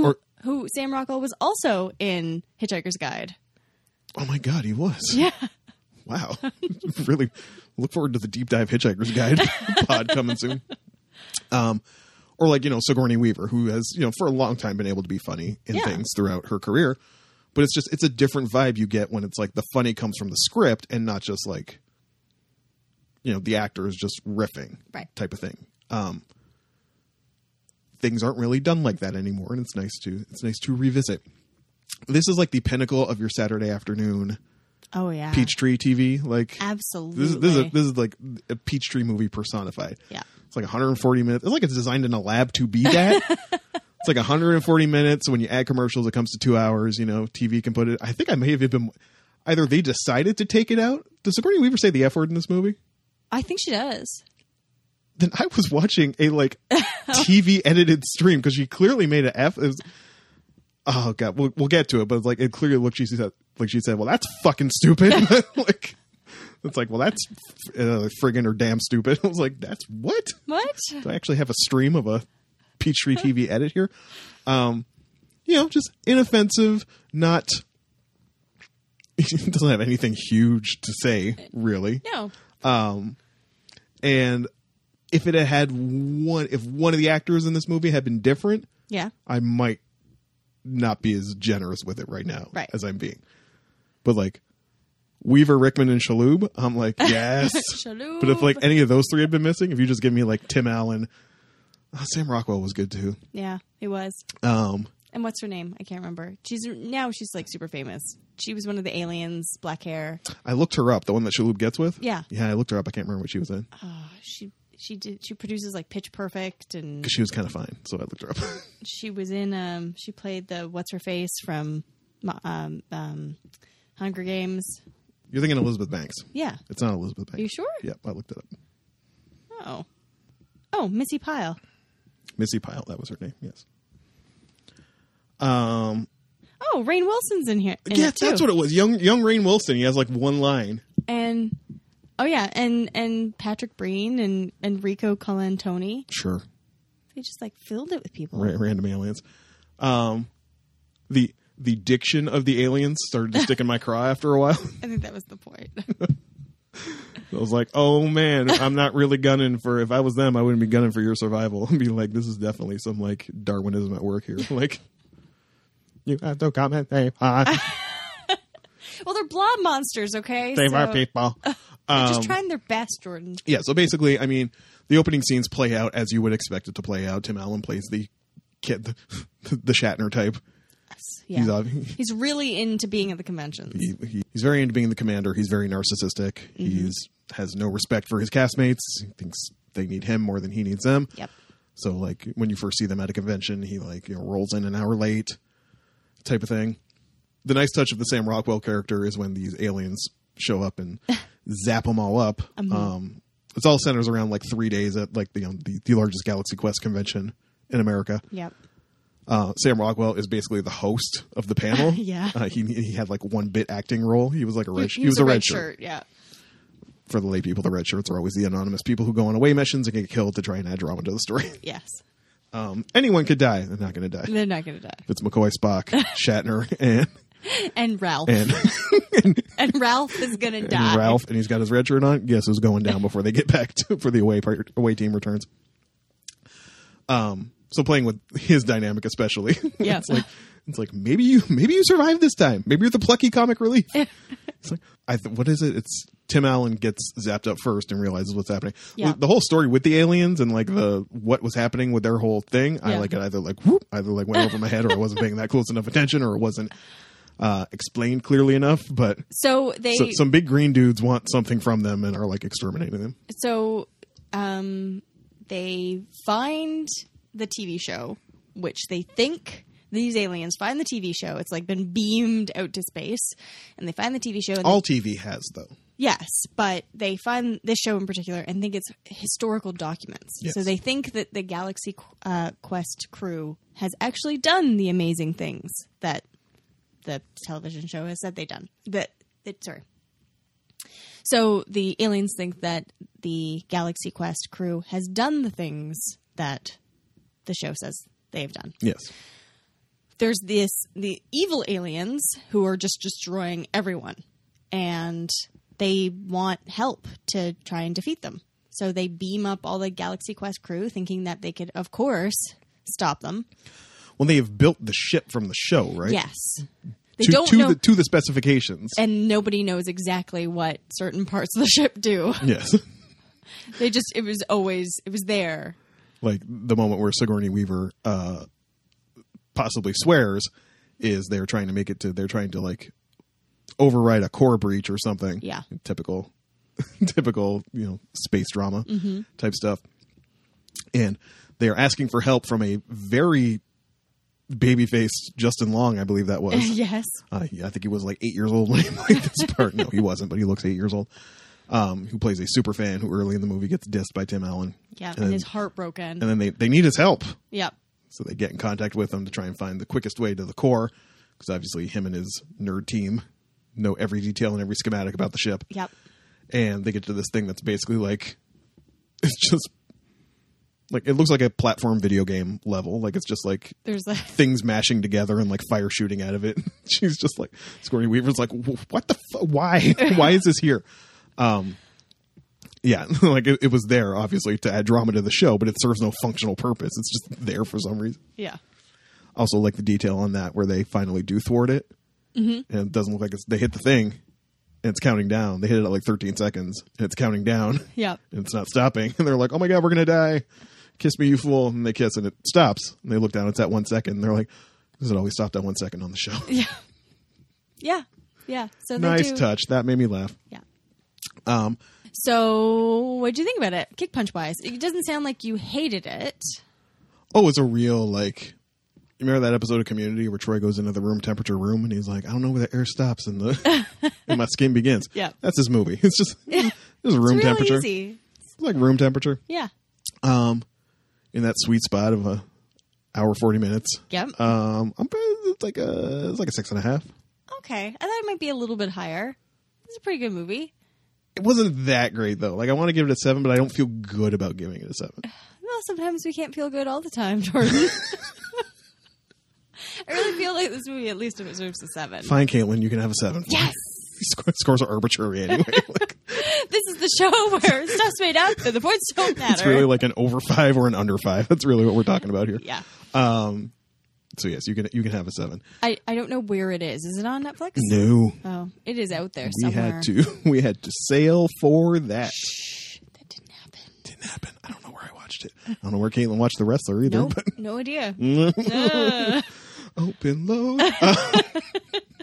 Speaker 1: or-
Speaker 2: who Sam Rockwell was also in Hitchhiker's Guide.
Speaker 1: Oh my god, he was.
Speaker 2: Yeah.
Speaker 1: Wow. [laughs] really look forward to the deep dive Hitchhiker's Guide [laughs] pod coming soon. Um, or like, you know, Sigourney Weaver, who has, you know, for a long time been able to be funny in
Speaker 2: Yeah.
Speaker 1: things throughout her career. But it's just, it's a different vibe you get when it's like the funny comes from the script and not just like, you know, the actor is just riffing
Speaker 2: Right.
Speaker 1: type of thing. Um, things aren't really done like that anymore. And it's nice to, it's nice to revisit. This is like the pinnacle of your Saturday afternoon
Speaker 2: Oh yeah.
Speaker 1: Peachtree TV. Like,
Speaker 2: Absolutely.
Speaker 1: this is this is, this is like a Peachtree movie personified.
Speaker 2: Yeah.
Speaker 1: it's like 140 minutes. It's like it's designed in a lab to be
Speaker 2: [laughs]
Speaker 1: that. it's like 140 minutes. When you add commercials, it comes to two hours. You know, TV can put it. I think I may have even either they decided to take it out. Does Sigourney Weaver say the F word in this movie?
Speaker 2: I think she does.
Speaker 1: Then I was watching a like TV edited stream because she clearly made an F. It was- oh god, we'll, we'll get to it, but it's like it clearly looked she said like she said, well that's fucking stupid. [laughs] like it's like well that's uh, friggin' or damn stupid. [laughs] I was like that's what?
Speaker 2: What?
Speaker 1: Do I actually have a stream of a Peachtree TV edit here? [laughs] Um, you know, just inoffensive, not he doesn't have anything huge to say, really.
Speaker 2: No.
Speaker 1: And if it had had one, if one of the actors in this movie had been different,
Speaker 2: Yeah.
Speaker 1: I might not be as generous with it right now
Speaker 2: Right.
Speaker 1: as I'm being. But like Weaver, Rickman, and Shaloub, I'm
Speaker 2: [laughs]
Speaker 1: like, yes.
Speaker 2: Shaloub.
Speaker 1: But if like any of those three had been missing, if you just give me like Tim Allen, Ah, Sam Rockwell was good too.
Speaker 2: Yeah, it was.
Speaker 1: Um,
Speaker 2: And what's her name? I can't remember. She's now she's like super famous. She was one of the aliens, black hair.
Speaker 1: I looked her up, the one that Shaloub gets with.
Speaker 2: Yeah.
Speaker 1: Yeah, I looked her up. I can't remember what she was in
Speaker 2: She she did she produces like Pitch Perfect and
Speaker 1: because she was kind of fine. So I looked her up. [laughs]
Speaker 2: she was in um she played the what's her face from Mo- um um Hunger Games.
Speaker 1: You're thinking Elizabeth Banks.
Speaker 2: Yeah.
Speaker 1: It's not Elizabeth Banks.
Speaker 2: you sure?
Speaker 1: Yep, I looked it up.
Speaker 2: Oh. Oh, Missy Pyle.
Speaker 1: Missy Pyle, that was her name. Yes.
Speaker 2: Oh, Rain Wilson's in here. in
Speaker 1: yeah,
Speaker 2: it, too.
Speaker 1: that's what it was. Young Young Rain Wilson. He has like one line.
Speaker 2: and oh yeah, and and Patrick Breen and Enrico Colantoni.
Speaker 1: Sure.
Speaker 2: They just like filled it with people.
Speaker 1: ra- random aliens. Um, the the diction of the aliens started to stick in my craw after a while. [laughs]
Speaker 2: I think that was the point. [laughs]
Speaker 1: I was like, oh man, I'm not really gunning for. If I was them, I wouldn't be gunning for your survival. [laughs] I'd be like, this is definitely some like Darwinism at work here. [laughs] Like, you have to come and
Speaker 2: [laughs]
Speaker 1: save us,
Speaker 2: well, they're blob monsters, okay?
Speaker 1: save our
Speaker 2: So
Speaker 1: people.
Speaker 2: They're
Speaker 1: Um,
Speaker 2: just trying their best, Jordan.
Speaker 1: yeah, so basically, I mean, the opening scenes play out as you would expect it to play out. Tim Allen plays the kid, the, [laughs] Shatner type.
Speaker 2: Yeah.
Speaker 1: He's ob-
Speaker 2: [laughs] He's really into being at the conventions.
Speaker 1: he, he- he's very into being the commander. He's very narcissistic. He's has no respect for his castmates. He thinks they need him more than he needs them.
Speaker 2: Yep.
Speaker 1: So like when you first see them at a convention, he like you know rolls in an hour late, type of thing. The nice touch of the Sam Rockwell character is when these aliens show up [laughs] and zap them all up. Um, it's all centers around like three days at like the, you know, the the largest Galaxy Quest convention in America.
Speaker 2: Yep.
Speaker 1: Uh, Sam Rockwell is basically the host of the [laughs] panel.
Speaker 2: Yeah.
Speaker 1: uh, he he had like one bit acting role. He was like a red. He, was a, red shirt.
Speaker 2: Yeah.
Speaker 1: for the lay people. The red shirts are always the anonymous people who go on away missions and get killed to try and add drama to the story. [laughs]
Speaker 2: Yes.
Speaker 1: Um, anyone could die. They're not going to die. If
Speaker 2: They're not going to die.
Speaker 1: It's McCoy, Spock, Shatner, and
Speaker 2: And Ralph. And,
Speaker 1: and,
Speaker 2: Ralph is going to die.
Speaker 1: [laughs] and Ralph, and he's got his red shirt on. Guess who's going down before they get [laughs] back to for the away part, away team returns. Um, so playing with his dynamic especially. [laughs]
Speaker 2: Yeah.
Speaker 1: it's like it's like maybe you maybe you survived this time. Maybe you're the plucky comic
Speaker 2: [laughs]
Speaker 1: relief. It's like, I th- what is it? It's Tim Allen gets zapped up first and realizes what's happening.
Speaker 2: Yeah.
Speaker 1: The whole story with the aliens and like the what was happening with their whole thing. I
Speaker 2: Yeah.
Speaker 1: like it either like whoop, either like went over my head or I wasn't paying that [laughs] close enough attention or it wasn't uh, explained clearly enough. But
Speaker 2: So they
Speaker 1: so,
Speaker 2: so,
Speaker 1: some big green dudes want something from them and are like exterminating them.
Speaker 2: um they find the TV show which they think these aliens find the TV show. It's like been beamed out to space and they find the TV show and
Speaker 1: All TV has though.
Speaker 2: Yes, but they find this show in particular and think it's historical documents.
Speaker 1: Yes.
Speaker 2: So they think that the Galaxy uh, Quest crew has actually done the amazing things that the television show has said they've done. That, that sorry. So the aliens think that the Galaxy Quest crew has done the things that the show says they have done
Speaker 1: Yes.
Speaker 2: there's this the evil aliens who are just destroying everyone and they want help to try and defeat them so they beam up all the galaxy quest crew thinking that they could of course stop them
Speaker 1: Well, they have built the ship from the show, right?
Speaker 2: yes they
Speaker 1: To,
Speaker 2: don't
Speaker 1: to
Speaker 2: know
Speaker 1: the to the specifications.
Speaker 2: and nobody knows exactly what certain parts of the [laughs] ship do
Speaker 1: yes.
Speaker 2: they just it was always it was there [laughs]
Speaker 1: like the moment where Sigourney Weaver uh, possibly swears is they're trying to make it to they're trying to like override a core breach or something.
Speaker 2: Yeah.
Speaker 1: typical, [laughs] typical you know space drama
Speaker 2: Mm-hmm.
Speaker 1: type stuff, and they are asking for help from a very baby-faced Justin Long, I believe that
Speaker 2: [laughs]
Speaker 1: was.
Speaker 2: yes
Speaker 1: Uh, he- I think he was like eight years old [laughs] when he played this part. No, he wasn't, but he looks eight years old. Um, who plays a super fan who early in the movie gets dissed by Tim Allen.
Speaker 2: yeah
Speaker 1: And
Speaker 2: and,
Speaker 1: then-
Speaker 2: his heart broken
Speaker 1: and then they, they need his help.
Speaker 2: yep
Speaker 1: So they get in contact with him to try and find the quickest way to the core, because obviously him and his nerd team know every detail and every schematic about the ship.
Speaker 2: yep
Speaker 1: And they get to this thing that's basically like it's just Like it looks like a platform video game level. Like it's just like
Speaker 2: There's a [laughs]
Speaker 1: things mashing together and like fire shooting out of it. [laughs] She's just like Scorny Weaver's like, "Wh- what the f- why [laughs] why is this here? Um, yeah, [laughs] like it, it was there obviously to add drama to the show, but it serves no functional purpose. It's just there for some reason.
Speaker 2: yeah.
Speaker 1: Also, like the detail on that where they finally do thwart it, and it doesn't look like it's they hit the thing. And it's counting down. They hit it at like 13 seconds, and it's counting down. [laughs]
Speaker 2: Yep.
Speaker 1: And it's not stopping. [laughs] And they're like, "Oh my god, we're gonna die! Kiss me, you fool!" And they kiss, and it stops. And they look down. It's at one second. And they're like, "Does it always stop at one second on the show?"
Speaker 2: Yeah. Yeah. So they
Speaker 1: nice
Speaker 2: do-
Speaker 1: touch. That made me laugh.
Speaker 2: Yeah.
Speaker 1: Um,
Speaker 2: So what do you think about it? Kick punch wise, it doesn't sound like you hated it.
Speaker 1: oh, it's a real like. You remember that episode of Community where Troy goes into the room temperature room and he's like, "I don't know where the air stops and the
Speaker 2: [laughs]
Speaker 1: and my skin begins."
Speaker 2: Yeah.
Speaker 1: that's his movie. [laughs] It's just it's room
Speaker 2: [laughs] it's really
Speaker 1: temperature.
Speaker 2: easy.
Speaker 1: It's like room temperature.
Speaker 2: Yeah.
Speaker 1: Um, in that sweet spot of a hour forty minutes.
Speaker 2: Yep.
Speaker 1: Um, I'm it's like a it's like a six and a half.
Speaker 2: okay. I thought it might be a little bit higher. It's a pretty good movie.
Speaker 1: It wasn't that great though. Like I want to give it a seven, but I don't feel good about giving it a seven.
Speaker 2: Well, sometimes we can't feel good all the time, [laughs] Jordan. I really feel like this movie at least deserves a seven.
Speaker 1: Fine, Caitlin, you can have a seven. [laughs]
Speaker 2: Yes.
Speaker 1: These sc- scores are arbitrary
Speaker 2: [laughs]
Speaker 1: anyway. Like,
Speaker 2: This is the show [laughs] where stuff's made up and the points don't matter.
Speaker 1: it's really like an over five or an under five. That's really what we're talking about here.
Speaker 2: yeah.
Speaker 1: So yes, you can you can have a seven.
Speaker 2: I, I don't know where it is. Is it on Netflix?
Speaker 1: No,
Speaker 2: Oh, it is out there
Speaker 1: Mm. we
Speaker 2: somewhere.
Speaker 1: had to [laughs] we had to sail for that.
Speaker 2: That didn't happen.
Speaker 1: Didn't happen. I don't know where I watched it. I don't know where Caitlin watched the wrestler either.
Speaker 2: Nope.
Speaker 1: But
Speaker 2: no idea.
Speaker 1: Mm. open load. Uh,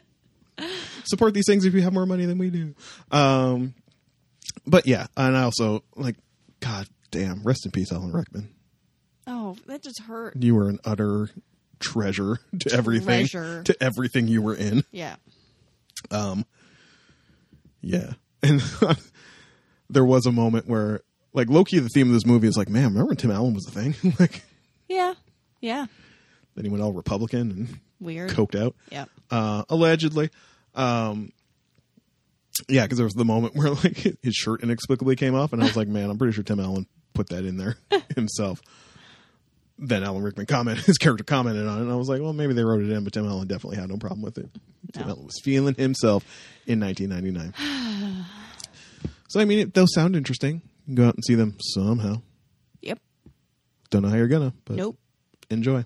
Speaker 1: [laughs] support these things if you have more money than we do. Um, but yeah, and I also like, God damn, rest in peace, Alan Rickman.
Speaker 2: Oh, that just hurt.
Speaker 1: You were an utter treasure [laughs] to everything,
Speaker 2: Treasure.
Speaker 1: to everything you were in.
Speaker 2: Yeah.
Speaker 1: Yeah, [laughs] and there was a moment where, like, Loki, the theme of this movie is like, man, remember when Tim Allen was a thing? [laughs] like,
Speaker 2: Yeah. Yeah.
Speaker 1: then he went all Republican
Speaker 2: Weird.
Speaker 1: and coked out.
Speaker 2: Yeah.
Speaker 1: uh, allegedly. Um, yeah, because there was the moment where [laughs] like his shirt inexplicably came off, and I was like, "Man, I'm pretty sure Tim Allen put that in
Speaker 2: [laughs]
Speaker 1: there himself." then Alan Rickman commented, [laughs] his character commented on it, and I was like, "Well, maybe they wrote it in, but Tim Allen definitely had no problem with it. Tim
Speaker 2: No.
Speaker 1: Allen was feeling himself in
Speaker 2: [sighs]
Speaker 1: 1999." so I mean, it, they'll sound interesting. You can Go out and see them somehow.
Speaker 2: Yep.
Speaker 1: Don't know how you're gonna, but
Speaker 2: Nope.
Speaker 1: enjoy.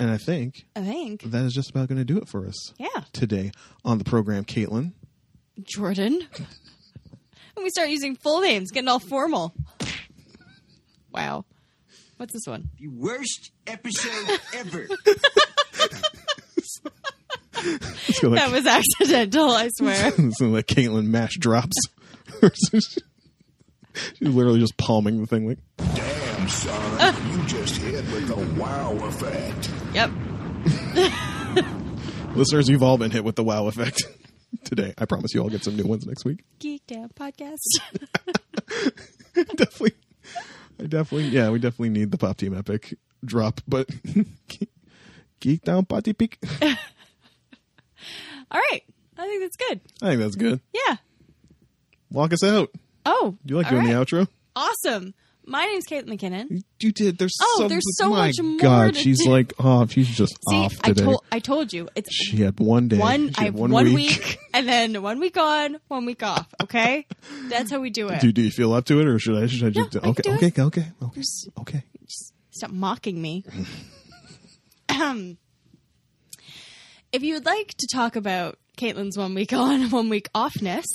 Speaker 1: And I think
Speaker 2: I think.
Speaker 1: that is just about going to do it for us
Speaker 2: Yeah.
Speaker 1: today on the program, Caitlin.
Speaker 2: Jordan. [laughs] and we start using full names, getting all formal. Wow. What's this one?
Speaker 4: The worst episode ever.
Speaker 1: Let's go
Speaker 2: That
Speaker 1: like,
Speaker 2: was accidental, I swear.
Speaker 1: [laughs] let's go like Caitlin mash drops. [laughs] She's literally just palming the thing like,
Speaker 5: Damn, son, you just hit with the wow effect.
Speaker 2: yep.
Speaker 1: listeners, you've all been hit with the wow effect [laughs] today. I promise you I'll get some new ones next week. [laughs]
Speaker 2: Geek Down Podcast.
Speaker 1: definitely. I definitely, yeah, we definitely need the Pop Team Epic drop, but [laughs] Geek Down Potty Peak. I
Speaker 2: [laughs] all right. I think that's good.
Speaker 1: think that's good.
Speaker 2: Yeah.
Speaker 1: Walk us out.
Speaker 2: Oh.
Speaker 1: You like
Speaker 2: all
Speaker 1: doing
Speaker 2: right.
Speaker 1: the outro?
Speaker 2: Awesome. My name's Kate McKinnon.
Speaker 1: You did. There's
Speaker 2: Oh,
Speaker 1: so,
Speaker 2: there's so
Speaker 1: my
Speaker 2: much more
Speaker 1: God,
Speaker 2: to
Speaker 1: she's
Speaker 2: do.
Speaker 1: like off. She's just
Speaker 2: See,
Speaker 1: off
Speaker 2: I
Speaker 1: today.
Speaker 2: told I told you it's
Speaker 1: she had one day.
Speaker 2: one.
Speaker 1: She
Speaker 2: I
Speaker 1: had
Speaker 2: have one, week. and then one week on, one week off.
Speaker 1: [laughs]
Speaker 2: Okay, that's how we do it.
Speaker 1: Do, do you feel up to it, or should I? Should I just?
Speaker 2: No, I
Speaker 1: okay,
Speaker 2: can do
Speaker 1: okay,
Speaker 2: it.
Speaker 1: okay, okay, okay,
Speaker 2: Stop mocking me. Ahem. if you would like to talk about Caitlin's one week [laughs] on, one week offness,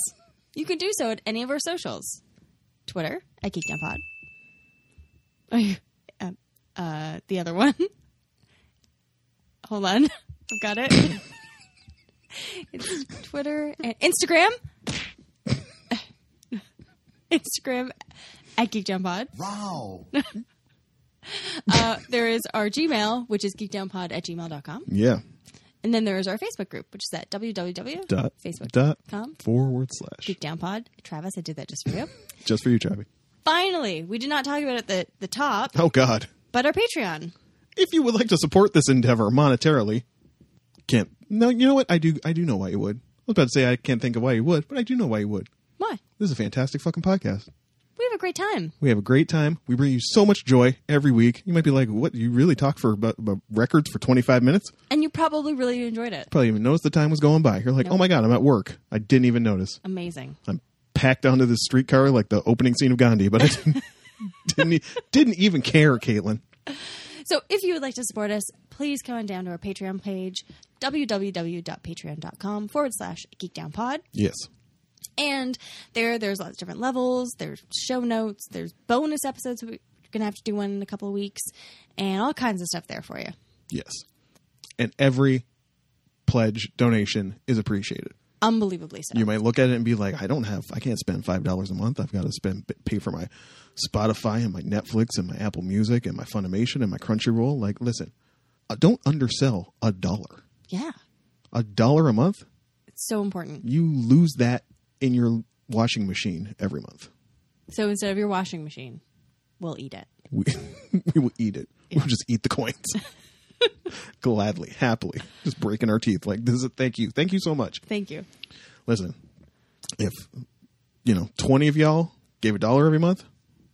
Speaker 2: you can do so at any of our socials: Twitter at GeekdownPod. Oh, you- [laughs] um, uh, the other one. [laughs] Hold on, [laughs] I've got it. it's Twitter and Instagram. [laughs] Instagram at GeekdownPod.
Speaker 5: Wow.
Speaker 2: Uh, there is our Gmail, which is geekdownpod at gmail.com.
Speaker 1: Yeah.
Speaker 2: And then there is our Facebook group, which is at
Speaker 1: Dot.
Speaker 2: www.facebook.com.
Speaker 1: Dot. Forward slash.
Speaker 2: Geekdownpod. Travis, I did that just for you.
Speaker 1: Just for you, Travi.
Speaker 2: Finally, we did not talk about it at the, the top,
Speaker 1: Oh God.
Speaker 2: but our Patreon.
Speaker 1: If you would like to support this endeavor monetarily, can't. No, you know what? I do. I do know why you would. I was about to say I can't think of why you would, but I do know why you would.
Speaker 2: Why?
Speaker 1: This is a fantastic fucking podcast.
Speaker 2: We have a great time.
Speaker 1: We have a great time. We bring you so much joy every week. You might be like, "What? You really talk for about, about records for 25 minutes?"
Speaker 2: And you probably really enjoyed it.
Speaker 1: Probably even noticed the time was going by. You're like, "Oh my god, I'm at work. I didn't even notice.
Speaker 2: Amazing.
Speaker 1: I'm packed onto this streetcar like the opening scene of Gandhi." But I didn't didn't, e- didn't even care, Caitlin.
Speaker 2: So if you would like to support us, please come on down to our Patreon page, www.patreon.com forward slash geekdownpod.
Speaker 1: Yes.
Speaker 2: And there, there's lots of different levels. There's show notes. There's bonus episodes. We're going to have to do one in a couple of weeks. And all kinds of stuff there for you.
Speaker 1: Yes. And every pledge donation is appreciated.
Speaker 2: Unbelievably so.
Speaker 1: you might look at it and be like, I don't have, I can't spend five dollars a month. I've got to spend pay for my Spotify and my Netflix and my Apple Music and my Funimation and my Crunchyroll. Like, listen, uh, don't undersell a dollar.
Speaker 2: yeah.
Speaker 1: A dollar a month,
Speaker 2: It's so important.
Speaker 1: you lose that in your washing machine every month.
Speaker 2: So instead of your washing machine, we'll eat it.
Speaker 1: We, [laughs] we will eat it. We'll just eat the coins. [laughs] Gladly, happily, just breaking our teeth. Like this is thank you, thank you so much.
Speaker 2: Thank you.
Speaker 1: listen, if you know twenty of y'all gave a dollar every month,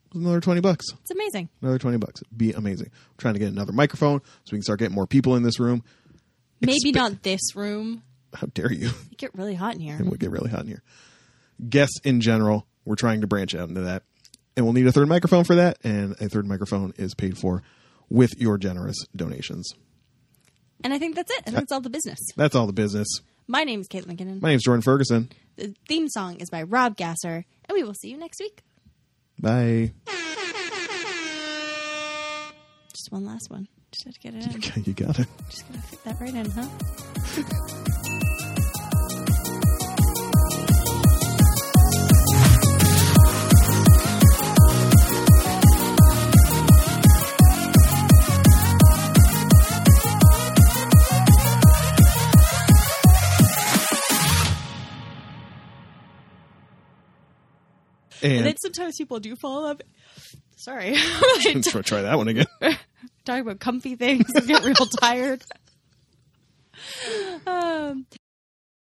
Speaker 1: it's another twenty bucks.
Speaker 2: It's amazing.
Speaker 1: Another twenty bucks. It'd be amazing. I'm trying to get another microphone so we can start getting more people in this room. [laughs]
Speaker 2: Maybe not this room.
Speaker 1: How dare you? [laughs]
Speaker 2: It get really hot in here.
Speaker 1: it would get really hot in here. Guests in general, we're trying to branch out into that, and we'll need a third microphone for that. And a third microphone is paid for with your generous donations.
Speaker 2: And I think that's it. I think that's all the business.
Speaker 1: That's all the business.
Speaker 2: My name is Caitlin Kinnan.
Speaker 1: My name's Jordan Ferguson.
Speaker 2: the theme song is by Rob Gasser, and we will see you next week.
Speaker 1: Bye. [laughs]
Speaker 2: Just one last one. Just had to get it in.
Speaker 1: Okay, you got it.
Speaker 2: Just gonna fit that right in, huh? And
Speaker 1: And
Speaker 2: then sometimes people do fall up. Sorry. [laughs] I
Speaker 1: let's [laughs] try that one again.
Speaker 2: [laughs] talk about comfy things and get real tired. Um,